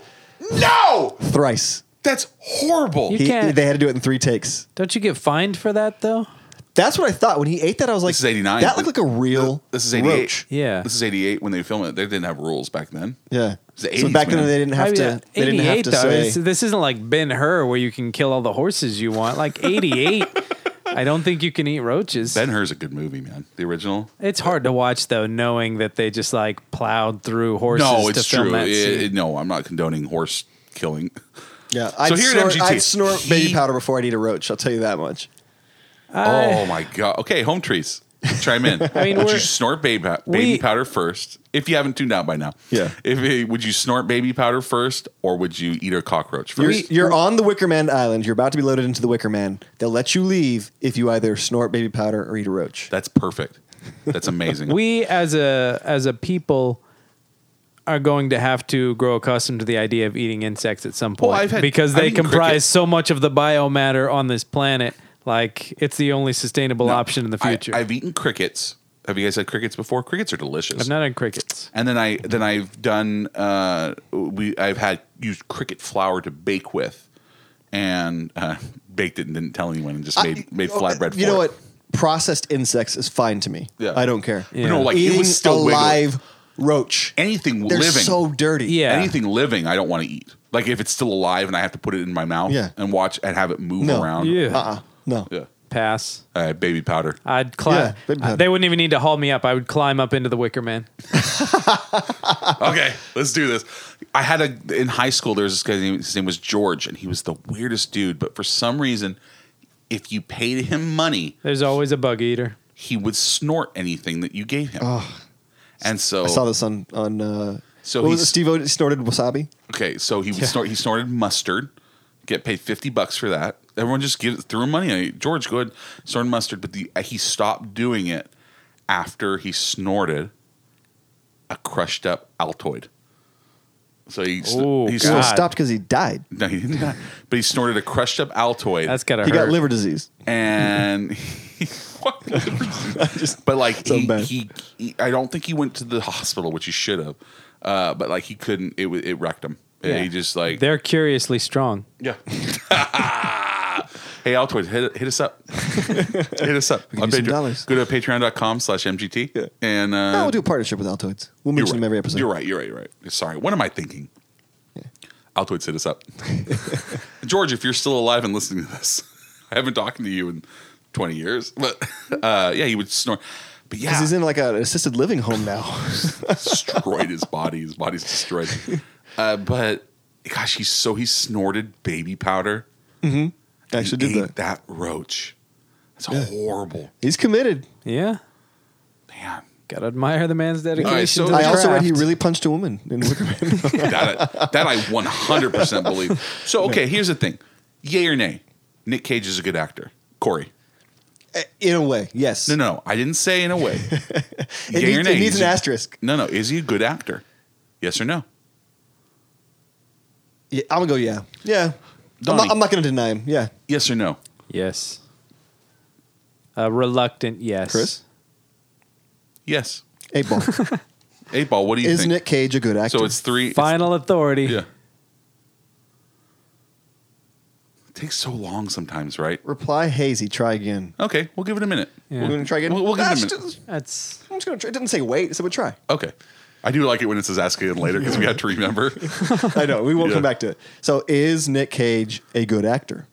Speaker 1: no,
Speaker 4: thrice.
Speaker 1: that's horrible.
Speaker 2: You
Speaker 4: He,
Speaker 2: can't-
Speaker 4: they had to do it in three takes.
Speaker 2: Don't you get fined for that though?
Speaker 4: That's what I thought when he ate that. I was like,
Speaker 1: This is 89.
Speaker 4: That looked like a real
Speaker 1: This is 88.
Speaker 4: roach.
Speaker 2: Yeah.
Speaker 1: This is 88 when they filmed it. They didn't have rules back then.
Speaker 4: Yeah.
Speaker 1: It's the
Speaker 4: so
Speaker 1: 80s,
Speaker 4: back
Speaker 1: man.
Speaker 4: then they didn't have
Speaker 2: I mean,
Speaker 4: to. They didn't have to
Speaker 2: Oh, though.
Speaker 4: say.
Speaker 2: This, this isn't like Ben Hur where you can kill all the horses you want. Like 88, I don't think you can eat roaches.
Speaker 1: Ben Hur's a good movie, man. The original.
Speaker 2: it's hard to watch though, knowing that they just like plowed through horses.
Speaker 1: No,
Speaker 2: to
Speaker 1: it's
Speaker 2: film
Speaker 1: true.
Speaker 2: That
Speaker 1: It-
Speaker 2: scene.
Speaker 1: it- no, I'm not condoning horse killing.
Speaker 4: Yeah. I'd
Speaker 1: here at
Speaker 4: snort,
Speaker 1: MGT,
Speaker 4: I'd snort baby
Speaker 1: he-
Speaker 4: powder before I'd eat a roach. I'll tell you that much.
Speaker 2: I-
Speaker 1: oh my god. Okay, home trees. Chime in.
Speaker 2: I mean,
Speaker 1: would
Speaker 2: we're-
Speaker 1: you snort baby, pow- baby
Speaker 2: we-
Speaker 1: powder first? If you haven't tuned out by now,
Speaker 4: Yeah.
Speaker 1: If eh, would you snort baby powder first, or would you eat a cockroach
Speaker 4: You're,
Speaker 1: 1st
Speaker 4: you're on the Wicker Man Island. You're about to be loaded into the Wicker Man. They'll let you leave if you either snort baby powder or eat a roach.
Speaker 1: That's perfect. That's amazing.
Speaker 2: we as a as a people are going to have to grow accustomed to the idea of eating insects at some point
Speaker 1: I've had-
Speaker 2: because
Speaker 1: I've
Speaker 2: they
Speaker 1: eaten
Speaker 2: comprise
Speaker 1: cricket.
Speaker 2: so much of the biomatter on this planet. Like it's the only sustainable option in the future.
Speaker 1: I,
Speaker 2: I,
Speaker 1: have eaten crickets. Have you guys had crickets before? Crickets are delicious.
Speaker 2: am not on crickets.
Speaker 1: and then I then I've done uh, we I've had used cricket flour to bake with, and uh, baked it and didn't tell anyone and just made made flatbread.
Speaker 4: You
Speaker 1: for
Speaker 4: know
Speaker 1: it.
Speaker 4: what? Processed insects is fine to me.
Speaker 1: Yeah.
Speaker 4: I don't care.
Speaker 1: You know, like
Speaker 4: Eating
Speaker 1: it was still
Speaker 4: a
Speaker 1: wiggly.
Speaker 4: live roach.
Speaker 1: Anything
Speaker 4: They're
Speaker 1: living,
Speaker 4: so dirty.
Speaker 2: Yeah.
Speaker 1: anything living, I don't want to eat. Like if it's still alive and I have to put it in my mouth
Speaker 4: Yeah.
Speaker 1: and watch and have it move
Speaker 4: No.
Speaker 1: around.
Speaker 2: Yeah.
Speaker 4: Uh-uh. No.
Speaker 1: yeah.
Speaker 2: Pass.
Speaker 1: All right, baby powder.
Speaker 2: I'd climb.
Speaker 4: Yeah, they'd-
Speaker 2: they wouldn't even need to haul me up. I would climb up into the Wicker Man.
Speaker 1: okay, let's do this. I had a in high school. There was this guy. Named, his name was George, and he was the weirdest dude. But for some reason, if you paid him money,
Speaker 2: There's always a bug eater.
Speaker 1: he would snort anything that you gave him. and so,
Speaker 4: I saw this on on. Uh,
Speaker 1: So
Speaker 4: so what was it?
Speaker 1: he's-
Speaker 4: Steve O snorted wasabi.
Speaker 1: okay, so he would snort. He snorted mustard. Get paid fifty bucks for that. Everyone just give threw him money. Hey, George, go ahead, snort mustard. But the uh, he stopped doing it after he snorted a crushed up Altoid. So he sn-
Speaker 2: Oh,
Speaker 1: he
Speaker 2: God.
Speaker 4: So
Speaker 1: snorted,
Speaker 4: it stopped because he died.
Speaker 1: no he didn't, die. but he snorted a crushed up Altoid.
Speaker 2: That's gotta
Speaker 4: He
Speaker 2: hurt.
Speaker 4: got liver disease.
Speaker 1: and What? but like
Speaker 4: So
Speaker 1: he,
Speaker 4: bad.
Speaker 1: he, he- I don't think he went to the hospital, which he should have. Uh, but like he couldn't. It wa- it wrecked him.
Speaker 2: Yeah.
Speaker 1: He just like
Speaker 2: They're curiously strong.
Speaker 1: yeah. hey Altoid, hit, hit us up. hit us up
Speaker 4: can
Speaker 1: on
Speaker 4: use some
Speaker 1: Patreon.
Speaker 4: dollars.
Speaker 1: Go to patreon.com/mgt
Speaker 4: Yeah.
Speaker 1: and uh,
Speaker 4: No, we'll do a partnership with Altoids.
Speaker 1: you're
Speaker 4: We'll mention
Speaker 1: right.
Speaker 4: them every episode.
Speaker 1: You're right. You're right. You're right. Sorry. What am I thinking? Altoids hit us up. George, if you're still alive and listening to this, I haven't talked to you in 20 years, but uh, yeah, he would snore. But yeah,
Speaker 4: Because he's in like an assisted living home now.
Speaker 1: destroyed his body. His body's destroyed. Uh, but gosh, he's so he snorted baby powder.
Speaker 4: Actually,
Speaker 1: He
Speaker 4: did
Speaker 1: ate
Speaker 4: that.
Speaker 1: that roach. That's
Speaker 4: Yeah.
Speaker 1: horrible,
Speaker 4: He's committed.
Speaker 2: Yeah.
Speaker 1: man.
Speaker 2: Gotta admire the man's dedication.
Speaker 1: so-
Speaker 2: to the
Speaker 4: I also read
Speaker 2: craft.
Speaker 4: he really punched a woman in Wicker Man.
Speaker 1: that, I, that I 100% believe. So, okay, here's the thing. Yay or nay? Nick Cage is a good actor. Corey.
Speaker 4: Eh, in a way, yes.
Speaker 1: No, no, I didn't say in a way.
Speaker 4: It,
Speaker 1: Yay or
Speaker 4: needs,
Speaker 1: nay?
Speaker 4: it needs
Speaker 1: Is
Speaker 4: an
Speaker 1: he-
Speaker 4: asterisk.
Speaker 1: No, no. Is he a good actor? Yes or no?
Speaker 4: Yeah, I'm gonna go. Yeah, yeah. I'm
Speaker 1: Donnie.
Speaker 4: not, I'm not gonna deny him. Yeah,
Speaker 1: Yes or no?
Speaker 2: Yes. A reluctant yes.
Speaker 4: Chris?
Speaker 1: Yes.
Speaker 4: eight ball.
Speaker 1: Eight ball, what do you
Speaker 4: Is
Speaker 1: think?
Speaker 4: Nick Cage a good actor?
Speaker 1: so it's three. it's-
Speaker 2: Final authority.
Speaker 1: yeah. It takes so long sometimes, right?
Speaker 4: reply hazy. Try again.
Speaker 1: Okay, we'll give it a minute.
Speaker 2: Yeah.
Speaker 4: We're gonna try again.
Speaker 1: We'll- we'll give it a
Speaker 4: Ah,
Speaker 1: minute.
Speaker 4: just-
Speaker 2: That's
Speaker 4: I'm just gonna. Try. It didn't say wait. It said we try.
Speaker 1: Okay. I do like it when it says ask again later because we have to remember.
Speaker 4: I know. We won't
Speaker 1: Yeah.
Speaker 4: come back to it. So is Nick Cage a good actor?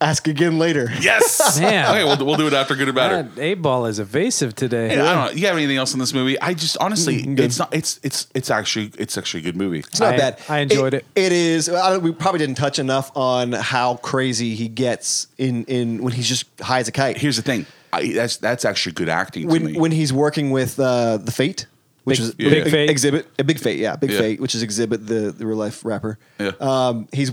Speaker 4: Ask again later.
Speaker 1: Yes.
Speaker 2: Man.
Speaker 1: Okay, we'll, we'll do it after good or better.
Speaker 2: God, A ball is evasive today.
Speaker 1: And I don't know. You have anything else in this movie? I just honestly, it's not. It's it's it's actually it's actually a good movie.
Speaker 4: It's not
Speaker 2: I-
Speaker 4: bad.
Speaker 2: I enjoyed it.
Speaker 4: It is. I don't, we probably didn't touch enough on how crazy he gets in in when he's just high as a kite.
Speaker 1: Uh, Here's the thing. I, that's that's actually good acting to
Speaker 4: when
Speaker 1: me.
Speaker 4: when he's working with uh, the Fate, which
Speaker 2: Big-
Speaker 4: is
Speaker 1: Big
Speaker 4: e-
Speaker 2: Fate.
Speaker 4: exhibit, a big Fate, yeah, big
Speaker 1: Yeah.
Speaker 4: Fate, which is exhibit the the real life rapper.
Speaker 1: Yeah.
Speaker 4: Um, he's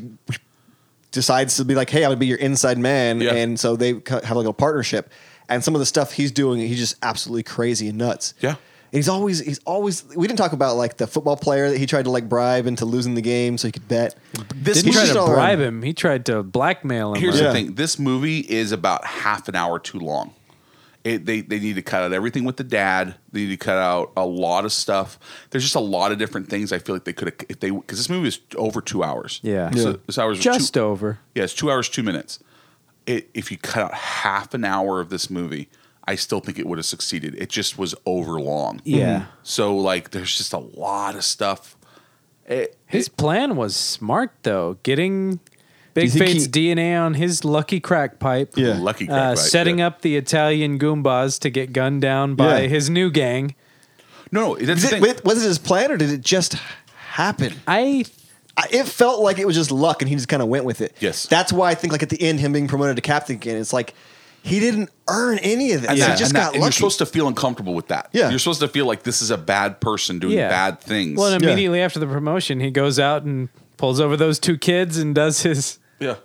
Speaker 4: decides to be like, hey, I'm gonna be your inside man,
Speaker 1: Yeah.
Speaker 4: and so they co- have like a partnership. And some of the stuff he's doing, he's just absolutely crazy and nuts.
Speaker 1: Yeah.
Speaker 4: And he's always he's always we didn't talk about like the football player that he tried to like bribe into losing the game so he could bet.
Speaker 1: this
Speaker 2: Didn't try
Speaker 4: movie's
Speaker 2: to
Speaker 4: all right.
Speaker 2: bribe him. He tried to blackmail him.
Speaker 1: Here's
Speaker 2: right?
Speaker 1: the thing. Um, This movie is about half an hour too long. It, they, they need to cut out everything with the dad. They need to cut out a lot of stuff. There's just a lot of different things. I feel like they could have if they because this movie is over two hours.
Speaker 2: Yeah.
Speaker 1: So
Speaker 2: Yeah.
Speaker 1: this hours
Speaker 2: Just
Speaker 1: two,
Speaker 2: over.
Speaker 1: Yeah, it's two hours two minutes. It, if you cut out half an hour of this movie, I still think it would have succeeded. It just was over long.
Speaker 2: Yeah. Mhm.
Speaker 1: So like, there's just a lot of stuff. It,
Speaker 2: His plan was smart though. Getting
Speaker 4: you
Speaker 2: Big
Speaker 4: think
Speaker 2: Fate's
Speaker 4: he-
Speaker 2: DNA on his lucky crack pipe.
Speaker 4: Yeah.
Speaker 1: Lucky crack
Speaker 2: uh,
Speaker 1: pipe,
Speaker 2: setting
Speaker 1: yeah.
Speaker 2: up the Italian Goombas to get gunned down by
Speaker 4: Yeah.
Speaker 2: his new gang.
Speaker 1: no, no, that's the
Speaker 4: Did
Speaker 1: thing.
Speaker 4: it, wait, was it his plan or did it just happen?
Speaker 2: I
Speaker 4: I- it felt like it was just luck and he just kind of went with it.
Speaker 1: Yes.
Speaker 4: That's why I think like at the end him being promoted to captain again, it's like he didn't earn any of this.
Speaker 1: And,
Speaker 4: he
Speaker 1: that-
Speaker 4: just
Speaker 1: and that-
Speaker 4: got
Speaker 1: and
Speaker 4: lucky.
Speaker 1: you're supposed to feel uncomfortable with that.
Speaker 4: Yeah.
Speaker 1: You're supposed to feel like this is a bad person doing
Speaker 2: yeah.
Speaker 1: bad things.
Speaker 2: Well, and
Speaker 4: Yeah.
Speaker 2: immediately after the promotion, he goes out and pulls over those two kids and does his
Speaker 1: yeah.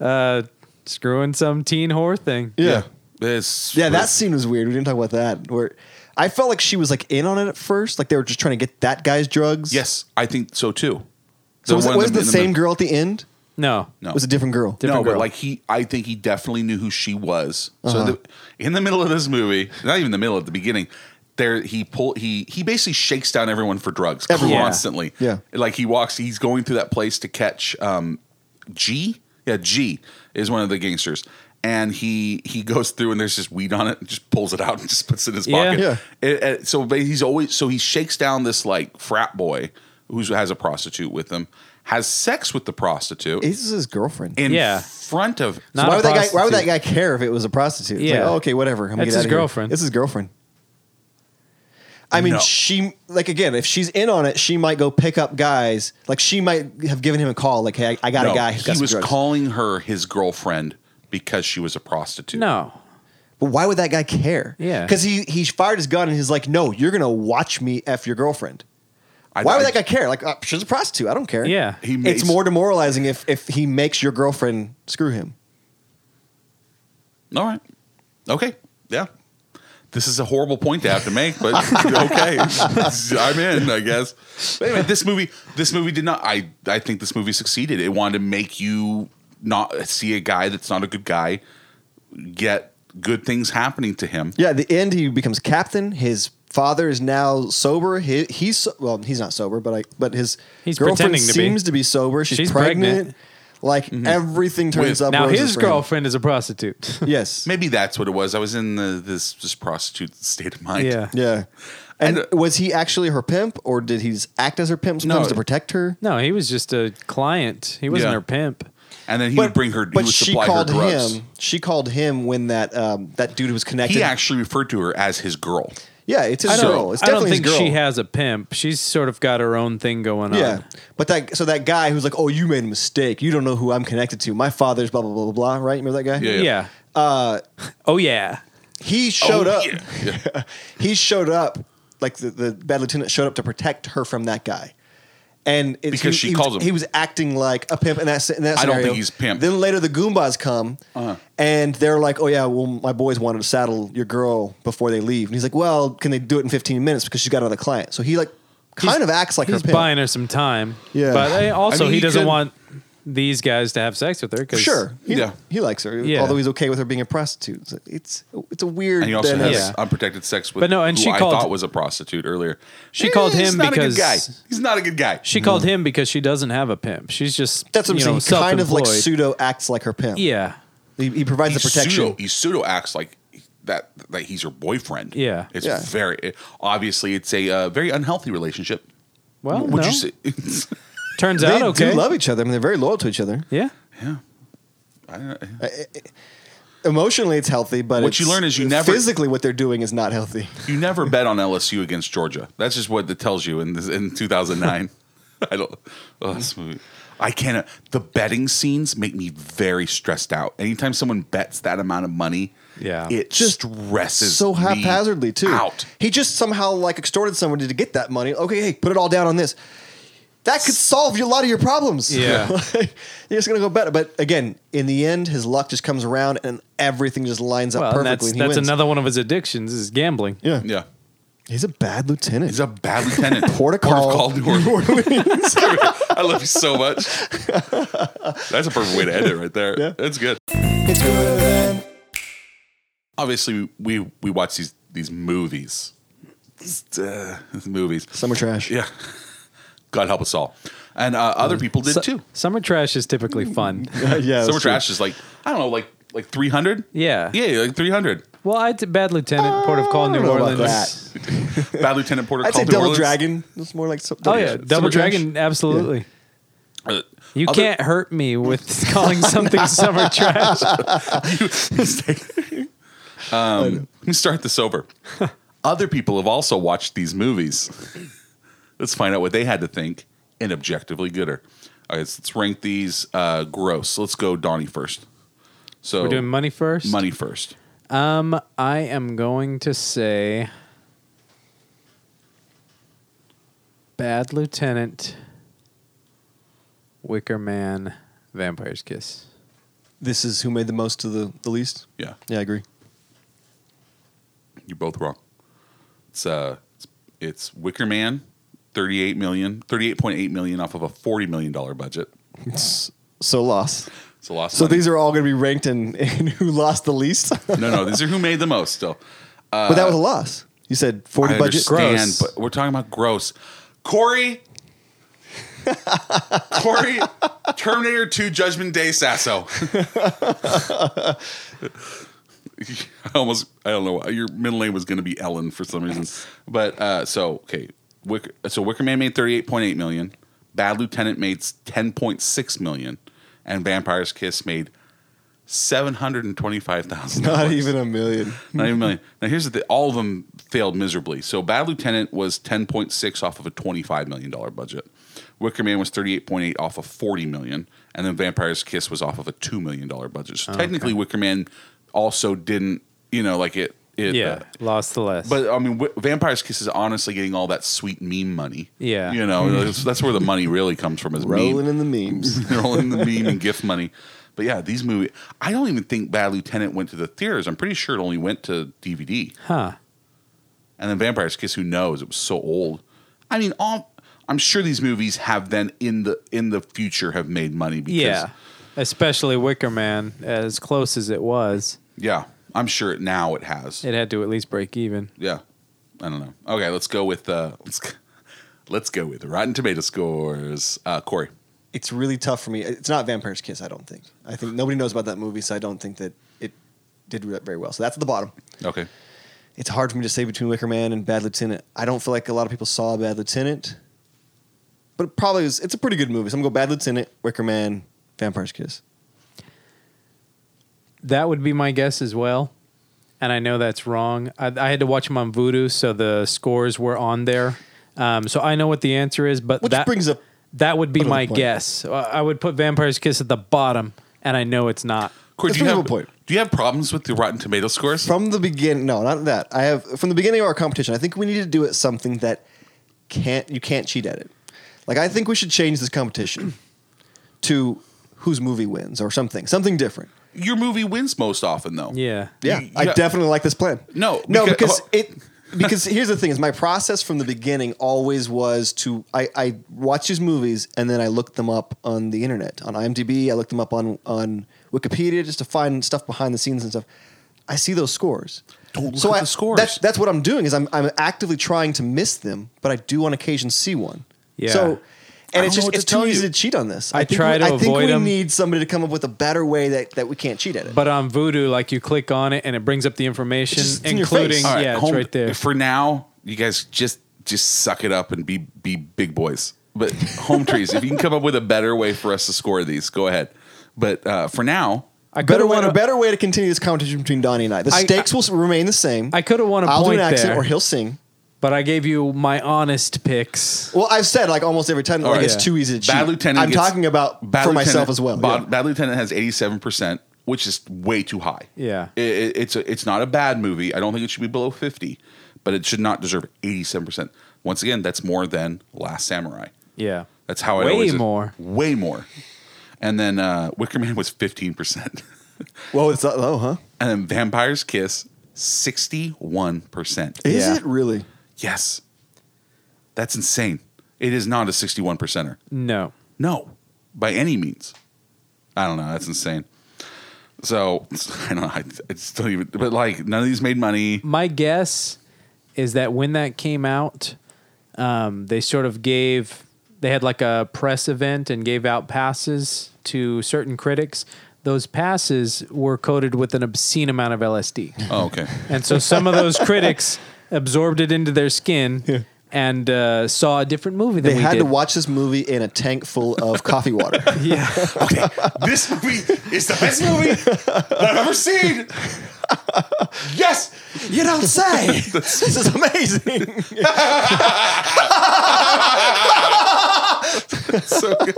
Speaker 2: uh, screwing some teen whore thing.
Speaker 4: yeah.
Speaker 1: It's
Speaker 4: Yeah, that scene was weird. We didn't talk about that. Where I felt like she was like in on it at first, like they were just trying to get that guy's drugs.
Speaker 1: Yes, I think so too.
Speaker 4: So was it
Speaker 1: one
Speaker 4: was
Speaker 1: in
Speaker 4: it the
Speaker 1: in
Speaker 4: same girl at the end?
Speaker 2: No.
Speaker 1: No.
Speaker 4: It was a different girl. Uh-huh.
Speaker 2: different
Speaker 1: no, but
Speaker 2: girl.
Speaker 1: like he, I think he definitely knew who she was. So the, in the middle of this movie, not even the middle, at the beginning, there he pull he he basically shakes down everyone for drugs
Speaker 4: Everyone.
Speaker 2: Yeah.
Speaker 1: constantly.
Speaker 4: Yeah.
Speaker 1: like he walks, he's going through that place to catch um, G. Yeah, G is one of the gangsters, and he he goes through and there's just weed on it, and just pulls it out and just puts it in his
Speaker 2: Yeah.
Speaker 1: pocket.
Speaker 4: Yeah.
Speaker 1: It, it, so ba- he's always so he shakes down this like frat boy who has a prostitute with him, has sex with the prostitute
Speaker 4: This is his girlfriend.
Speaker 1: in
Speaker 2: Yeah.
Speaker 1: front of
Speaker 2: Not
Speaker 4: why
Speaker 2: a
Speaker 4: would that guy? Why would that
Speaker 2: prostitute.
Speaker 4: guy care if it was a prostitute? It's like,
Speaker 2: Yeah.
Speaker 4: oh, okay, whatever. I'm gonna
Speaker 2: That's
Speaker 4: get
Speaker 2: his
Speaker 4: outta here.
Speaker 2: girlfriend.
Speaker 4: It's his girlfriend. I mean,
Speaker 1: No.
Speaker 4: she like again. If she's in on it, she might go pick up guys. Like she might have given him a call. Like, hey, I, I got
Speaker 1: No,
Speaker 4: a guy. who's got
Speaker 1: He
Speaker 4: some
Speaker 1: was
Speaker 4: drugs.
Speaker 1: calling her his girlfriend because she was a prostitute.
Speaker 2: No.
Speaker 4: But why would that guy care?
Speaker 2: Yeah.
Speaker 4: because he he fired his gun and he's like, no, you're gonna watch me f your girlfriend.
Speaker 1: I-
Speaker 4: why would
Speaker 1: I-
Speaker 4: that guy care? Like, uh, she's a prostitute. I don't care.
Speaker 2: Yeah.
Speaker 1: He makes-
Speaker 4: it's more demoralizing if if he makes your girlfriend screw him.
Speaker 1: All right. Okay. Yeah. This is a horrible point to have to make, but okay, I'm in, I guess. But anyway, this movie, this movie did not. I, I think this movie succeeded. It wanted to make you not see a guy that's not a good guy get good things happening to him.
Speaker 4: Yeah, at the end he becomes captain. His father is now sober. He, he's so- well, he's not sober, but I but his
Speaker 2: He's
Speaker 4: girlfriend
Speaker 2: pretending to be.
Speaker 4: seems to be sober. She's,
Speaker 2: She's
Speaker 4: pregnant.
Speaker 2: pregnant.
Speaker 4: Like
Speaker 1: Mm-hmm.
Speaker 4: everything turns
Speaker 1: With-
Speaker 4: up.
Speaker 2: Now
Speaker 4: roses
Speaker 2: his
Speaker 4: for him.
Speaker 2: girlfriend is a prostitute.
Speaker 4: Yes.
Speaker 1: Maybe that's what it was. I was in the, this this prostitute state of mind.
Speaker 2: yeah.
Speaker 4: Yeah.
Speaker 1: And,
Speaker 4: And
Speaker 1: uh,
Speaker 4: was he actually her pimp, or did he just act as her pimp sometimes
Speaker 1: No.
Speaker 4: to protect her?
Speaker 2: No, he was just a client. He wasn't
Speaker 1: Yeah.
Speaker 2: her pimp.
Speaker 1: And then he would bring her. He
Speaker 4: But
Speaker 1: would
Speaker 4: she
Speaker 1: supply
Speaker 4: called
Speaker 1: her drugs.
Speaker 4: him. She called him when that um, that dude was connected.
Speaker 1: He actually referred to her as his girl.
Speaker 4: yeah, it's his
Speaker 2: I don't,
Speaker 4: girl. It's
Speaker 2: I don't
Speaker 4: definitely
Speaker 2: think
Speaker 4: his girl.
Speaker 2: she has a pimp. She's sort of got her own thing going
Speaker 4: Yeah,
Speaker 2: on.
Speaker 4: Um, but that so that guy who's like, "Oh, you made a mistake. You don't know who I'm connected to. My father's blah blah blah blah blah." Right? Remember that guy?
Speaker 1: Yeah,
Speaker 2: Yeah.
Speaker 4: Uh,
Speaker 2: oh yeah.
Speaker 4: He showed
Speaker 1: Oh,
Speaker 4: up. he showed up. Like the, the bad lieutenant showed up to protect her from that guy, and it's,
Speaker 1: Because she
Speaker 4: he
Speaker 1: calls
Speaker 4: was,
Speaker 1: him.
Speaker 4: he was acting like a pimp in that. se- In that
Speaker 1: I don't
Speaker 4: scenario.
Speaker 1: think he's pimp. Uh-huh.
Speaker 4: Then later the Goombas come, and they're like, "Oh yeah, well my boys wanted to saddle your girl before they leave," and he's like, "Well, can they do it in 15 minutes because she's got another client?" So he like kind
Speaker 2: He's-
Speaker 4: of acts like
Speaker 2: he's
Speaker 4: her pimp.
Speaker 2: buying her some time.
Speaker 4: Yeah.
Speaker 2: But eh, also,
Speaker 1: I mean,
Speaker 2: he
Speaker 1: he
Speaker 2: doesn't
Speaker 1: could-
Speaker 2: want these guys to have sex with her. Cause
Speaker 4: Sure. He,
Speaker 1: Yeah.
Speaker 4: he likes her,
Speaker 2: Yeah.
Speaker 4: although he's okay with her being a prostitute. So It's it's a weird.
Speaker 1: And he also has
Speaker 4: dynamic.
Speaker 2: Yeah.
Speaker 1: unprotected sex with
Speaker 2: But no, and
Speaker 1: who
Speaker 2: she
Speaker 1: I
Speaker 2: called-
Speaker 1: thought was a prostitute earlier. Eh,
Speaker 2: She called
Speaker 1: he's
Speaker 2: him
Speaker 1: not
Speaker 2: because-
Speaker 1: a good guy. He's not a good guy.
Speaker 2: She called him because she doesn't have a pimp. She's just
Speaker 4: That's what I'm
Speaker 2: you
Speaker 4: saying.
Speaker 2: know,
Speaker 4: he kind of like
Speaker 2: self-employed.
Speaker 4: pseudo acts like her pimp.
Speaker 2: Yeah.
Speaker 4: he, he provides
Speaker 1: He
Speaker 4: the protection.
Speaker 1: pseudo, he pseudo acts like that that he's your boyfriend.
Speaker 2: Yeah.
Speaker 1: it's
Speaker 4: Yeah.
Speaker 1: very it- obviously it's a uh, very unhealthy relationship.
Speaker 2: Well,
Speaker 1: Would
Speaker 2: no.
Speaker 1: you say?
Speaker 2: Turns
Speaker 4: They
Speaker 2: out okay.
Speaker 4: do love each other. I mean, they're very loyal to each other.
Speaker 2: yeah.
Speaker 1: yeah. I,
Speaker 4: Emotionally, it's healthy, but
Speaker 1: What you
Speaker 4: it's-
Speaker 1: learn is you never-
Speaker 4: physically what they're doing is not healthy.
Speaker 1: you never bet on LSU against Georgia. That's just what it tells you in this, in 2009. I don't. Oh, this movie. I can't. The betting scenes make me very stressed out. Anytime someone bets that amount of money,
Speaker 2: Yeah.
Speaker 1: it just
Speaker 4: Just
Speaker 1: stresses
Speaker 4: so
Speaker 1: me
Speaker 4: haphazardly too.
Speaker 1: Out.
Speaker 4: He just somehow like extorted someone to get that money. Okay, hey, put it all down on this. That could solve you- a lot of your problems.
Speaker 2: Yeah.
Speaker 4: Like, you're just gonna go better. But again, in the end, his luck just comes around and everything just lines up
Speaker 2: Well, and that's
Speaker 4: perfectly. and he
Speaker 2: that's
Speaker 4: wins.
Speaker 2: another one of his addictions is gambling.
Speaker 4: Yeah.
Speaker 1: Yeah.
Speaker 4: he's a bad lieutenant.
Speaker 1: He's a bad lieutenant.
Speaker 4: Port of call.
Speaker 1: New Orleans. I love you so much. That's a perfect way to end it right there.
Speaker 4: Yeah.
Speaker 1: That's good.
Speaker 3: It's good and
Speaker 1: Obviously, we we watch these these movies. Just, uh, these movies.
Speaker 4: Summer trash.
Speaker 1: Yeah. God help us all. And uh, other people did
Speaker 2: Su-
Speaker 1: too.
Speaker 2: Summer trash is typically fun.
Speaker 4: yeah. that's
Speaker 1: Summer
Speaker 4: true.
Speaker 1: Trash is like, I don't know, like like 300?
Speaker 2: Yeah.
Speaker 1: Yeah, like 300.
Speaker 2: Well, I did Bad Lieutenant, Port of Call,
Speaker 4: I don't
Speaker 2: New
Speaker 4: know about
Speaker 2: Orleans. Oh,
Speaker 4: that.
Speaker 1: Bad Lieutenant Porter
Speaker 4: I'd say
Speaker 1: called New
Speaker 4: Double
Speaker 1: Orleans.
Speaker 4: Dragon. It's more like some-
Speaker 2: Oh yeah, Double
Speaker 4: Summer Trash.
Speaker 2: Dragon, absolutely.
Speaker 1: Uh,
Speaker 2: You
Speaker 1: other-
Speaker 2: can't hurt me with calling something summer trash.
Speaker 1: Um, let me start this over. Other people have also watched these movies. let's find out what they had to think and objectively gooder. All right, so let's rank these uh, gross. Let's go Donnie first. So
Speaker 2: We're doing money first.
Speaker 1: money first.
Speaker 2: Um, I am going to say Bad Lieutenant, Wicker Man, Vampire's Kiss.
Speaker 4: This is who made the most of the, the least.
Speaker 1: Yeah,
Speaker 4: Yeah, I agree.
Speaker 1: you're both wrong. It's uh, it's, it's Wicker Man, 38 million, 38.8 million off of a 40 million dollar budget.
Speaker 4: So loss.
Speaker 1: It's a loss. of
Speaker 4: So
Speaker 1: money.
Speaker 4: these are all going to be ranked in, in who lost the least.
Speaker 1: no, no, these are who made the most. Still,
Speaker 4: but that was a loss. You said
Speaker 1: I
Speaker 4: 40 budget.
Speaker 1: understand,
Speaker 2: Gross.
Speaker 1: but we're talking about gross. Corey, Corey, Terminator Two, Judgment Day, Sasso. I almost, I don't know. Your middle name was going to be Ellen for some reason, but uh, so okay. Wicker, so Wicker Man made thirty eight point eight million. Bad Lieutenant made ten point six million, and Vampire's Kiss made seven hundred and twenty five thousand.
Speaker 4: Not even a million.
Speaker 1: Not even a million. Now here's the thing: all of them failed miserably. So Bad Lieutenant was 10.6 off of a 25 million dollar budget. Wicker Man was 38.8 off of 40 million, and then Vampire's Kiss was off of a two million dollar budget.
Speaker 2: Oh,
Speaker 1: So technically, Wicker Man also didn't, you know, like it. it
Speaker 2: Yeah,
Speaker 1: uh,
Speaker 2: lost the less.
Speaker 1: but I mean, Wi- Vampire's Kiss is honestly getting all that sweet meme money.
Speaker 2: Yeah. Mm-hmm.
Speaker 1: you know, that's, that's where the money really comes from. Is meme.
Speaker 4: Rolling in the memes.
Speaker 1: They're all in the meme and gift money. But yeah, these movies. I don't even think Bad Lieutenant went to the theaters. I'm pretty sure it only went to DVD.
Speaker 2: huh?
Speaker 1: And then Vampire's Kiss. Who knows? It was so old. I mean, all I'm sure these movies have then in the in the future have made money. Because,
Speaker 2: Yeah, especially Wicker Man, as close as it was,
Speaker 1: yeah. I'm sure it now it has.
Speaker 2: it had to at least break even.
Speaker 1: yeah. I don't know. Okay, let's go with uh, let's go- let's go with Rotten Tomato scores. Uh, Corey.
Speaker 4: It's really tough for me. It's not Vampire's Kiss, I don't think. I think nobody knows about that movie, so I don't think that it did re- very well. So that's at the bottom.
Speaker 1: Okay.
Speaker 4: It's hard for me to say between Wicker Man and Bad Lieutenant. I don't feel like a lot of people saw Bad Lieutenant, but it probably is, it's a pretty good movie. So I'm going to go Bad Lieutenant, Wicker Man, Vampire's Kiss.
Speaker 2: That would be my guess as well. And I know that's wrong. I, I had to watch them on Voodoo, so the scores were on there. Um, so I know what the answer is, but
Speaker 4: Which
Speaker 2: that
Speaker 4: brings up
Speaker 2: that would be
Speaker 4: another
Speaker 2: my
Speaker 4: point.
Speaker 2: guess. Uh, I would put Vampire's Kiss at the bottom, and I know it's not.
Speaker 1: Corey, do
Speaker 4: Let's
Speaker 1: you
Speaker 4: bring up
Speaker 1: have
Speaker 4: a point.
Speaker 1: Do you have problems with the Rotten Tomato scores?
Speaker 4: From the beginning, no, not that. I have from the beginning of our competition. I think we need to do it something that can't you can't cheat at it. Like I think we should change this competition to whose movie wins or something, something different.
Speaker 1: Your movie wins most often though.
Speaker 2: Yeah.
Speaker 4: Yeah,
Speaker 1: You-
Speaker 4: I
Speaker 1: yeah.
Speaker 4: definitely like this plan.
Speaker 1: No,
Speaker 4: no,
Speaker 1: because-
Speaker 4: because, it because here's the thing: is my process from the beginning always was to I, I watch these movies and then I look them up on the internet on IMDb. I look them up on on Wikipedia just to find stuff behind the scenes and stuff. I see those scores.
Speaker 1: Don't look
Speaker 4: so
Speaker 1: at
Speaker 4: I,
Speaker 1: the scores.
Speaker 4: That's that's what I'm doing is I'm I'm actively trying to miss them, but I do on occasion see one.
Speaker 2: Yeah.
Speaker 4: So.
Speaker 1: I
Speaker 4: And it's
Speaker 1: don't know
Speaker 4: just
Speaker 1: what to
Speaker 4: it's
Speaker 1: tell
Speaker 4: too
Speaker 1: you.
Speaker 4: easy to cheat on this.
Speaker 2: I
Speaker 4: think
Speaker 2: try
Speaker 4: we,
Speaker 2: to
Speaker 4: I think
Speaker 2: avoid
Speaker 4: we
Speaker 2: 'em.
Speaker 4: need somebody to come up with a better way that, that we can't cheat at it.
Speaker 2: But on Voodoo, like you click on it and it brings up the information,
Speaker 4: It's just in your
Speaker 2: including
Speaker 4: face.
Speaker 1: All right,
Speaker 2: yeah,
Speaker 1: home-
Speaker 2: it's right there.
Speaker 1: For now, you guys just just suck it up and be be big boys. But home trees, if you can come up with a better way for us to score these, go ahead. But uh, for now,
Speaker 2: I
Speaker 4: better
Speaker 2: could've
Speaker 4: want
Speaker 2: went-
Speaker 4: a better way to continue this competition between Donnie and I. The
Speaker 2: I-
Speaker 4: stakes will remain the same.
Speaker 2: I could've won a
Speaker 4: I'll
Speaker 2: point
Speaker 4: do an accent,
Speaker 2: there.
Speaker 4: or he'll sing.
Speaker 2: But I gave you my honest picks.
Speaker 4: Well, I've said like almost every time,
Speaker 1: All
Speaker 4: like
Speaker 1: right.
Speaker 4: it's
Speaker 2: Oh, Yeah.
Speaker 4: too easy to cheat.
Speaker 1: Bad Lieutenant.
Speaker 4: I'm
Speaker 1: gets-
Speaker 4: talking about
Speaker 1: Bad
Speaker 4: for
Speaker 1: Lieutenant-
Speaker 4: myself as well.
Speaker 1: Bad,
Speaker 4: yeah.
Speaker 1: Bad Lieutenant has eighty-seven percent, which is way too high.
Speaker 2: Yeah.
Speaker 1: I- I- it's a, it's not a bad movie. I don't think it should be below fifty, but it should not deserve eighty-seven percent. Once again, that's more than Last Samurai.
Speaker 2: Yeah.
Speaker 1: That's how I
Speaker 2: Way
Speaker 1: always
Speaker 2: more.
Speaker 1: way more. And then uh, Wicker Man was fifteen percent,
Speaker 4: Whoa, it's that low, huh?
Speaker 1: and then Vampire's Kiss sixty-one percent.
Speaker 4: Is
Speaker 2: Yeah.
Speaker 4: it really?
Speaker 1: Yes, that's insane. It is not a sixty-one percenter.
Speaker 2: No.
Speaker 1: No, by any means. I don't know. That's insane. So I don't know. I, I just don't even. But like, none of these made money.
Speaker 2: My guess is that when that came out, um, they sort of gave they had like a press event and gave out passes to certain critics. Those passes were coated with an obscene amount of LSD.
Speaker 1: Oh, okay.
Speaker 2: And so some of those critics absorbed it into their skin and uh, saw a different movie than
Speaker 4: They
Speaker 2: we
Speaker 4: had
Speaker 2: did.
Speaker 4: to watch this movie in a tank full of coffee water.
Speaker 2: Yeah.
Speaker 1: okay. This movie is the best movie that I've ever seen. Yes.
Speaker 4: you don't say. this is amazing.
Speaker 1: So good.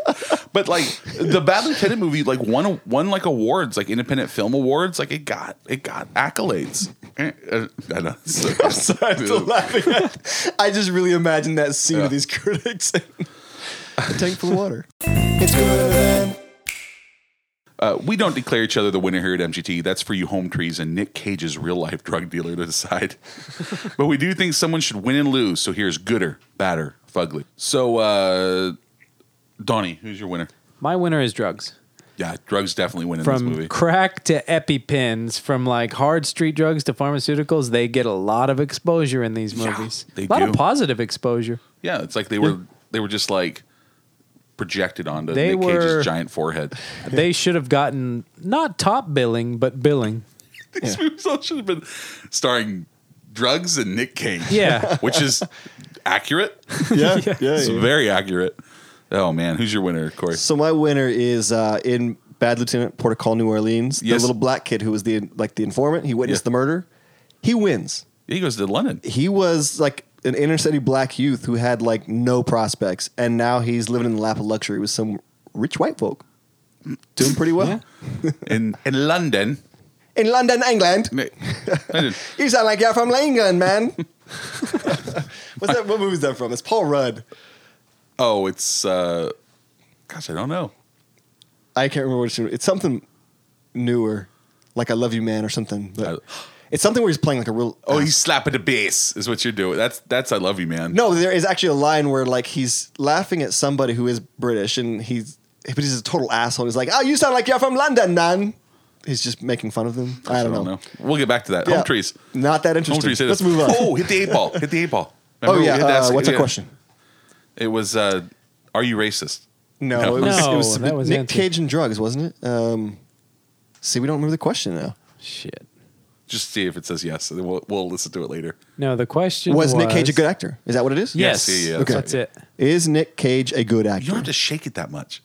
Speaker 1: But like the Bad Lieutenant movie, like won won like awards, like independent film awards. Like it got it got accolades. Eh, uh, I know. So-
Speaker 4: Still laughing. I just really imagine that scene
Speaker 1: Yeah.
Speaker 4: with these critics. a tank full of water.
Speaker 3: It's good and
Speaker 1: Uh, we don't declare each other the winner here at MGT. That's for you home trees and Nick Cage's real life drug dealer to decide. but we do think someone should win and lose. So here's gooder, badder, fugly. So, uh, Donnie, who's your winner?
Speaker 2: My winner is drugs.
Speaker 1: Yeah, drugs definitely win in this
Speaker 2: From
Speaker 1: movie.
Speaker 2: crack to EpiPens, from like hard street drugs to pharmaceuticals, they get a lot of exposure in these
Speaker 1: Yeah,
Speaker 2: movies.
Speaker 1: they
Speaker 2: a lot
Speaker 1: do.
Speaker 2: of positive exposure.
Speaker 1: yeah, it's like they were they were just like projected onto
Speaker 2: They
Speaker 1: Nick
Speaker 2: were-
Speaker 1: Cage's giant forehead.
Speaker 2: They should have gotten not top billing, but billing.
Speaker 1: These movies all should have been starring drugs and Nick Cage.
Speaker 2: Yeah.
Speaker 1: which is accurate.
Speaker 4: Yeah, yeah.
Speaker 1: It's very accurate. Oh man, who's your winner, Corey?
Speaker 4: So my winner is uh, in Bad Lieutenant Port of Call, New Orleans.
Speaker 1: Yes.
Speaker 4: The little black kid who was the like the informant. He witnessed
Speaker 1: Yeah.
Speaker 4: the murder. He wins.
Speaker 1: He goes to London.
Speaker 4: He was like an inner city black youth who had like no prospects, and now he's living in the lap of luxury with some rich white folk. Doing pretty well
Speaker 1: in in London.
Speaker 4: in London, England.
Speaker 1: London.
Speaker 4: You sound like you're from England, man. What's that? What movie is that from? It's Paul Rudd.
Speaker 1: Oh, it's uh, gosh, I don't know.
Speaker 4: I can't remember what it's. It's something newer, like "I Love You, Man" or something. But
Speaker 1: I-
Speaker 4: it's something where he's playing like a real.
Speaker 1: Oh, he's slapping the bass is what you're doing. That's that's I love you, man.
Speaker 4: no. There is actually a line where like he's laughing at somebody who is British, and he's but he's a total asshole. He's like, "Oh, you sound like you're from London, man." He's just making fun of them. I don't, know.
Speaker 1: We'll get back to that.
Speaker 4: Yeah.
Speaker 1: Home trees.
Speaker 4: Not that
Speaker 1: Home
Speaker 4: interesting.
Speaker 1: trees. hit
Speaker 4: Let's
Speaker 1: us.
Speaker 4: move on.
Speaker 1: Oh, hit the eight ball. Hit the eight ball. Remember
Speaker 4: Oh,
Speaker 1: we
Speaker 4: yeah.
Speaker 1: had that-
Speaker 4: uh, what's the
Speaker 1: yeah.
Speaker 4: question?
Speaker 1: It was uh, are you racist?
Speaker 4: No,
Speaker 1: No.
Speaker 4: it was,
Speaker 2: No,
Speaker 4: it was,
Speaker 2: that was
Speaker 4: Nick
Speaker 2: answered.
Speaker 4: Cage and drugs, wasn't it? Um, see, we don't remember the question now.
Speaker 2: Shit.
Speaker 1: Just see if it says yes, and then we'll we'll listen to it later.
Speaker 2: No, the question was,
Speaker 4: Was, Nick Cage a good actor? Is that what it is?
Speaker 2: Yes.
Speaker 1: Yes, yeah, yeah,
Speaker 4: that's
Speaker 2: okay.
Speaker 4: right,
Speaker 2: That's it.
Speaker 4: Is Nick Cage a good
Speaker 1: You don't
Speaker 4: actor?
Speaker 1: have to shake it that much.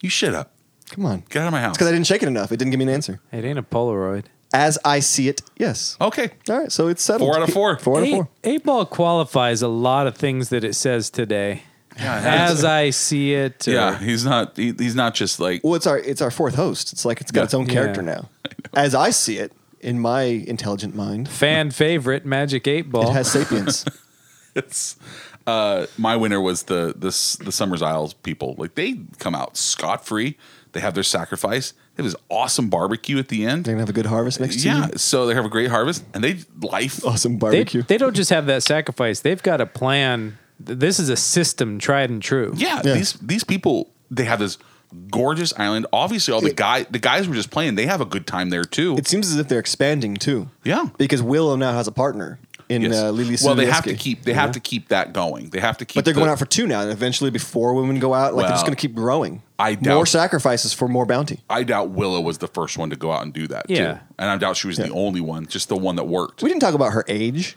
Speaker 1: You shut up.
Speaker 4: Come on. It's
Speaker 1: Get out of my house.
Speaker 4: because I didn't shake it enough. It didn't give me an answer.
Speaker 2: It ain't a Polaroid.
Speaker 4: As I see it, yes.
Speaker 1: Okay.
Speaker 4: All right, so it's settled.
Speaker 1: Four out of four.
Speaker 4: Four out of
Speaker 2: eight,
Speaker 4: four.
Speaker 2: Eight ball qualifies a lot of things that it says today.
Speaker 1: Yeah, it has.
Speaker 2: As I see it. uh, or-
Speaker 1: yeah, he's not. He, he's not just like
Speaker 4: Well, it's our it's our fourth host. It's like it's got
Speaker 1: Yeah.
Speaker 4: its own
Speaker 2: Yeah.
Speaker 4: character now. As I see it, in my intelligent mind,
Speaker 2: Fan favorite Magic Eight Ball.
Speaker 4: it has sapience.
Speaker 1: it's uh my winner was the this the Summers Isles people. Like they come out scot free. They have their sacrifice. It was awesome barbecue at the
Speaker 4: They're
Speaker 1: end.
Speaker 4: gonna have a good harvest next
Speaker 1: Yeah,
Speaker 4: season.
Speaker 1: so they have a great harvest and they life.
Speaker 4: Awesome
Speaker 2: they,
Speaker 4: barbecue.
Speaker 2: they don't just have that sacrifice. They've got a plan. Th- This is a system tried and true.
Speaker 1: Yeah,
Speaker 4: Yeah.
Speaker 1: these these people they have this gorgeous island. Obviously, all the
Speaker 4: It-
Speaker 1: guy the guys were just playing. They have a good time there too.
Speaker 4: it seems as if they're expanding too.
Speaker 1: Yeah.
Speaker 4: because Willow now has a partner in
Speaker 1: Yes.
Speaker 4: uh, Lily.
Speaker 1: well, they have
Speaker 4: Sobieski.
Speaker 1: to keep they have to keep that going. They have to keep.
Speaker 4: But they're
Speaker 1: the-
Speaker 4: going out for two now, and eventually, before women go out, like they're just
Speaker 1: Well,
Speaker 4: going to keep growing.
Speaker 1: I doubt-
Speaker 4: more sacrifices for more bounty.
Speaker 1: I doubt Willow was the first one to go out and do that.
Speaker 2: Yeah.
Speaker 1: too. and I doubt she was the
Speaker 4: Yeah.
Speaker 1: only one. Just the one that worked.
Speaker 4: We didn't talk about her age.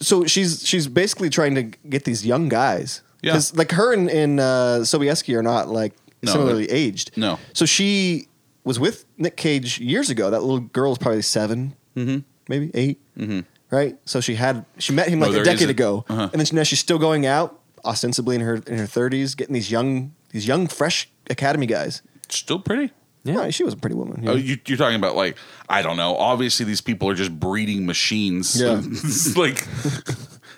Speaker 4: So she's she's basically trying to get these young guys.
Speaker 1: Yeah.
Speaker 4: like her and, and uh, Sobieski are not like
Speaker 1: No,
Speaker 4: similarly aged.
Speaker 1: no.
Speaker 4: So she was with Nick Cage years ago. That little girl was probably 7 maybe 8 mm-hmm. right? So she had she met him
Speaker 1: No,
Speaker 4: like
Speaker 1: Oh, there
Speaker 4: a
Speaker 1: is
Speaker 4: decade
Speaker 1: a-
Speaker 4: ago,
Speaker 1: uh-huh.
Speaker 4: and then she, now she's still going out ostensibly in her in her thirties, getting these young these young fresh Academy guys.
Speaker 1: Still pretty.
Speaker 2: Yeah.
Speaker 4: Well, she was a pretty woman. yeah.
Speaker 1: Oh, you, you're talking about like I don't know. Obviously, these people are just breeding machines.
Speaker 4: Yeah.
Speaker 1: It's like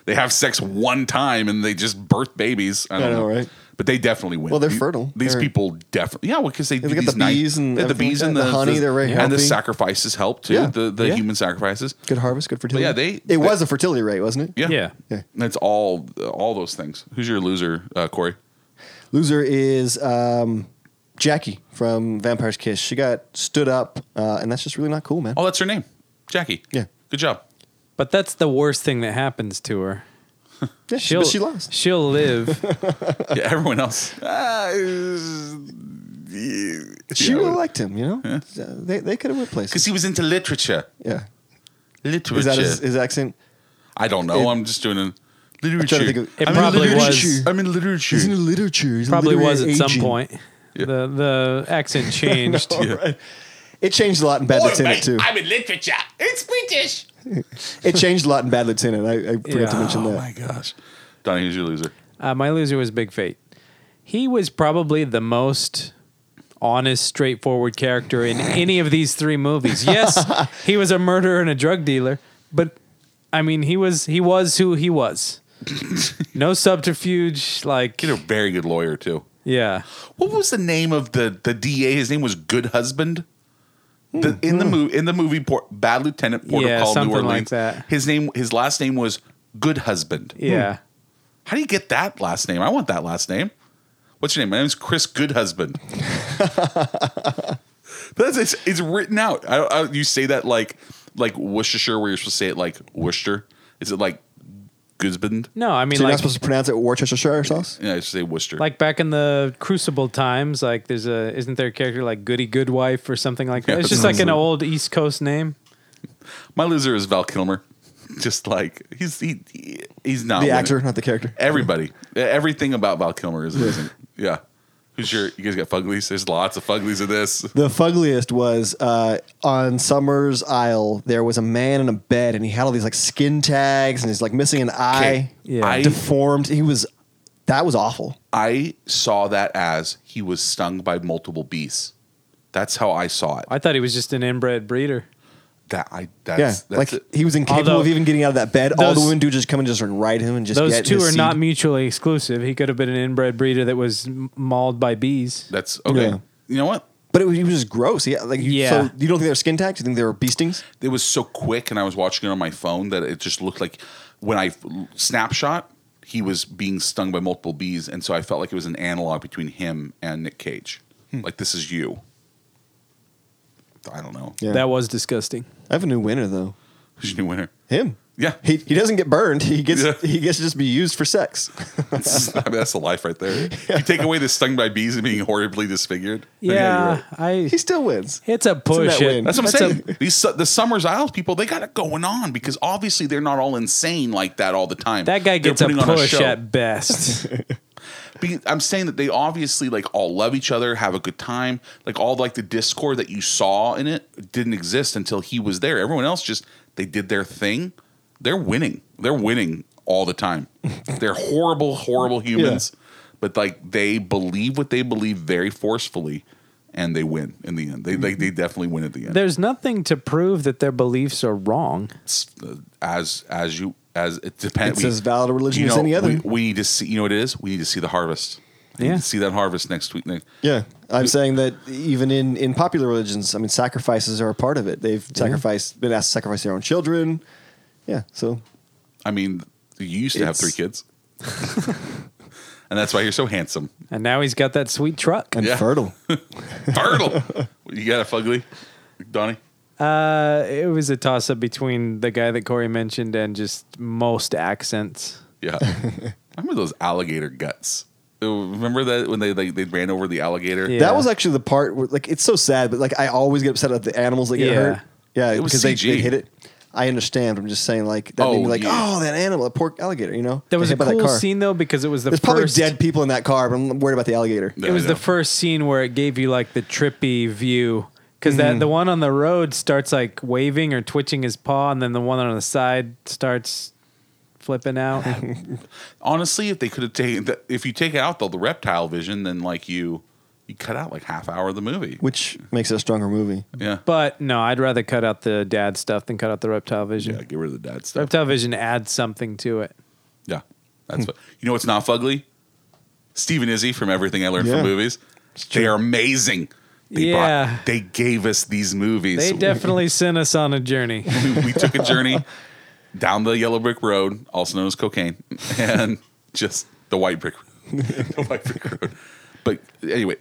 Speaker 1: they have sex one time and they just birth babies. I
Speaker 4: I
Speaker 1: don't
Speaker 4: know,
Speaker 1: know,
Speaker 4: right?
Speaker 1: But they definitely win.
Speaker 4: Well, they're
Speaker 1: The-
Speaker 4: fertile.
Speaker 1: These
Speaker 4: They're-
Speaker 1: people definitely, yeah, because they, do these
Speaker 4: got the
Speaker 1: nice-
Speaker 4: bees and
Speaker 1: they have the
Speaker 4: everything
Speaker 1: bees
Speaker 4: like
Speaker 1: and
Speaker 4: that,
Speaker 1: the,
Speaker 4: the honey,
Speaker 1: the-
Speaker 4: they're very
Speaker 1: and the
Speaker 4: healthy.
Speaker 1: sacrifices help too.
Speaker 4: Yeah.
Speaker 1: The the
Speaker 2: Yeah.
Speaker 1: human sacrifices.
Speaker 4: Good harvest, good fertility.
Speaker 1: yeah, they-
Speaker 4: It was a fertility rate, wasn't it?
Speaker 1: Yeah,
Speaker 2: Yeah.
Speaker 4: Yeah.
Speaker 1: That's all all those things. Who's your loser, uh, Corey?
Speaker 4: Loser is um, Jackie from Vampire's Kiss. She got stood up, uh, and that's just really not cool, man.
Speaker 1: Oh, that's her name, Jackie.
Speaker 4: Yeah.
Speaker 1: good job.
Speaker 2: But that's the worst thing that happens to her.
Speaker 4: Yeah, she,
Speaker 2: She'll
Speaker 4: but she lost.
Speaker 2: She'll live.
Speaker 1: Yeah, everyone else.
Speaker 4: Uh,
Speaker 1: Ah, is-
Speaker 4: She
Speaker 1: yeah,
Speaker 4: really
Speaker 1: would-
Speaker 4: liked him, you know. Uh, They they could have replaced. him.
Speaker 1: because he was into literature.
Speaker 4: Yeah,
Speaker 1: Literature.
Speaker 4: is that his, his accent?
Speaker 1: I don't know.
Speaker 4: it-
Speaker 1: I'm just doing a
Speaker 4: I'm trying to
Speaker 1: literature.
Speaker 4: think of-
Speaker 2: It
Speaker 1: I'm
Speaker 2: probably
Speaker 1: in literature.
Speaker 2: was-
Speaker 1: I'm in literature.
Speaker 4: He's in the literature. He's a
Speaker 2: Probably
Speaker 4: literary
Speaker 2: was at some
Speaker 4: agent.
Speaker 2: point.
Speaker 1: Yeah.
Speaker 2: The the accent changed.
Speaker 1: Yeah.
Speaker 4: It changed a lot in Bad Lieutenant too.
Speaker 1: in literature. It's British.
Speaker 4: It changed a lot in Bad Lieutenant. I, I forgot to
Speaker 2: Yeah.
Speaker 4: mention
Speaker 1: Oh
Speaker 4: that.
Speaker 1: my gosh, Donnie, who's your loser?
Speaker 2: Uh, my loser was Big Fate. He was probably the most honest, straightforward character in any of these three movies. Yes, he was a murderer and a drug dealer, but I mean, he was he was who he was. No subterfuge, like
Speaker 1: He's a very good lawyer too.
Speaker 2: yeah,
Speaker 1: What was the name of the the DA? His name was Good Husband. The, in the movie, in the movie, Port, Bad Lieutenant Port
Speaker 2: Hmm. Yeah,
Speaker 1: of Call, New
Speaker 2: something
Speaker 1: Orleans.
Speaker 2: like that.
Speaker 1: His name, his last name was Good Husband.
Speaker 4: Hmm.
Speaker 2: yeah.
Speaker 1: How do you get that last name? I want that last name. What's your name? My name's Chris Goodhusband. That's it's, it's written out. I, I, you say that like like Worcestershire, where you're supposed to say it like Worcester. Is it like Goodhusband?
Speaker 2: No, I mean
Speaker 4: So you're not
Speaker 2: like
Speaker 4: supposed to pronounce it Worcestershire sauce.
Speaker 1: Yeah, I should say Worcester.
Speaker 2: like back in the Crucible times, like there's a isn't there a character like Goody Goodwife or something like that?
Speaker 1: Yeah,
Speaker 2: it's just
Speaker 1: sounds
Speaker 2: like an
Speaker 1: like-
Speaker 2: old East Coast name.
Speaker 1: My loser is Val Kilmer. Just like he's he, he- he's not
Speaker 4: The
Speaker 1: winning.
Speaker 4: actor, not the character.
Speaker 1: Everybody, everything about Val Kilmer is amazing. yeah. Who's your? You guys got Fuglies? There's lots of Fuglies in this.
Speaker 4: The fuggliest was uh, on Summer's Isle. There was a man in a bed, and he had all these like skin tags, and he's like missing an eye,
Speaker 2: Yeah.
Speaker 1: I-
Speaker 4: deformed. He was that was awful.
Speaker 1: I saw that as he was stung by multiple bees. That's how I saw it.
Speaker 2: I thought he was just an inbred breeder.
Speaker 1: That I that's,
Speaker 4: yeah,
Speaker 1: that's
Speaker 4: like he was incapable
Speaker 2: Although-
Speaker 4: of even getting out of that bed. all the
Speaker 2: Those-
Speaker 4: women do just come and just ride him and just
Speaker 2: Those
Speaker 4: get
Speaker 2: two
Speaker 4: his
Speaker 2: are
Speaker 4: seed.
Speaker 2: not mutually exclusive. He could have been an inbred breeder that was m- mauled by bees.
Speaker 1: that's okay.
Speaker 4: Yeah.
Speaker 1: You know what?
Speaker 4: But it was, he was just gross. Yeah, like you,
Speaker 2: Yeah.
Speaker 4: So you don't think they were skin tags? You think they were bee stings?
Speaker 1: It was so quick, and I was watching it on my phone that it just looked like when I snapshot, he was being stung by multiple bees, and so I felt like it was an analog between him and Nick Cage.
Speaker 2: Hmm.
Speaker 1: Like this is you. I don't know.
Speaker 4: Yeah.
Speaker 2: That was disgusting.
Speaker 4: I have a new winner though.
Speaker 1: Who's your new winner?
Speaker 4: Him.
Speaker 1: Yeah.
Speaker 4: He, he doesn't get burned. He gets
Speaker 1: Yeah.
Speaker 4: he gets to just be used for sex.
Speaker 1: That's, I mean, that's the life right there. You take away the stung by bees and being horribly disfigured. then
Speaker 2: Yeah,
Speaker 1: you're right.
Speaker 2: I.
Speaker 4: he still wins.
Speaker 2: It's a push.
Speaker 4: net
Speaker 2: It-
Speaker 4: win.
Speaker 1: That's what I'm
Speaker 2: a-
Speaker 1: saying. These su- the Summers Isles people, they got it going on because obviously they're not all insane like that all the time.
Speaker 2: that guy
Speaker 1: They're
Speaker 2: gets a
Speaker 1: putting on
Speaker 2: push
Speaker 1: show.
Speaker 2: at best.
Speaker 1: Be- I'm saying that they obviously like all love each other, have a good time. Like all like the discord that you saw in it didn't exist until he was there. Everyone else just they did their thing. They're winning. They're winning all the time. they're horrible, horrible humans, but like they believe what they believe very forcefully, and they win in the end. They they, they definitely win at the end.
Speaker 2: There's nothing to prove that their beliefs are wrong.
Speaker 1: it's, uh, as as you as it depends.
Speaker 4: It's as valid a religion as any other.
Speaker 1: We, we need to see. You know what it is? We need to see the harvest. I
Speaker 2: Yeah.
Speaker 1: need to see that harvest next week. Nick.
Speaker 4: Yeah, I'm saying that even in in popular religions, I mean, sacrifices are a part of it. They've sacrificed, been asked to sacrifice their own children. Yeah, so
Speaker 1: I mean, you used to have
Speaker 4: It's-
Speaker 1: three kids, and that's why you're so handsome,
Speaker 2: And now he's got that sweet truck.
Speaker 4: and
Speaker 1: Yeah.
Speaker 4: fertile.
Speaker 1: fertile. you got a fugly, Donnie.
Speaker 2: Uh, it was a toss up between the guy that Corey mentioned and just most accents.
Speaker 1: Yeah, I remember those alligator guts. Oh, Remember that when they like, they ran over the alligator?
Speaker 2: Yeah.
Speaker 4: That was actually the part where, like, it's so sad, but like, I always get upset at the animals that get
Speaker 2: Yeah.
Speaker 4: hurt. Yeah,
Speaker 1: It was
Speaker 4: because they,
Speaker 1: CG.
Speaker 4: they hit it. I understand. I'm just saying, like that made
Speaker 1: Oh,
Speaker 4: me like,
Speaker 1: yeah.
Speaker 4: oh, that animal, that pork alligator. You know,
Speaker 2: There was a
Speaker 4: Hit by that
Speaker 2: cool
Speaker 4: car.
Speaker 2: scene though because it was the
Speaker 4: There's
Speaker 2: first
Speaker 4: probably dead people in that car, but I'm worried about the alligator.
Speaker 1: Yeah,
Speaker 2: it was
Speaker 1: I
Speaker 2: the
Speaker 1: know.
Speaker 2: first scene where it gave you like the trippy view because that
Speaker 4: Mm-hmm.
Speaker 2: the one on the road starts like waving or twitching his paw, and then the one on the side starts flipping out.
Speaker 1: Honestly, if they could have taken, the, if you take out the, the reptile vision, then like you, you cut out like half hour of the movie.
Speaker 4: Which makes it a stronger movie.
Speaker 1: yeah,
Speaker 2: but no, I'd rather cut out the dad stuff than cut out the reptile vision.
Speaker 1: yeah, get rid of the dad stuff.
Speaker 2: Reptile vision adds something to it.
Speaker 1: Yeah, that's
Speaker 2: Hmm.
Speaker 1: what you know. What's not fugly? Steve and Izzy from Everything I Learned
Speaker 4: Yeah.
Speaker 1: from Movies. They are amazing. They
Speaker 2: Yeah.
Speaker 1: brought, they gave us these movies.
Speaker 2: They
Speaker 1: We-
Speaker 2: definitely sent us on a journey.
Speaker 1: we, we took a journey down the yellow brick road, also known as cocaine, and just the white brick, the white brick road. But anyway,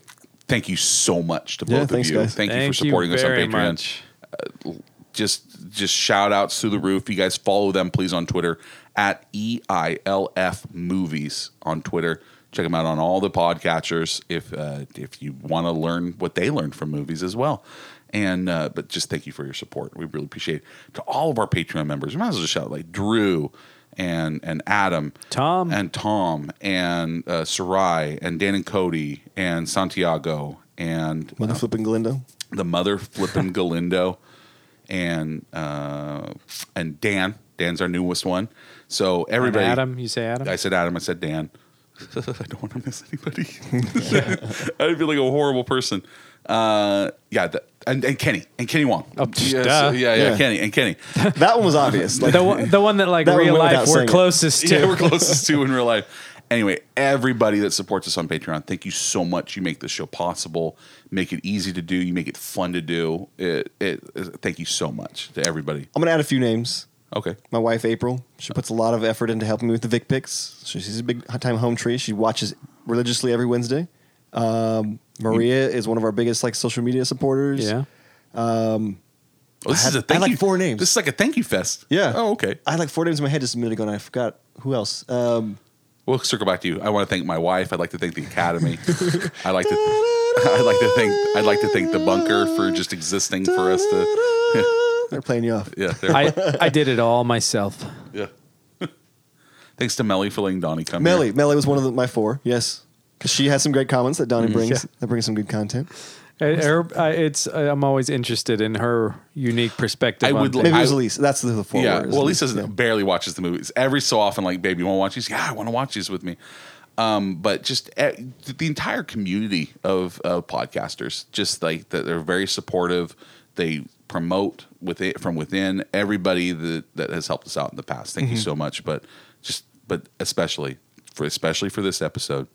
Speaker 1: thank you so much to both
Speaker 4: Yeah,
Speaker 1: of
Speaker 4: thanks,
Speaker 1: you.
Speaker 4: guys.
Speaker 1: Thank, you for
Speaker 2: Thank you
Speaker 1: supporting us on
Speaker 2: very
Speaker 1: Patreon.
Speaker 2: much.
Speaker 1: Uh, just just shout outs through the roof. You guys follow them please on Twitter at E I L F movies on Twitter. Check them out on all the podcatchers if uh, if you want to learn what they learned from movies as well. And uh, but just thank you for your support. We really appreciate it. to all of our Patreon members. We might as well just shout out, like Drew and and Adam,
Speaker 2: Tom.
Speaker 1: and Tom and uh, Sarai and Dan and Cody and Santiago and
Speaker 4: Mother flipping Galindo.
Speaker 1: the mother flipping Galindo and uh, and Dan. Dan's our newest one. So everybody,
Speaker 2: Adam, you say Adam?
Speaker 1: I said Adam. I said Dan. I don't want to miss anybody. I'd feel like a horrible person. Uh, yeah, the, and, and Kenny and Kenny Wong.
Speaker 2: Oh, psh,
Speaker 1: Yes,
Speaker 2: duh.
Speaker 1: yeah, yeah,
Speaker 4: Yeah.
Speaker 1: Kenny and Kenny.
Speaker 4: That one was obvious. Like,
Speaker 2: the, one, the one that like
Speaker 4: That one
Speaker 2: real
Speaker 4: went
Speaker 2: life
Speaker 4: without
Speaker 2: we're
Speaker 4: saying it.
Speaker 2: closest to.
Speaker 1: Yeah, we're closest to in real life. Anyway, everybody that supports us on Patreon, thank you so much. You make this show possible, make it easy to do, you make it fun to do. It, it, it- thank you so much to everybody.
Speaker 4: I'm gonna add a few names.
Speaker 1: Okay.
Speaker 4: My wife April. She puts a lot of effort into helping me with the Vic picks. So she's a big time home tree. She watches religiously every Wednesday. Um, Maria is one of our biggest like social media supporters.
Speaker 2: Yeah.
Speaker 1: Oh, this
Speaker 4: I
Speaker 1: is a
Speaker 4: had- I
Speaker 1: thank
Speaker 4: had, like,
Speaker 1: you.
Speaker 4: four names.
Speaker 1: This is like a thank you fest.
Speaker 4: Yeah.
Speaker 1: Oh, okay.
Speaker 4: I had like four names in my head just a minute ago, and I forgot who else. Um,
Speaker 1: We'll circle back to you. I want to thank my wife. I'd like to thank the academy. I like to. I'd like to thank. I'd like to thank the bunker for just existing for us to.
Speaker 4: they're playing you off.
Speaker 1: Yeah. there-
Speaker 2: I, I did it all myself.
Speaker 1: yeah. Thanks to Melly for letting Donnie come.
Speaker 4: Melly.
Speaker 1: here.
Speaker 4: Melly was one of the, my four. Yes, because she has some great comments that
Speaker 1: Mm,
Speaker 4: Donnie brings.
Speaker 2: Yeah.
Speaker 4: That brings some good content.
Speaker 2: I- her- Uh, I- it's uh, I'm always interested in her unique perspective.
Speaker 1: I
Speaker 2: on
Speaker 1: would
Speaker 2: things.
Speaker 1: like-
Speaker 4: Maybe it was
Speaker 1: I-
Speaker 4: Elise. That's the, the four.
Speaker 1: Yeah.
Speaker 4: were, is
Speaker 1: Well, Lisa
Speaker 4: Yeah.
Speaker 1: barely watches the movies. Every so often, like, baby, you want to watch these? Yeah, I want to watch these with me. Um, but just eh, the entire community of uh, podcasters, just like that, they're very supportive. They promote with it from within. Everybody that, that has helped us out in the past. Thank you so much. But just, but especially for especially for this episode,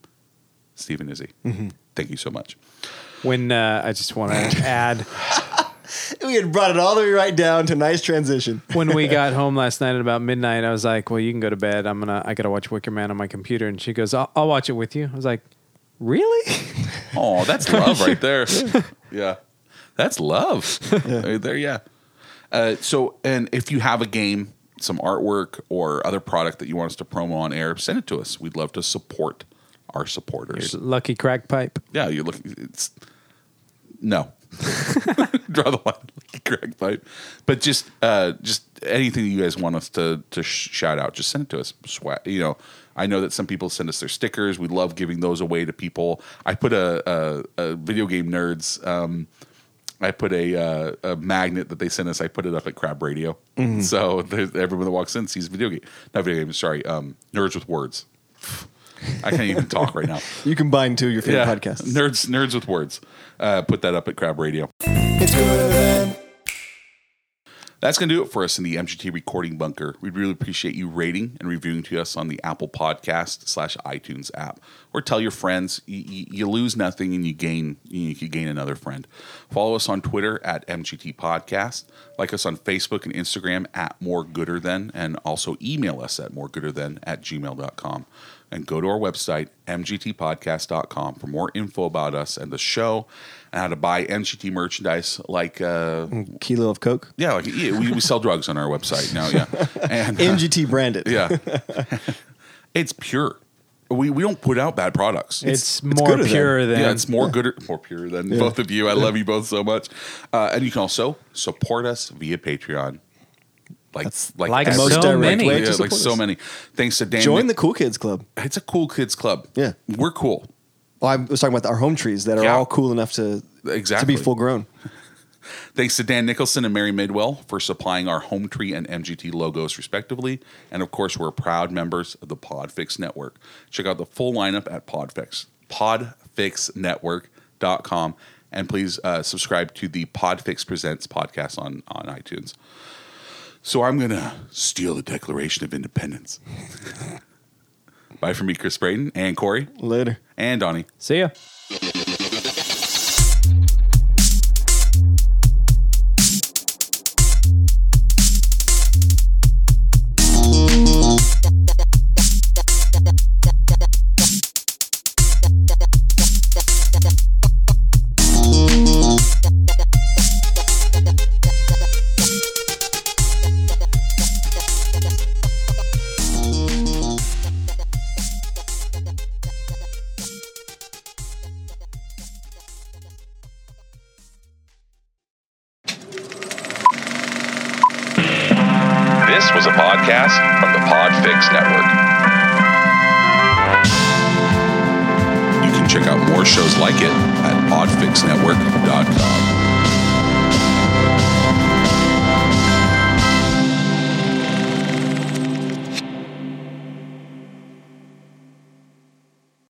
Speaker 1: Stephen Izzy. Thank you so much.
Speaker 2: when uh, I just want to add
Speaker 4: We had brought it all the way right down to nice transition.
Speaker 2: when we got home last night at about midnight, I was like, "Well, you can go to bed. I'm gonna I gotta watch Wicker Man on my computer." And she goes, "I'll, I'll watch it with you." I was like, "Really?"
Speaker 1: Oh, that's love right there. yeah. That's love. Right there, yeah. Uh, so, and if you have a game, some artwork, or other product that you want us to promo on air, send it to us. We'd love to support our supporters.
Speaker 2: Lucky crack pipe.
Speaker 1: yeah, you're looking. It's no. Draw the line, correct pipe. But just, uh, just anything you guys want us to to sh- shout out, just send it to us. Sweat, you know. I know that some people send us their stickers. We love giving those away to people. I put a, a, a video game nerds. Um, I put a, uh, a magnet that they sent us. I put it up at Crab Radio, so there's- everyone that walks in sees video game, not video games. Sorry, um, nerds with words. I can't even talk right now.
Speaker 4: You combine two of your favorite podcasts.
Speaker 1: Nerds, nerds with words. Uh, put that up at Crab Radio.
Speaker 3: It's good then.
Speaker 1: That's going to do it for us in the MGT Recording Bunker. We'd really appreciate you rating and reviewing to us on the Apple Podcast slash iTunes app, or tell your friends. You, you, you lose nothing and you gain. You could gain another friend. Follow us on Twitter at MGT Podcast. Like us on Facebook and Instagram at More Gooder Than, and also email us at moregooderthan at gmail.com. And go to our website, mgtpodcast.com, for more info about us and the show and how to buy MGT merchandise like uh,
Speaker 4: Kilo of Coke.
Speaker 1: yeah, like yeah, we, we sell drugs on our website now. Yeah, and uh,
Speaker 4: MGT branded.
Speaker 1: yeah, it's pure. We we don't put out bad products.
Speaker 2: It's,
Speaker 4: it's
Speaker 2: more
Speaker 4: gooder than-
Speaker 2: pure than,
Speaker 1: yeah, it's more good, more pure than both of you. I love you both so much, uh, and you can also support us via Patreon. like
Speaker 2: like
Speaker 1: every-
Speaker 2: so
Speaker 1: like-
Speaker 2: many.
Speaker 1: yeah,
Speaker 4: way to
Speaker 1: like
Speaker 4: support
Speaker 1: so
Speaker 4: us.
Speaker 1: many. Thanks to Dan.
Speaker 4: Join the cool kids club.
Speaker 1: it's a cool kids club.
Speaker 4: Yeah.
Speaker 1: we're cool.
Speaker 4: Well, I was talking about our home trees that are
Speaker 1: Yeah.
Speaker 4: all cool enough to to
Speaker 1: Exactly.
Speaker 4: be full grown.
Speaker 1: Thanks to Dan Nicholson and Mary Midwell for supplying our Home Tree and MGT logos, respectively. And of course, we're proud members of the Podfix Network. Check out the full lineup at Podfix, podfixnetwork.com. And please uh, subscribe to the Podfix Presents podcast on, on iTunes. So I'm going to steal the Declaration of Independence. Bye from me, Chris Brayden, and Corey,
Speaker 4: Later.
Speaker 1: and Donnie.
Speaker 2: See ya.
Speaker 5: This was a podcast from the Podfix Network.
Speaker 1: You can check out more shows like it at podfixnetwork.com.